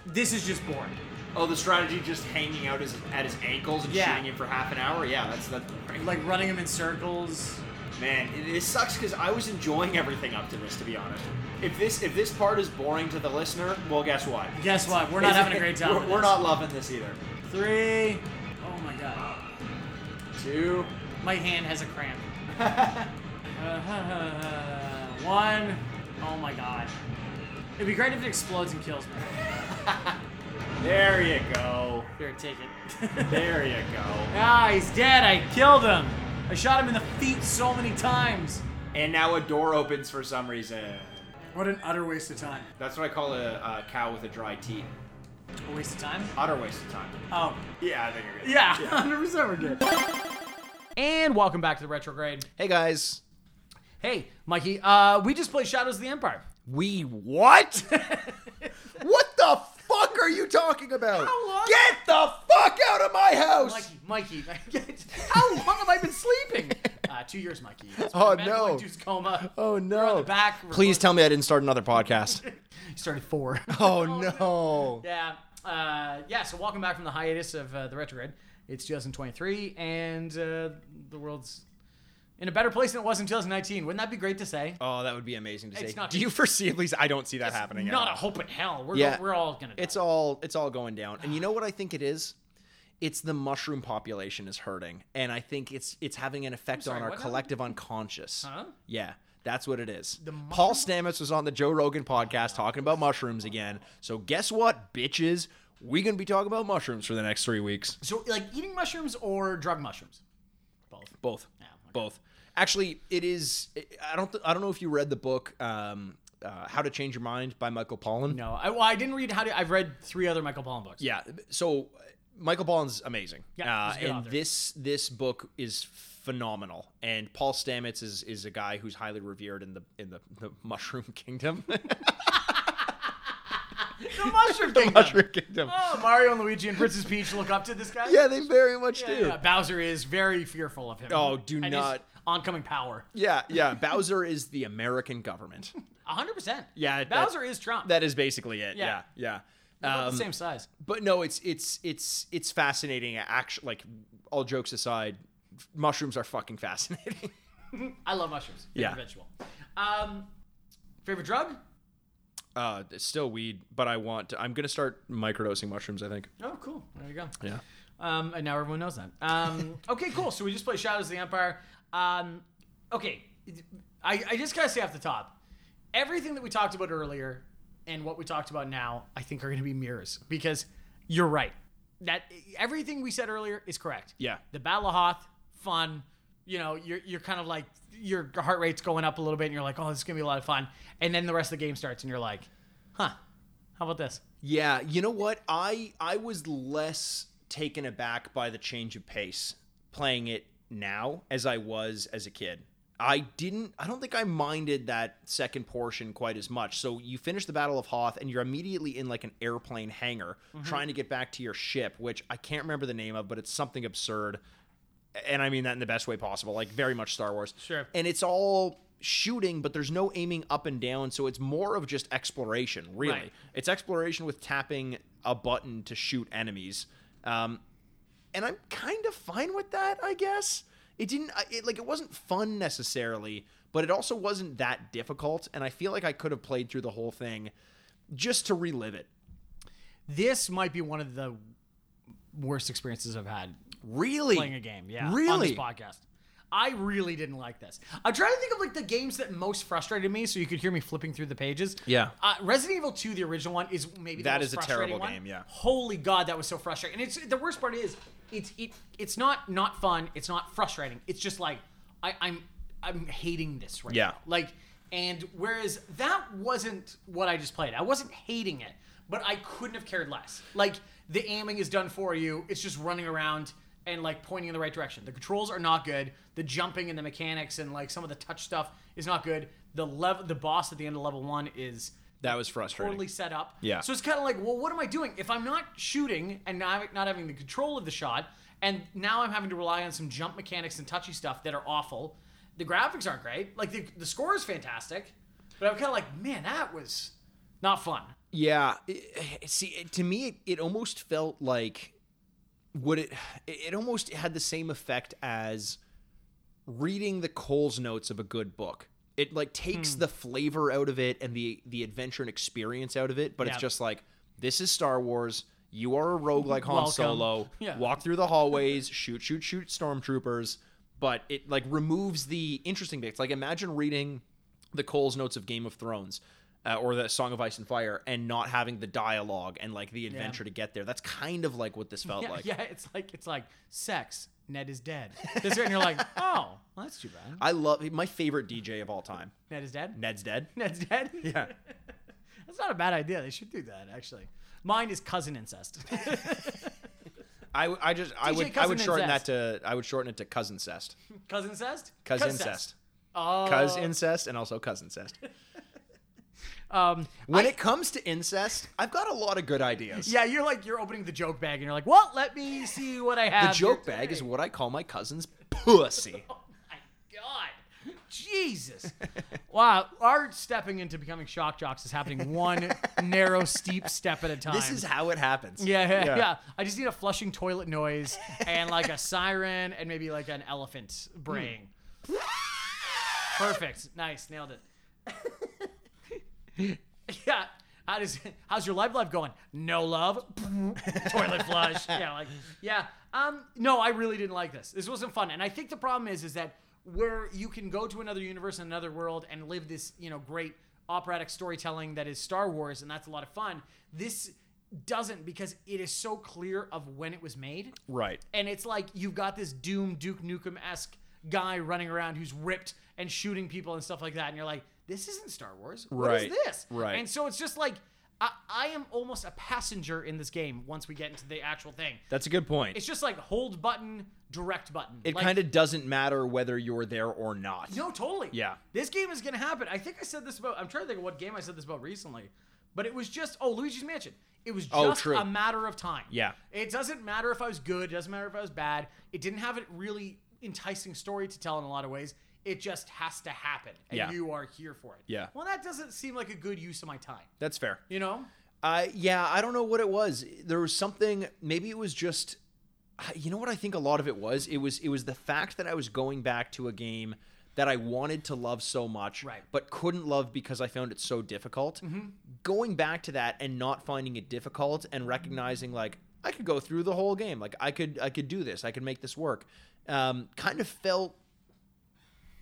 [SPEAKER 1] this is just boring.
[SPEAKER 3] Oh, the strategy just hanging out his, at his ankles and
[SPEAKER 1] Yeah.
[SPEAKER 3] shooting him for half an hour. Yeah, that's that's boring.
[SPEAKER 1] Like running him in circles.
[SPEAKER 3] Man, it, it sucks because I was enjoying everything up to this, to be honest. If this if this part is boring to the listener, well, guess what?
[SPEAKER 1] Guess what? We're not having a great time.
[SPEAKER 3] We're,
[SPEAKER 1] with
[SPEAKER 3] we're
[SPEAKER 1] this.
[SPEAKER 3] not loving this either.
[SPEAKER 1] Three. Oh my god.
[SPEAKER 3] Two.
[SPEAKER 1] My hand has a cramp. Uh, one. Oh my god. It'd be great if it explodes and kills me.
[SPEAKER 3] There you go.
[SPEAKER 1] Here, take it.
[SPEAKER 3] There you go.
[SPEAKER 1] ah, he's dead. I killed him. I shot him in the feet so many times.
[SPEAKER 3] And now a door opens for some reason.
[SPEAKER 1] What an utter waste of time.
[SPEAKER 3] That's what I call a, a cow with a dry teat.
[SPEAKER 1] A waste of time?
[SPEAKER 3] Utter waste of time.
[SPEAKER 1] Oh.
[SPEAKER 3] Yeah, I think you're good.
[SPEAKER 1] Yeah, 100% we're good. And welcome back to the retrograde.
[SPEAKER 2] Hey guys,
[SPEAKER 1] Hey, Mikey, uh, we just played Shadows of the Empire.
[SPEAKER 2] we what? what the fuck are you talking about?
[SPEAKER 1] How long-
[SPEAKER 2] Get the fuck out of my house!
[SPEAKER 1] Mikey, Mikey. How long have I been sleeping? Uh, two years, Mikey. It's been
[SPEAKER 2] Oh,
[SPEAKER 1] a medical
[SPEAKER 2] no.
[SPEAKER 1] induced coma.
[SPEAKER 2] oh
[SPEAKER 1] We're on
[SPEAKER 2] no!
[SPEAKER 1] the back. We're
[SPEAKER 2] Please
[SPEAKER 1] close-
[SPEAKER 2] tell me I didn't start another podcast.
[SPEAKER 1] You started four.
[SPEAKER 2] oh no!
[SPEAKER 1] yeah. Uh, yeah, so welcome back from the hiatus of uh, the retrograde. It's 2023, and uh, the world's in a better place than it was in 2019. Wouldn't that be great to say?
[SPEAKER 2] Oh, that would be amazing to
[SPEAKER 1] It's
[SPEAKER 2] say.
[SPEAKER 1] not-
[SPEAKER 2] Do you foresee at least? I don't see that happening. at
[SPEAKER 1] Not
[SPEAKER 2] all.
[SPEAKER 1] a hope in hell. We're,
[SPEAKER 2] Yeah.
[SPEAKER 1] we're all going to
[SPEAKER 2] It's all it's all going down. And you know what I think it is? It's the mushroom population is hurting, and I think it's it's having an effect
[SPEAKER 1] sorry,
[SPEAKER 2] on our
[SPEAKER 1] what now?
[SPEAKER 2] collective unconscious.
[SPEAKER 1] Huh?
[SPEAKER 2] Yeah, that's what it is. Paul Stamets was on the Joe Rogan podcast talking about mushrooms again. So guess what, bitches? We're gonna be talking about mushrooms for the next three weeks.
[SPEAKER 1] So, like eating mushrooms or drug mushrooms? Both.
[SPEAKER 2] Both.
[SPEAKER 1] okay.
[SPEAKER 2] Both. Actually, it is. I don't. I don't know if you read the book um, uh, "How to Change Your Mind" by Michael Pollan.
[SPEAKER 1] No, I, well, I didn't read how to. I've read three other Michael Pollan books.
[SPEAKER 2] Yeah. So uh, Michael Pollan's amazing.
[SPEAKER 1] Yeah,
[SPEAKER 2] Uh,
[SPEAKER 1] he's a good
[SPEAKER 2] and
[SPEAKER 1] author.
[SPEAKER 2] this this book is phenomenal. And Paul Stamets is is a guy who's highly revered in the in the, the mushroom kingdom.
[SPEAKER 1] The Mushroom
[SPEAKER 2] the
[SPEAKER 1] Kingdom.
[SPEAKER 2] mushroom kingdom.
[SPEAKER 1] Oh, Mario and Luigi and Princess Peach look up to this guy.
[SPEAKER 2] Yeah, they very much
[SPEAKER 1] Yeah,
[SPEAKER 2] do.
[SPEAKER 1] yeah, Bowser is very fearful of him.
[SPEAKER 2] Oh, do
[SPEAKER 1] And his
[SPEAKER 2] not-
[SPEAKER 1] oncoming power.
[SPEAKER 2] Yeah, yeah. Bowser is the American government.
[SPEAKER 1] hundred percent.
[SPEAKER 2] Yeah, that-
[SPEAKER 1] Bowser is Trump.
[SPEAKER 2] That is basically it.
[SPEAKER 1] Yeah.
[SPEAKER 2] Yeah, yeah.
[SPEAKER 1] They're both
[SPEAKER 2] Um,
[SPEAKER 1] the same size.
[SPEAKER 2] but no, it's it's it's it's fascinating. Actually, like all jokes aside, f- mushrooms are fucking fascinating.
[SPEAKER 1] I love mushrooms.
[SPEAKER 2] yeah.
[SPEAKER 1] Favorite vegetable. Um, favorite drug?
[SPEAKER 2] Uh, it's still weed, but I want. To, I'm gonna start microdosing mushrooms. I think.
[SPEAKER 1] Oh, cool. There you go.
[SPEAKER 2] Yeah.
[SPEAKER 1] Um, and now everyone knows that. Um, okay, cool. So we just played Shadows of the Empire. Um, okay, I, I just gotta say off the top, everything that we talked about earlier and what we talked about now, I think are gonna be mirrors because you're right. That everything we said earlier is correct.
[SPEAKER 2] Yeah.
[SPEAKER 1] The Battle of Hoth, fun. You know, you're you're kind of like your heart rate's going up a little bit, and you're like, oh, this is gonna be a lot of fun. And then the rest of the game starts, and you're like, huh, how about this?
[SPEAKER 2] Yeah, you know what? I I was less taken aback by the change of pace playing it now as I was as a kid. I didn't I don't think I minded that second portion quite as much. So you finish the Battle of Hoth and you're immediately in like an airplane hangar trying to get back to your ship, which I can't remember the name of, but it's something absurd. And I mean that in the best way possible, like very much Star Wars.
[SPEAKER 1] Sure.
[SPEAKER 2] And it's all shooting, but there's no aiming up and down, so it's more of just exploration, really.
[SPEAKER 1] Right.
[SPEAKER 2] It's exploration with tapping a button to shoot enemies. Um, and I'm kind of fine with that, I guess. It didn't I- it like it wasn't fun necessarily, but it also wasn't that difficult and I feel like I could have played through the whole thing just to relive it.
[SPEAKER 1] This might be one of the worst experiences I've had
[SPEAKER 2] Really?
[SPEAKER 1] playing a game. Yeah, on this
[SPEAKER 2] Really?
[SPEAKER 1] podcast. I really didn't like this. I'm trying to think of like the games that most frustrated me, so you could hear me flipping through the pages.
[SPEAKER 2] Yeah.
[SPEAKER 1] Uh, Resident Evil 2, the original one, is maybe the
[SPEAKER 2] That
[SPEAKER 1] most
[SPEAKER 2] is a
[SPEAKER 1] frustrating
[SPEAKER 2] terrible
[SPEAKER 1] one.
[SPEAKER 2] game, yeah.
[SPEAKER 1] Holy God, that was so frustrating. And it's the worst part is it's it it's not not fun. It's not frustrating. It's just like I, I'm I'm hating this right
[SPEAKER 2] Yeah.
[SPEAKER 1] now. Like, and whereas that wasn't what I just played, I wasn't hating it, but I couldn't have cared less. Like, the aiming is done for you, it's just running around and like pointing in the right direction. The controls are not good, the jumping and the mechanics and like some of the touch stuff is not good. The level, the boss at the end of level one is
[SPEAKER 2] That was frustrating.
[SPEAKER 1] poorly set up.
[SPEAKER 2] Yeah.
[SPEAKER 1] So it's kind of like, well, what am I doing if I'm not shooting and not, not having the control of the shot, and now I'm having to rely on some jump mechanics and touchy stuff that are awful. The graphics aren't great. Like the, the score is fantastic, but I'm kind of like, man, that was not fun.
[SPEAKER 2] Yeah, it- see, it, to me, it, it almost felt like would it? It almost had the same effect as reading the Cole's notes of a good book. It like takes
[SPEAKER 1] Hmm.
[SPEAKER 2] the flavor out of it and the the adventure and experience out of it, but
[SPEAKER 1] Yeah.
[SPEAKER 2] it's just like this is Star Wars. You are a rogue like Han
[SPEAKER 1] Welcome.
[SPEAKER 2] Solo.
[SPEAKER 1] Yeah.
[SPEAKER 2] Walk through the hallways, shoot, shoot, shoot stormtroopers. But it like removes the interesting bits. Like imagine reading the Cole's notes of Game of Thrones uh, or the Song of Ice and Fire and not having the dialogue and like the adventure to get there. That's kind of like what this felt
[SPEAKER 1] Yeah,
[SPEAKER 2] like.
[SPEAKER 1] yeah, it's like it's like sex. Ned is dead. This and you're like, oh, well, that's too bad.
[SPEAKER 2] I love my favorite DJ of all time.
[SPEAKER 1] Ned is dead.
[SPEAKER 2] Ned's dead.
[SPEAKER 1] Ned's dead.
[SPEAKER 2] Yeah.
[SPEAKER 1] That's not a bad idea. They should do that actually. Mine is cousin incest.
[SPEAKER 2] I, w- I just I
[SPEAKER 1] DJ
[SPEAKER 2] would I would
[SPEAKER 1] Cousin
[SPEAKER 2] shorten
[SPEAKER 1] Incest.
[SPEAKER 2] that to I would shorten it to cousin cest.
[SPEAKER 1] cousin incest.
[SPEAKER 2] Cuz
[SPEAKER 1] Cousin
[SPEAKER 2] incest.
[SPEAKER 1] Oh.
[SPEAKER 2] Cuz incest and also cousin cest.
[SPEAKER 1] Um,
[SPEAKER 2] When it comes to incest, I've got a lot of good ideas.
[SPEAKER 1] Yeah, you're like you're opening the joke bag and you're like, well, let me see what I have.
[SPEAKER 2] The joke
[SPEAKER 1] here
[SPEAKER 2] bag is
[SPEAKER 1] today."
[SPEAKER 2] what I call my cousin's pussy.
[SPEAKER 1] Oh my god, Jesus! wow, our stepping into becoming shock jocks is happening one narrow, steep step at a time.
[SPEAKER 2] This is how it happens.
[SPEAKER 1] yeah, yeah, yeah, I just need a flushing toilet noise and like a siren and maybe like an elephant braying.
[SPEAKER 2] Hmm.
[SPEAKER 1] Perfect. Nice. Nailed it. yeah. How does how's your live life going? No love. Toilet flush. Yeah, like yeah. Um no, I really didn't like this. This wasn't fun. And I think the problem is is that where you can go to another universe and another world and live this, you know, great operatic storytelling that is Star Wars and that's a lot of fun. This doesn't because it is so clear of when it was made
[SPEAKER 2] Right.
[SPEAKER 1] and it's like you've got this Doom Duke Nukem esque guy running around who's ripped and shooting people and stuff like that, and you're like, this isn't Star Wars. What is
[SPEAKER 2] Right,
[SPEAKER 1] this?
[SPEAKER 2] right.
[SPEAKER 1] And so it's just like I, I am almost a passenger in this game once we get into the actual thing.
[SPEAKER 2] That's a good point.
[SPEAKER 1] It's just like hold button, direct button.
[SPEAKER 2] it
[SPEAKER 1] Like,
[SPEAKER 2] kind of doesn't matter whether you're there or not.
[SPEAKER 1] no, totally.
[SPEAKER 2] Yeah.
[SPEAKER 1] This game is going to happen. I think I said this about, I'm trying to think of what game I said this about recently, but it was just, oh, Luigi's Mansion. It was just
[SPEAKER 2] Oh, true.
[SPEAKER 1] a matter of time.
[SPEAKER 2] Yeah.
[SPEAKER 1] It doesn't matter if I was good, it doesn't matter if I was bad. It didn't have a really enticing story to tell in a lot of ways. It just has to happen, and
[SPEAKER 2] Yeah.
[SPEAKER 1] you are here for it.
[SPEAKER 2] Yeah.
[SPEAKER 1] Well, that doesn't seem like a good use of my time,
[SPEAKER 2] That's fair.
[SPEAKER 1] you know?
[SPEAKER 2] Uh, yeah, I don't know what it was. There was something. Maybe it was just. I- You know what I think a lot of it was. It was it was the fact that I was going back to a game that I wanted to love so much,
[SPEAKER 1] Right.
[SPEAKER 2] but couldn't love because I found it so difficult. Going back to that and not finding it difficult and recognizing like I could go through the whole game, like I could I could do this, I could make this work. Um, kind of felt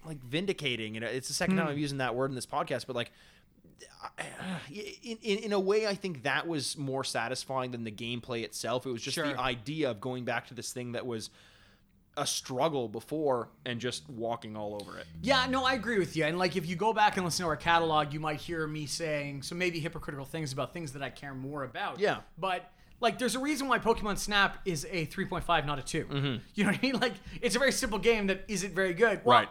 [SPEAKER 2] like vindicating, and it's the second time I'm using that word in this podcast, but like in, in, in a way, I think that was more satisfying than the gameplay itself. It was just
[SPEAKER 1] Sure.
[SPEAKER 2] the idea of going back to this thing that was a struggle before and just walking all over it.
[SPEAKER 1] Yeah, no, I agree with you. And like, if you go back and listen to our catalog, you might hear me saying some maybe hypocritical things about things that I care more about.
[SPEAKER 2] Yeah.
[SPEAKER 1] But like, there's a reason why Pokemon Snap is a 3.5, not a 2. You know what I mean? Like, it's a very simple game that isn't very good. Well,
[SPEAKER 2] Right.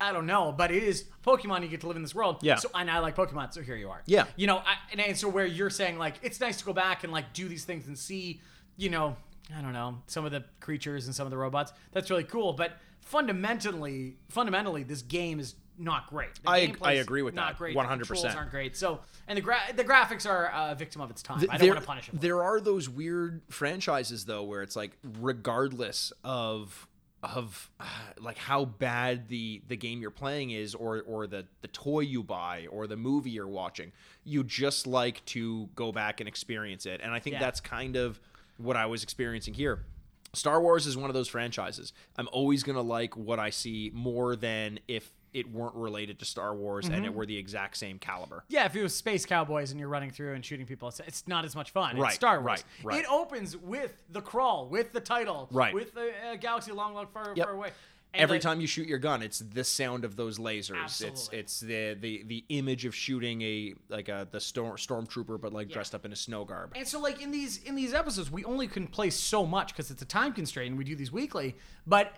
[SPEAKER 1] I don't know, but it is Pokemon. You get to live in this world.
[SPEAKER 2] Yeah.
[SPEAKER 1] So and I like Pokemon. So here you are.
[SPEAKER 2] Yeah.
[SPEAKER 1] You know, I, and, and so where you're saying like it's nice to go back and like do these things and see, you know, I don't know some of the creatures and some of the robots. That's really cool. But fundamentally, fundamentally, this game is not great. The
[SPEAKER 2] I ag-
[SPEAKER 1] gameplay's
[SPEAKER 2] I agree with
[SPEAKER 1] not
[SPEAKER 2] that,
[SPEAKER 1] great.
[SPEAKER 2] 100%.
[SPEAKER 1] The controls aren't great. So and the gra- the graphics are a victim of its time. I don't
[SPEAKER 2] there,
[SPEAKER 1] want to punish them.
[SPEAKER 2] There are those weird franchises though, where it's like, regardless of of uh, like how bad the the game you're playing is, or or the the toy you buy, or the movie you're watching, you just like to go back and experience it. And I think
[SPEAKER 1] Yeah.
[SPEAKER 2] that's kind of what I was experiencing here. Star Wars is one of those franchises. I'm always going to like what I see more than if it weren't related to Star Wars and
[SPEAKER 1] Mm-hmm.
[SPEAKER 2] it were the exact same caliber.
[SPEAKER 1] Yeah, if it was Space Cowboys and you're running through and shooting people, it's, it's not as much fun.
[SPEAKER 2] Right,
[SPEAKER 1] it's Star Wars.
[SPEAKER 2] right, right.
[SPEAKER 1] It opens with the crawl, with the title,
[SPEAKER 2] Right.
[SPEAKER 1] with the uh, galaxy long, long, far,
[SPEAKER 2] Yep.
[SPEAKER 1] far away. And
[SPEAKER 2] Every
[SPEAKER 1] like,
[SPEAKER 2] time you shoot your gun, it's the sound of those lasers. It's
[SPEAKER 1] Absolutely.
[SPEAKER 2] it's the, the the image of shooting a like a the storm stormtrooper but like dressed up in a snow garb.
[SPEAKER 1] And so, like in these in these episodes, we only can play so much because it's a time constraint. and We do these weekly, but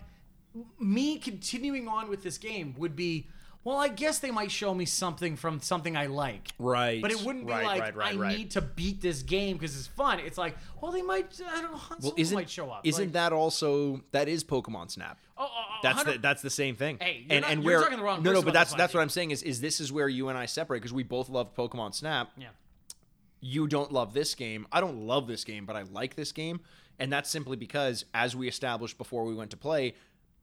[SPEAKER 1] me continuing on with this game would be well. I guess they might show me something from something I like,
[SPEAKER 2] Right.
[SPEAKER 1] But it wouldn't be
[SPEAKER 2] right,
[SPEAKER 1] like
[SPEAKER 2] right, right,
[SPEAKER 1] I
[SPEAKER 2] right.
[SPEAKER 1] need to beat this game because it's fun. It's like well, they might. I don't know. Han Solo
[SPEAKER 2] well, isn't
[SPEAKER 1] might show up.
[SPEAKER 2] Isn't
[SPEAKER 1] like,
[SPEAKER 2] that also that is Pokemon Snap?
[SPEAKER 1] Oh, oh, oh,
[SPEAKER 2] That's
[SPEAKER 1] 100
[SPEAKER 2] the, that's the same thing.
[SPEAKER 1] Hey, you're not- you're talking to the wrong
[SPEAKER 2] no, no,
[SPEAKER 1] person
[SPEAKER 2] but
[SPEAKER 1] about
[SPEAKER 2] that's
[SPEAKER 1] this one,
[SPEAKER 2] that's
[SPEAKER 1] I
[SPEAKER 2] what I'm saying is is this is where you and I separate because we both love Pokemon Snap.
[SPEAKER 1] yeah.
[SPEAKER 2] You don't love this game. I don't love this game, but I like this game, and that's simply because as we established before we went to play,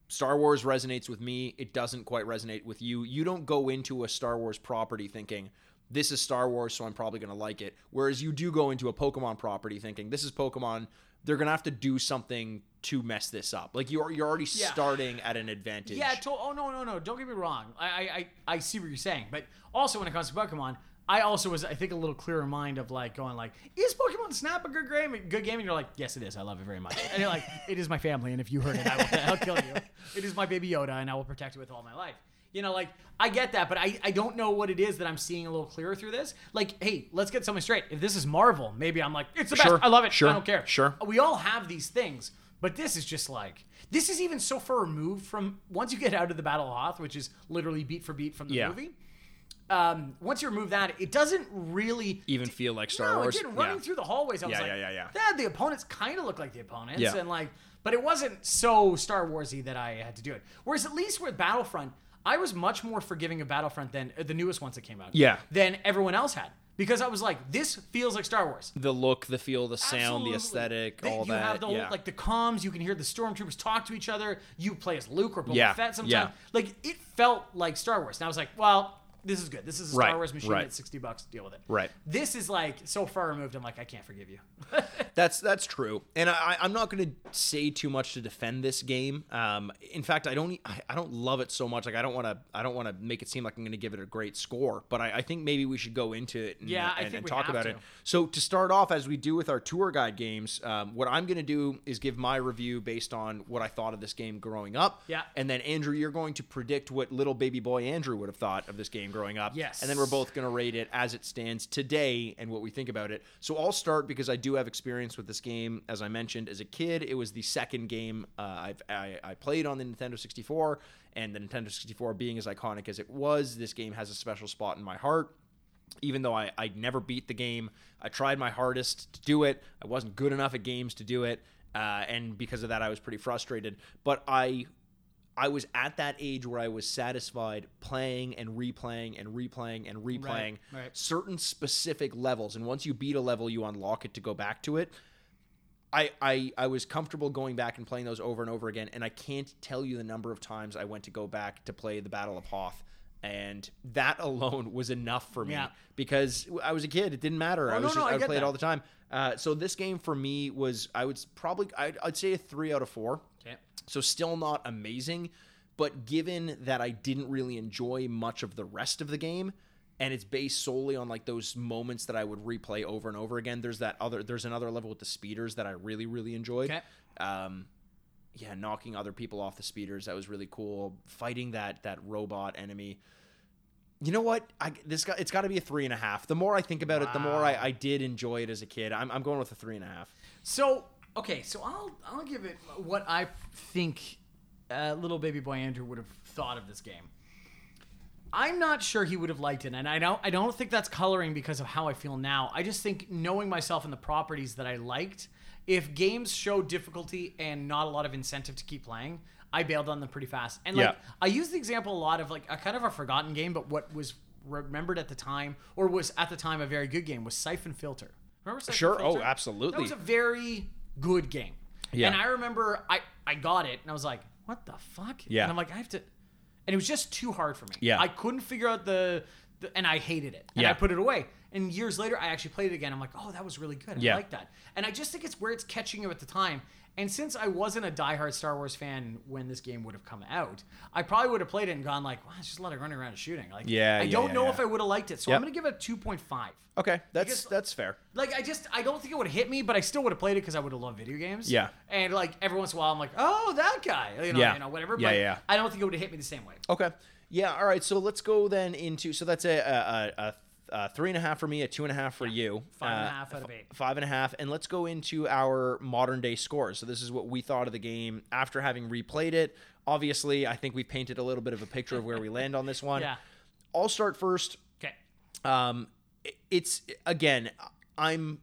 [SPEAKER 2] Star Wars resonates with me. It doesn't quite resonate with you. You don't go into a Star Wars property thinking. This is Star Wars, so I'm probably going to like it. Whereas you do go into a Pokemon property thinking, this is Pokemon, they're going to have to do something to mess this up. Like you're you're already
[SPEAKER 1] Yeah.
[SPEAKER 2] starting at an advantage.
[SPEAKER 1] Yeah, to- oh no, no, no! Don't get me wrong. I, I, I, I see what you're saying, but also when it comes to Pokemon, I also was, I think, a little clearer in mind of like going like, is Pokemon Snap a good game? Good game, and you're like, yes, it is. I love it very much. And you're like, it is my family, and if you hurt it, I will, I'll kill you. It is my baby Yoda, and I will protect it with all my life. You know, like I get that, but I, I don't know what it is that I'm seeing a little clearer through this. Like, hey, let's get something straight. If this is Marvel, maybe I'm like, it's the best.
[SPEAKER 2] Sure,
[SPEAKER 1] I love it.
[SPEAKER 2] sure,
[SPEAKER 1] I don't care.
[SPEAKER 2] sure.
[SPEAKER 1] We all have these things, but this is just like this is even so far removed from once you get out of the Battle of Hoth, which is literally beat for beat from the
[SPEAKER 2] Yeah.
[SPEAKER 1] movie. Um, once you remove that, it doesn't really
[SPEAKER 2] even feel like Star
[SPEAKER 1] no,
[SPEAKER 2] Wars.
[SPEAKER 1] It did. Running
[SPEAKER 2] Yeah.
[SPEAKER 1] through the hallways, I was
[SPEAKER 2] Yeah,
[SPEAKER 1] like,
[SPEAKER 2] yeah, yeah, yeah.
[SPEAKER 1] "That- the opponents kind of look like the opponents,
[SPEAKER 2] Yeah.
[SPEAKER 1] and like, but it wasn't so Star Warsy that I had to do it. Whereas at least with Battlefront, I was much more forgiving of Battlefront than uh, the newest ones that came out.
[SPEAKER 2] Yeah.
[SPEAKER 1] than everyone else had because I was like, this feels like Star Wars.
[SPEAKER 2] the look, the feel, the sound,
[SPEAKER 1] Absolutely.
[SPEAKER 2] the aesthetic,
[SPEAKER 1] They-
[SPEAKER 2] all
[SPEAKER 1] you
[SPEAKER 2] that.
[SPEAKER 1] have the whole-
[SPEAKER 2] yeah.
[SPEAKER 1] like the comms. You can hear the stormtroopers talk to each other. You play as Luke or Boba
[SPEAKER 2] Yeah,
[SPEAKER 1] Fett sometimes.
[SPEAKER 2] yeah.
[SPEAKER 1] Like it felt like Star Wars, and I was like, well, this is good. This is a Star
[SPEAKER 2] Right,
[SPEAKER 1] Wars machine
[SPEAKER 2] right.
[SPEAKER 1] at sixty bucks. Deal with it.
[SPEAKER 2] Right.
[SPEAKER 1] This is like so far removed. I'm like, I can't forgive you.
[SPEAKER 2] That's that's true, and I, I'm not going to say too much to defend this game. Um, in fact, I don't I, I don't love it so much. Like I don't want to I don't want to make it seem like I'm going to give it a great score, but I, I think maybe we should go into it and,
[SPEAKER 1] Yeah, I
[SPEAKER 2] and,
[SPEAKER 1] think
[SPEAKER 2] and
[SPEAKER 1] we
[SPEAKER 2] talk
[SPEAKER 1] have
[SPEAKER 2] about
[SPEAKER 1] to.
[SPEAKER 2] it. So to start off, as we do with our tour guide games, um, what I'm going to do is give my review based on what I thought of this game growing up.
[SPEAKER 1] Yeah.
[SPEAKER 2] and then Andrew, you're going to predict what little baby boy Andrew would have thought of this game growing up.
[SPEAKER 1] Yes.
[SPEAKER 2] and then we're both both going to rate it as it stands today and what we think about it. So I'll start because I do have experience with this game. As I mentioned, as a kid, it was the second game uh, I've, I, I played on the Nintendo 64, and the Nintendo 64 being as iconic as it was, this game has a special spot in my heart. Even though I, I never beat the game, I tried my hardest to do it. I wasn't good enough at games to do it. Uh, and because of that, I was pretty frustrated. But I I was at that age where I was satisfied playing and replaying and replaying and replaying
[SPEAKER 1] right.
[SPEAKER 2] certain specific levels. And once you beat a level, you unlock it to go back to it. I, I I was comfortable going back and playing those over and over again, and I can't tell you the number of times I went to go back to play the Battle of Hoth, and that alone was enough for me
[SPEAKER 1] Yeah. Oh,
[SPEAKER 2] because I was a kid. It didn't matter. I
[SPEAKER 1] no,
[SPEAKER 2] was
[SPEAKER 1] no,
[SPEAKER 2] just,
[SPEAKER 1] I
[SPEAKER 2] I, would
[SPEAKER 1] get
[SPEAKER 2] play it
[SPEAKER 1] that.
[SPEAKER 2] all the time. Uh, so this game for me was I would s- probably I'd, I'd say a three out of four.
[SPEAKER 1] Okay.
[SPEAKER 2] So still not amazing, but given that I didn't really enjoy much of the rest of the game and it's based solely on like those moments that I would replay over and over again, there's that other there's another level with the speeders that I really really enjoyed.
[SPEAKER 1] Okay.
[SPEAKER 2] Um yeah, knocking other people off the speeders, that was really cool. Fighting that that robot enemy. You know what? I this got it's got to be a three and a half. The more I think about it, the more I, I did enjoy it as a kid. I'm, I'm going with a three and a half.
[SPEAKER 1] So okay, so I'll I'll give it what I think uh, little baby boy Andrew would have thought of this game. I'm not sure he would have liked it, and I don't I don't think that's coloring because of how I feel now. I just think knowing myself and the properties that I liked, if games show difficulty and not a lot of incentive to keep playing, I bailed on them pretty fast. And like
[SPEAKER 2] Yeah.
[SPEAKER 1] I use the example a lot of like a kind of a forgotten game, but what was remembered at the time or was at the time a very good game was Siphon Filter. Remember Siphon
[SPEAKER 2] Sure. Oh,
[SPEAKER 1] Filter?
[SPEAKER 2] absolutely.
[SPEAKER 1] That was a very good game.
[SPEAKER 2] Yeah.
[SPEAKER 1] And I remember I I got it and I was like, what the fuck?
[SPEAKER 2] Yeah.
[SPEAKER 1] And I'm like, I have to and it was just too hard for me.
[SPEAKER 2] Yeah.
[SPEAKER 1] I couldn't figure out the, the and I hated it. And
[SPEAKER 2] Yeah.
[SPEAKER 1] I put it away. And years later I actually played it again. I'm like, oh, that was really good. I
[SPEAKER 2] Yeah.
[SPEAKER 1] like that. And I just think it's where it's catching you at the time. And since I wasn't a diehard Star Wars fan when this game would have come out, I probably would have played it and gone like, "Wow, it's just a lot of running around and shooting." Like,
[SPEAKER 2] Yeah,
[SPEAKER 1] I
[SPEAKER 2] yeah,
[SPEAKER 1] don't
[SPEAKER 2] yeah,
[SPEAKER 1] know
[SPEAKER 2] yeah.
[SPEAKER 1] if I would have liked it, so
[SPEAKER 2] Yep.
[SPEAKER 1] I'm gonna give it a two point five.
[SPEAKER 2] Okay, that's
[SPEAKER 1] Because-
[SPEAKER 2] that's fair.
[SPEAKER 1] Like, I just I don't think it would have hit me, but I still would have played it because I would have loved video games.
[SPEAKER 2] Yeah.
[SPEAKER 1] And like every once in a while, I'm like, "Oh, that guy," you know,
[SPEAKER 2] Yeah.
[SPEAKER 1] you know whatever.
[SPEAKER 2] Yeah,
[SPEAKER 1] but
[SPEAKER 2] yeah.
[SPEAKER 1] I don't think it would have hit me the same way.
[SPEAKER 2] Okay. Yeah. All right. So let's go then into. So that's a a, a, a three and a half for me, a two and a half for you,
[SPEAKER 1] Five and a
[SPEAKER 2] Uh,
[SPEAKER 1] half out of eight.
[SPEAKER 2] five and a half, and let's go into our modern day scores. So this is what we thought of the game after having replayed it. Obviously, I think we've painted a little bit of a picture of where we land on this one.
[SPEAKER 1] Yeah.
[SPEAKER 2] I'll start first.
[SPEAKER 1] Okay.
[SPEAKER 2] Um, it- it's again, I'm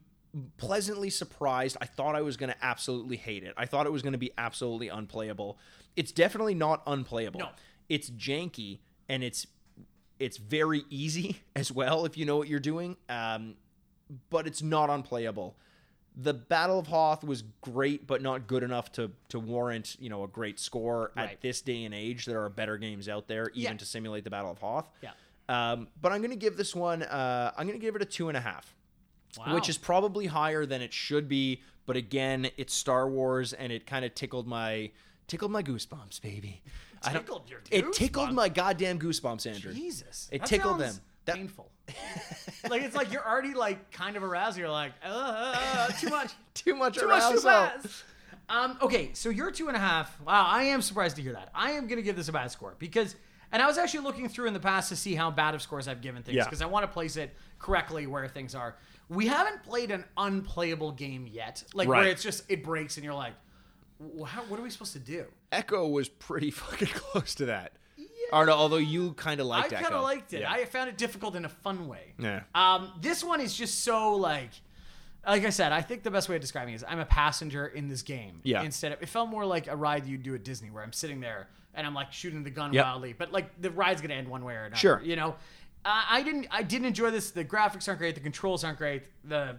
[SPEAKER 2] pleasantly surprised. I thought I was going to absolutely hate it. I thought it was going to be absolutely unplayable. It's definitely not unplayable.
[SPEAKER 1] No.
[SPEAKER 2] It's janky and it's it's very easy as well if you know what you're doing. Um, but it's not unplayable. The Battle of Hoth was great, but not good enough to to warrant you know a great score
[SPEAKER 1] Right.
[SPEAKER 2] at this day and age. There are better games out there, even
[SPEAKER 1] Yeah.
[SPEAKER 2] to simulate the Battle of Hoth.
[SPEAKER 1] Yeah.
[SPEAKER 2] Um, but I'm going to give this one. Uh, I'm going to give it a two and a half,
[SPEAKER 1] Wow.
[SPEAKER 2] which is probably higher than it should be. But again, it's Star Wars, and it kind of tickled my tickled my goosebumps, baby. I don't-
[SPEAKER 1] Tickled your
[SPEAKER 2] It tickled
[SPEAKER 1] goosebumps?
[SPEAKER 2] my goddamn goosebumps, Andrew.
[SPEAKER 1] Jesus.
[SPEAKER 2] It
[SPEAKER 1] That
[SPEAKER 2] tickled
[SPEAKER 1] sounds
[SPEAKER 2] them. That-
[SPEAKER 1] painful. like it's like you're already like kind of aroused. You're like, uh, uh, uh, too much,
[SPEAKER 2] Too much
[SPEAKER 1] too much, too
[SPEAKER 2] arousal.
[SPEAKER 1] fast. Um, okay, so you're two and a half. Wow, I am surprised to hear that. I am gonna give this a bad score because, and I was actually looking through in the past to see how bad of scores I've given things
[SPEAKER 2] Yeah.
[SPEAKER 1] because I want to place it correctly where things are. We haven't played an unplayable game yet, like
[SPEAKER 2] Right.
[SPEAKER 1] where it's just it breaks and you're like, "Wh- how, what are we supposed to do?
[SPEAKER 2] Echo was pretty fucking close to that. Or no, although you kind of
[SPEAKER 1] I
[SPEAKER 2] liked
[SPEAKER 1] kind
[SPEAKER 2] Echo.
[SPEAKER 1] of liked it.
[SPEAKER 2] Yeah.
[SPEAKER 1] I found it difficult in a fun way.
[SPEAKER 2] Yeah.
[SPEAKER 1] Um, this one is just so like, like I said, I think the best way of describing it is I'm a passenger in this game.
[SPEAKER 2] Yeah.
[SPEAKER 1] Instead of it felt more like a ride you'd do at Disney, where I'm sitting there and I'm like shooting the gun
[SPEAKER 2] Yep.
[SPEAKER 1] wildly, but like the ride's gonna end one way or another.
[SPEAKER 2] Sure.
[SPEAKER 1] You know, I, I didn't. I didn't enjoy this. The graphics aren't great. The controls aren't great. The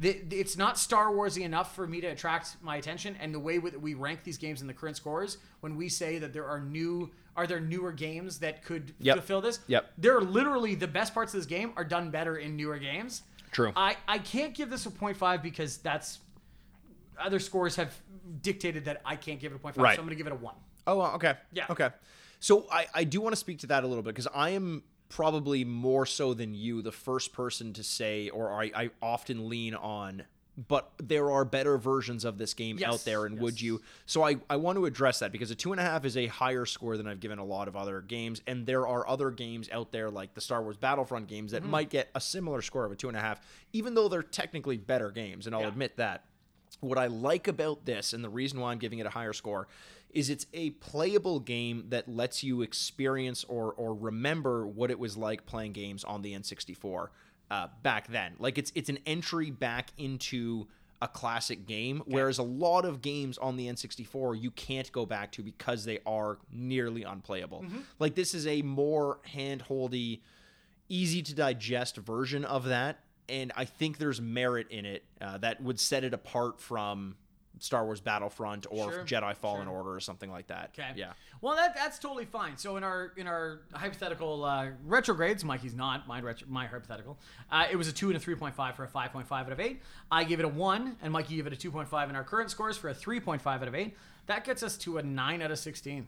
[SPEAKER 1] the, the- it's not Star Warsy enough for me to attract my attention, and the way that we rank these games in the current scores, when we say that there are new, are there newer games that could
[SPEAKER 2] Yep.
[SPEAKER 1] fulfill this?
[SPEAKER 2] Yep.
[SPEAKER 1] They're literally the best parts of this game are done better in newer games.
[SPEAKER 2] True.
[SPEAKER 1] I, I can't give this a 0.5 because that's other scores have dictated that I can't give it a 0.5,
[SPEAKER 2] Right.
[SPEAKER 1] so I'm going to give it a 1.
[SPEAKER 2] Oh, well, okay.
[SPEAKER 1] Yeah.
[SPEAKER 2] Okay. So I, I do want to speak to that a little bit because I am probably more so than you the first person to say, or I, I often lean on, but there are better versions of this game
[SPEAKER 1] Yes,
[SPEAKER 2] out there, and would
[SPEAKER 1] yes.
[SPEAKER 2] you? So I, I want to address that because a two and a half is a higher score than I've given a lot of other games, and there are other games out there like the Star Wars Battlefront games
[SPEAKER 1] Mm-hmm.
[SPEAKER 2] that might get a similar score of a two and a half, even though they're technically better games, and I'll
[SPEAKER 1] Yeah.
[SPEAKER 2] admit that. What I like about this, and the reason why I'm giving it a higher score, is it's a playable game that lets you experience or or remember what it was like playing games on the N64 uh, back then. Like it's it's an entry back into a classic game, whereas a lot of games on the N64 you can't go back to because they are nearly unplayable.
[SPEAKER 1] Mm-hmm.
[SPEAKER 2] Like this is a more hand-holdy easy to digest version of that and i think there's merit in it uh, that would set it apart from star wars battlefront or
[SPEAKER 1] Sure,
[SPEAKER 2] jedi fallen
[SPEAKER 1] sure.
[SPEAKER 2] order or something like that
[SPEAKER 1] Okay.
[SPEAKER 2] yeah
[SPEAKER 1] Well, that that's totally fine. So in our in our hypothetical uh, retrogrades, Mikey's not my retro, my hypothetical. Uh, it was a two and a three point five for a five point five out of eight. I gave it a one, and Mikey gave it a two point five in our current scores for a three point five out of eight. That gets us to a nine out of sixteen.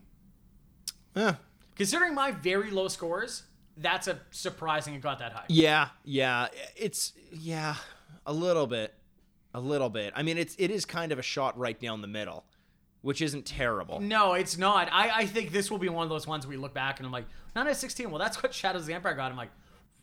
[SPEAKER 2] yeah
[SPEAKER 1] Considering my very low scores, that's a surprising it got that high.
[SPEAKER 2] yeah yeah it's yeah a little bit a little bit i mean it's it is kind of a shot right down the middle which isn't terrible
[SPEAKER 1] No, it's not. I, I think this will be one of those ones we look back and I'm like, nine out of sixteen. Well, that's what Shadows of the Empire got. I'm like,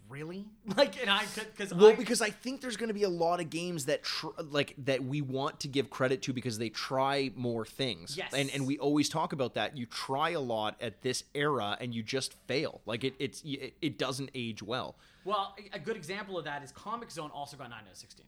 [SPEAKER 1] really? Like, and I because
[SPEAKER 2] Well,
[SPEAKER 1] I,
[SPEAKER 2] because I think there's going to be a lot of games that tr- like that we want to give credit to because they try more things.
[SPEAKER 1] Yes.
[SPEAKER 2] And and we always talk about that. You try a lot at this era and you just fail. Like it it's it, it doesn't age well.
[SPEAKER 1] Well, a- a good example of that is Comic Zone also got 9 out of 16.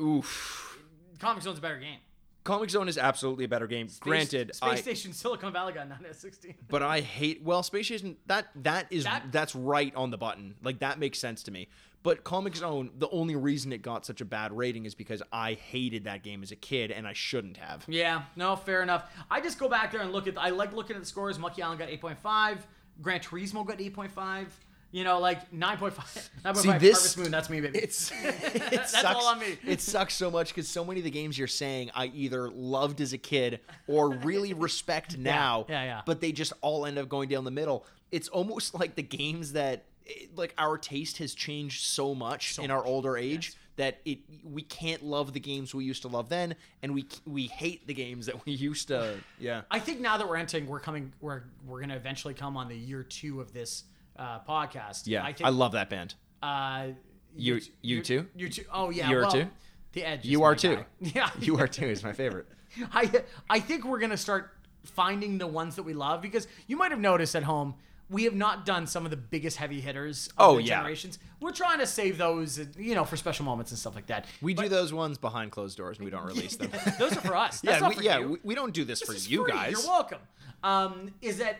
[SPEAKER 2] Oof.
[SPEAKER 1] Comic Zone's a better game.
[SPEAKER 2] Comic Zone is absolutely a better game. Granted,
[SPEAKER 1] Space,
[SPEAKER 2] I
[SPEAKER 1] Space Station Silicon Valley got 9 out of 16.
[SPEAKER 2] but I hate well Space Station that that is
[SPEAKER 1] That-
[SPEAKER 2] that's right on the button. Like that makes sense to me. But Comic Zone, the only reason it got such a bad rating is because I hated that game as a kid and I shouldn't have.
[SPEAKER 1] Yeah, no, fair enough. I just go back there and look at. I like looking at the scores. Monkey Island got 8.5. Gran Turismo got 8.5. You know, like 9.5, 9.5
[SPEAKER 2] See, this-
[SPEAKER 1] Harvest Moon, that's me, baby.
[SPEAKER 2] It's it
[SPEAKER 1] That's
[SPEAKER 2] sucks.
[SPEAKER 1] all on me.
[SPEAKER 2] It sucks so much because so many of the games you're saying I either loved as a kid or really respect now.
[SPEAKER 1] yeah, yeah.
[SPEAKER 2] But they just all end up going down the middle. It's almost like the games that it- like our taste has changed so much in our older age that it we can't love the games we used to love then, and we we hate the games that we used to. Yeah.
[SPEAKER 1] I think now that we're entering, we're coming, we're, we're going to eventually come on the year two of this uh, podcast.
[SPEAKER 2] Yeah. I,
[SPEAKER 1] I think,
[SPEAKER 2] love that band.
[SPEAKER 1] uh,
[SPEAKER 2] You- you
[SPEAKER 1] you
[SPEAKER 2] too?
[SPEAKER 1] You too. Oh, yeah.
[SPEAKER 2] You are
[SPEAKER 1] well,
[SPEAKER 2] too?
[SPEAKER 1] The Edge. is
[SPEAKER 2] You are
[SPEAKER 1] my
[SPEAKER 2] too.
[SPEAKER 1] guy. Yeah.
[SPEAKER 2] You are too is my favorite.
[SPEAKER 1] I I think we're gonna start finding the ones that we love because you might have noticed at home we have not done some of the biggest heavy hitters of
[SPEAKER 2] Oh,
[SPEAKER 1] the
[SPEAKER 2] yeah.
[SPEAKER 1] generations. We're trying to save those, you know, for special moments and stuff like that.
[SPEAKER 2] We do those ones behind closed doors and we don't release them.
[SPEAKER 1] Those are for us. That's
[SPEAKER 2] yeah,
[SPEAKER 1] not
[SPEAKER 2] we,
[SPEAKER 1] for
[SPEAKER 2] yeah,
[SPEAKER 1] you.
[SPEAKER 2] we, we don't do this, for
[SPEAKER 1] This is
[SPEAKER 2] you
[SPEAKER 1] free.
[SPEAKER 2] guys.
[SPEAKER 1] You're welcome. Um, is that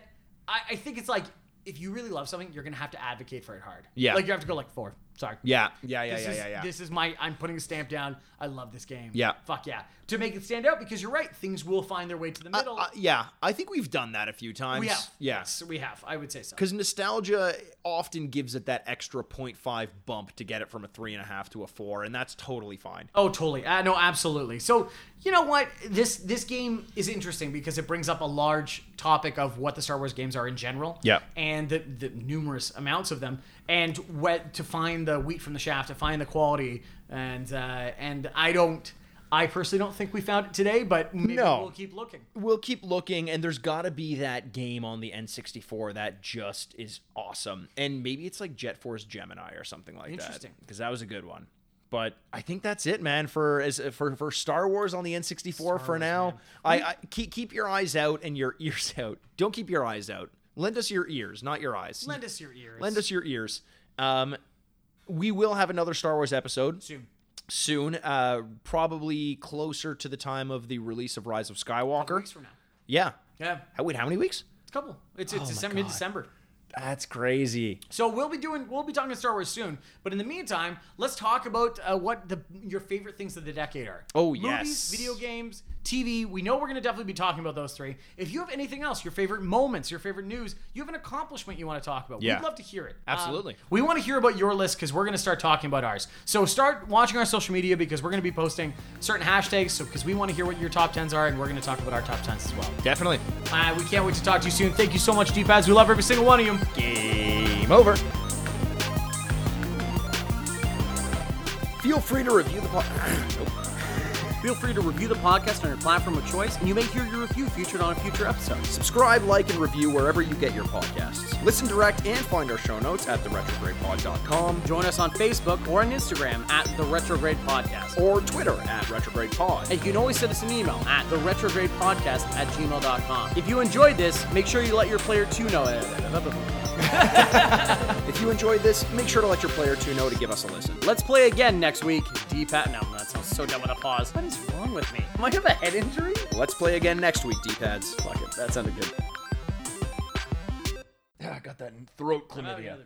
[SPEAKER 1] I, I think it's like if you really love something, you're gonna have to advocate for it hard.
[SPEAKER 2] Yeah.
[SPEAKER 1] like you have to go like four. Sorry.
[SPEAKER 2] Yeah, yeah, yeah,
[SPEAKER 1] This
[SPEAKER 2] yeah,
[SPEAKER 1] is,
[SPEAKER 2] yeah, yeah.
[SPEAKER 1] This is my. I'm putting a stamp down. I love this game.
[SPEAKER 2] Yeah.
[SPEAKER 1] Fuck yeah. To make it stand out, because you're right, things will find their way to the
[SPEAKER 2] Uh,
[SPEAKER 1] middle.
[SPEAKER 2] uh, yeah, I think we've done that a few times.
[SPEAKER 1] We have.
[SPEAKER 2] Yeah,
[SPEAKER 1] Yes, we have. I would say so.
[SPEAKER 2] because nostalgia often gives it that extra 0.5 bump to get it from a three and a half to a four, and that's totally fine.
[SPEAKER 1] Oh, totally. Uh, no, absolutely. So, you know what? This this game is interesting because it brings up a large topic of what the Star Wars games are in general.
[SPEAKER 2] Yeah.
[SPEAKER 1] And the, the numerous amounts of them, and what to find the wheat from the shaft, to find the quality, and uh, and I don't. I personally don't think we found it today, but maybe
[SPEAKER 2] No.
[SPEAKER 1] we'll keep looking.
[SPEAKER 2] We'll keep looking, and there's got to be that game on the N64 that just is awesome, and maybe it's like Jet Force Gemini or something like
[SPEAKER 1] Interesting.
[SPEAKER 2] that. Because that was a good one. But I think that's it, man. For as for for Star Wars on the N64 for
[SPEAKER 1] Wars,
[SPEAKER 2] now.
[SPEAKER 1] man.
[SPEAKER 2] I, I keep keep your eyes out and your ears out. Don't keep your eyes out. Lend us your ears, not your eyes.
[SPEAKER 1] Lend us your ears.
[SPEAKER 2] lend us your ears. Um, we will have another Star Wars episode
[SPEAKER 1] soon.
[SPEAKER 2] soon, uh, probably closer to the time of the release of Rise of Skywalker.
[SPEAKER 1] Weeks from now.
[SPEAKER 2] Yeah.
[SPEAKER 1] Yeah,
[SPEAKER 2] How, wait, how many weeks?
[SPEAKER 1] it's a couple. It's it's
[SPEAKER 2] Oh my
[SPEAKER 1] December,
[SPEAKER 2] God.
[SPEAKER 1] mid-December.
[SPEAKER 2] That's crazy.
[SPEAKER 1] So we'll be doing we'll be talking Star Wars soon, but in the meantime, let's talk about uh, what the your favorite things of the decade are.
[SPEAKER 2] Oh,
[SPEAKER 1] Movies,
[SPEAKER 2] yes.
[SPEAKER 1] video games, TV. We know we're going to definitely be talking about those three. If you have anything else, your favorite moments, your favorite news, you have an accomplishment you want to talk about,
[SPEAKER 2] Yeah.
[SPEAKER 1] we'd love to hear it. Um,
[SPEAKER 2] Absolutely.
[SPEAKER 1] we want to hear about your list because we're going to start talking about ours. So start watching our social media because we're going to be posting certain hashtags. So because we want to hear what your top tens are, and we're going to talk about our top tens as well.
[SPEAKER 2] Definitely.
[SPEAKER 1] Uh, we can't wait to talk to you soon. Thank you so much, D pads. We love every single one of you.
[SPEAKER 2] Game over. Feel free to review the podcast.
[SPEAKER 5] Feel free to review the podcast on your platform of choice, and you may hear your review featured on a future episode.
[SPEAKER 2] Subscribe, like, and review wherever you get your podcasts. Listen direct and find our show notes at theretrogradepod.com
[SPEAKER 5] Join us on Facebook or on Instagram at The Retrograde Podcast.
[SPEAKER 2] or Twitter at retrogradepod.
[SPEAKER 5] And you can always send us an email at theretrogradepodcast at gmail.com. If you enjoyed this, make sure you let your player 2 know.
[SPEAKER 2] If you enjoyed this, make sure to let your player two know to give us a listen.
[SPEAKER 5] Let's play again next week. D Pat. No, that sounds so dumb with a pause. What is wrong with me? Am I have a head injury?
[SPEAKER 2] Let's play again next week, D-pads.
[SPEAKER 5] Fuck it. That sounded good.
[SPEAKER 2] I got that throat chlamydia.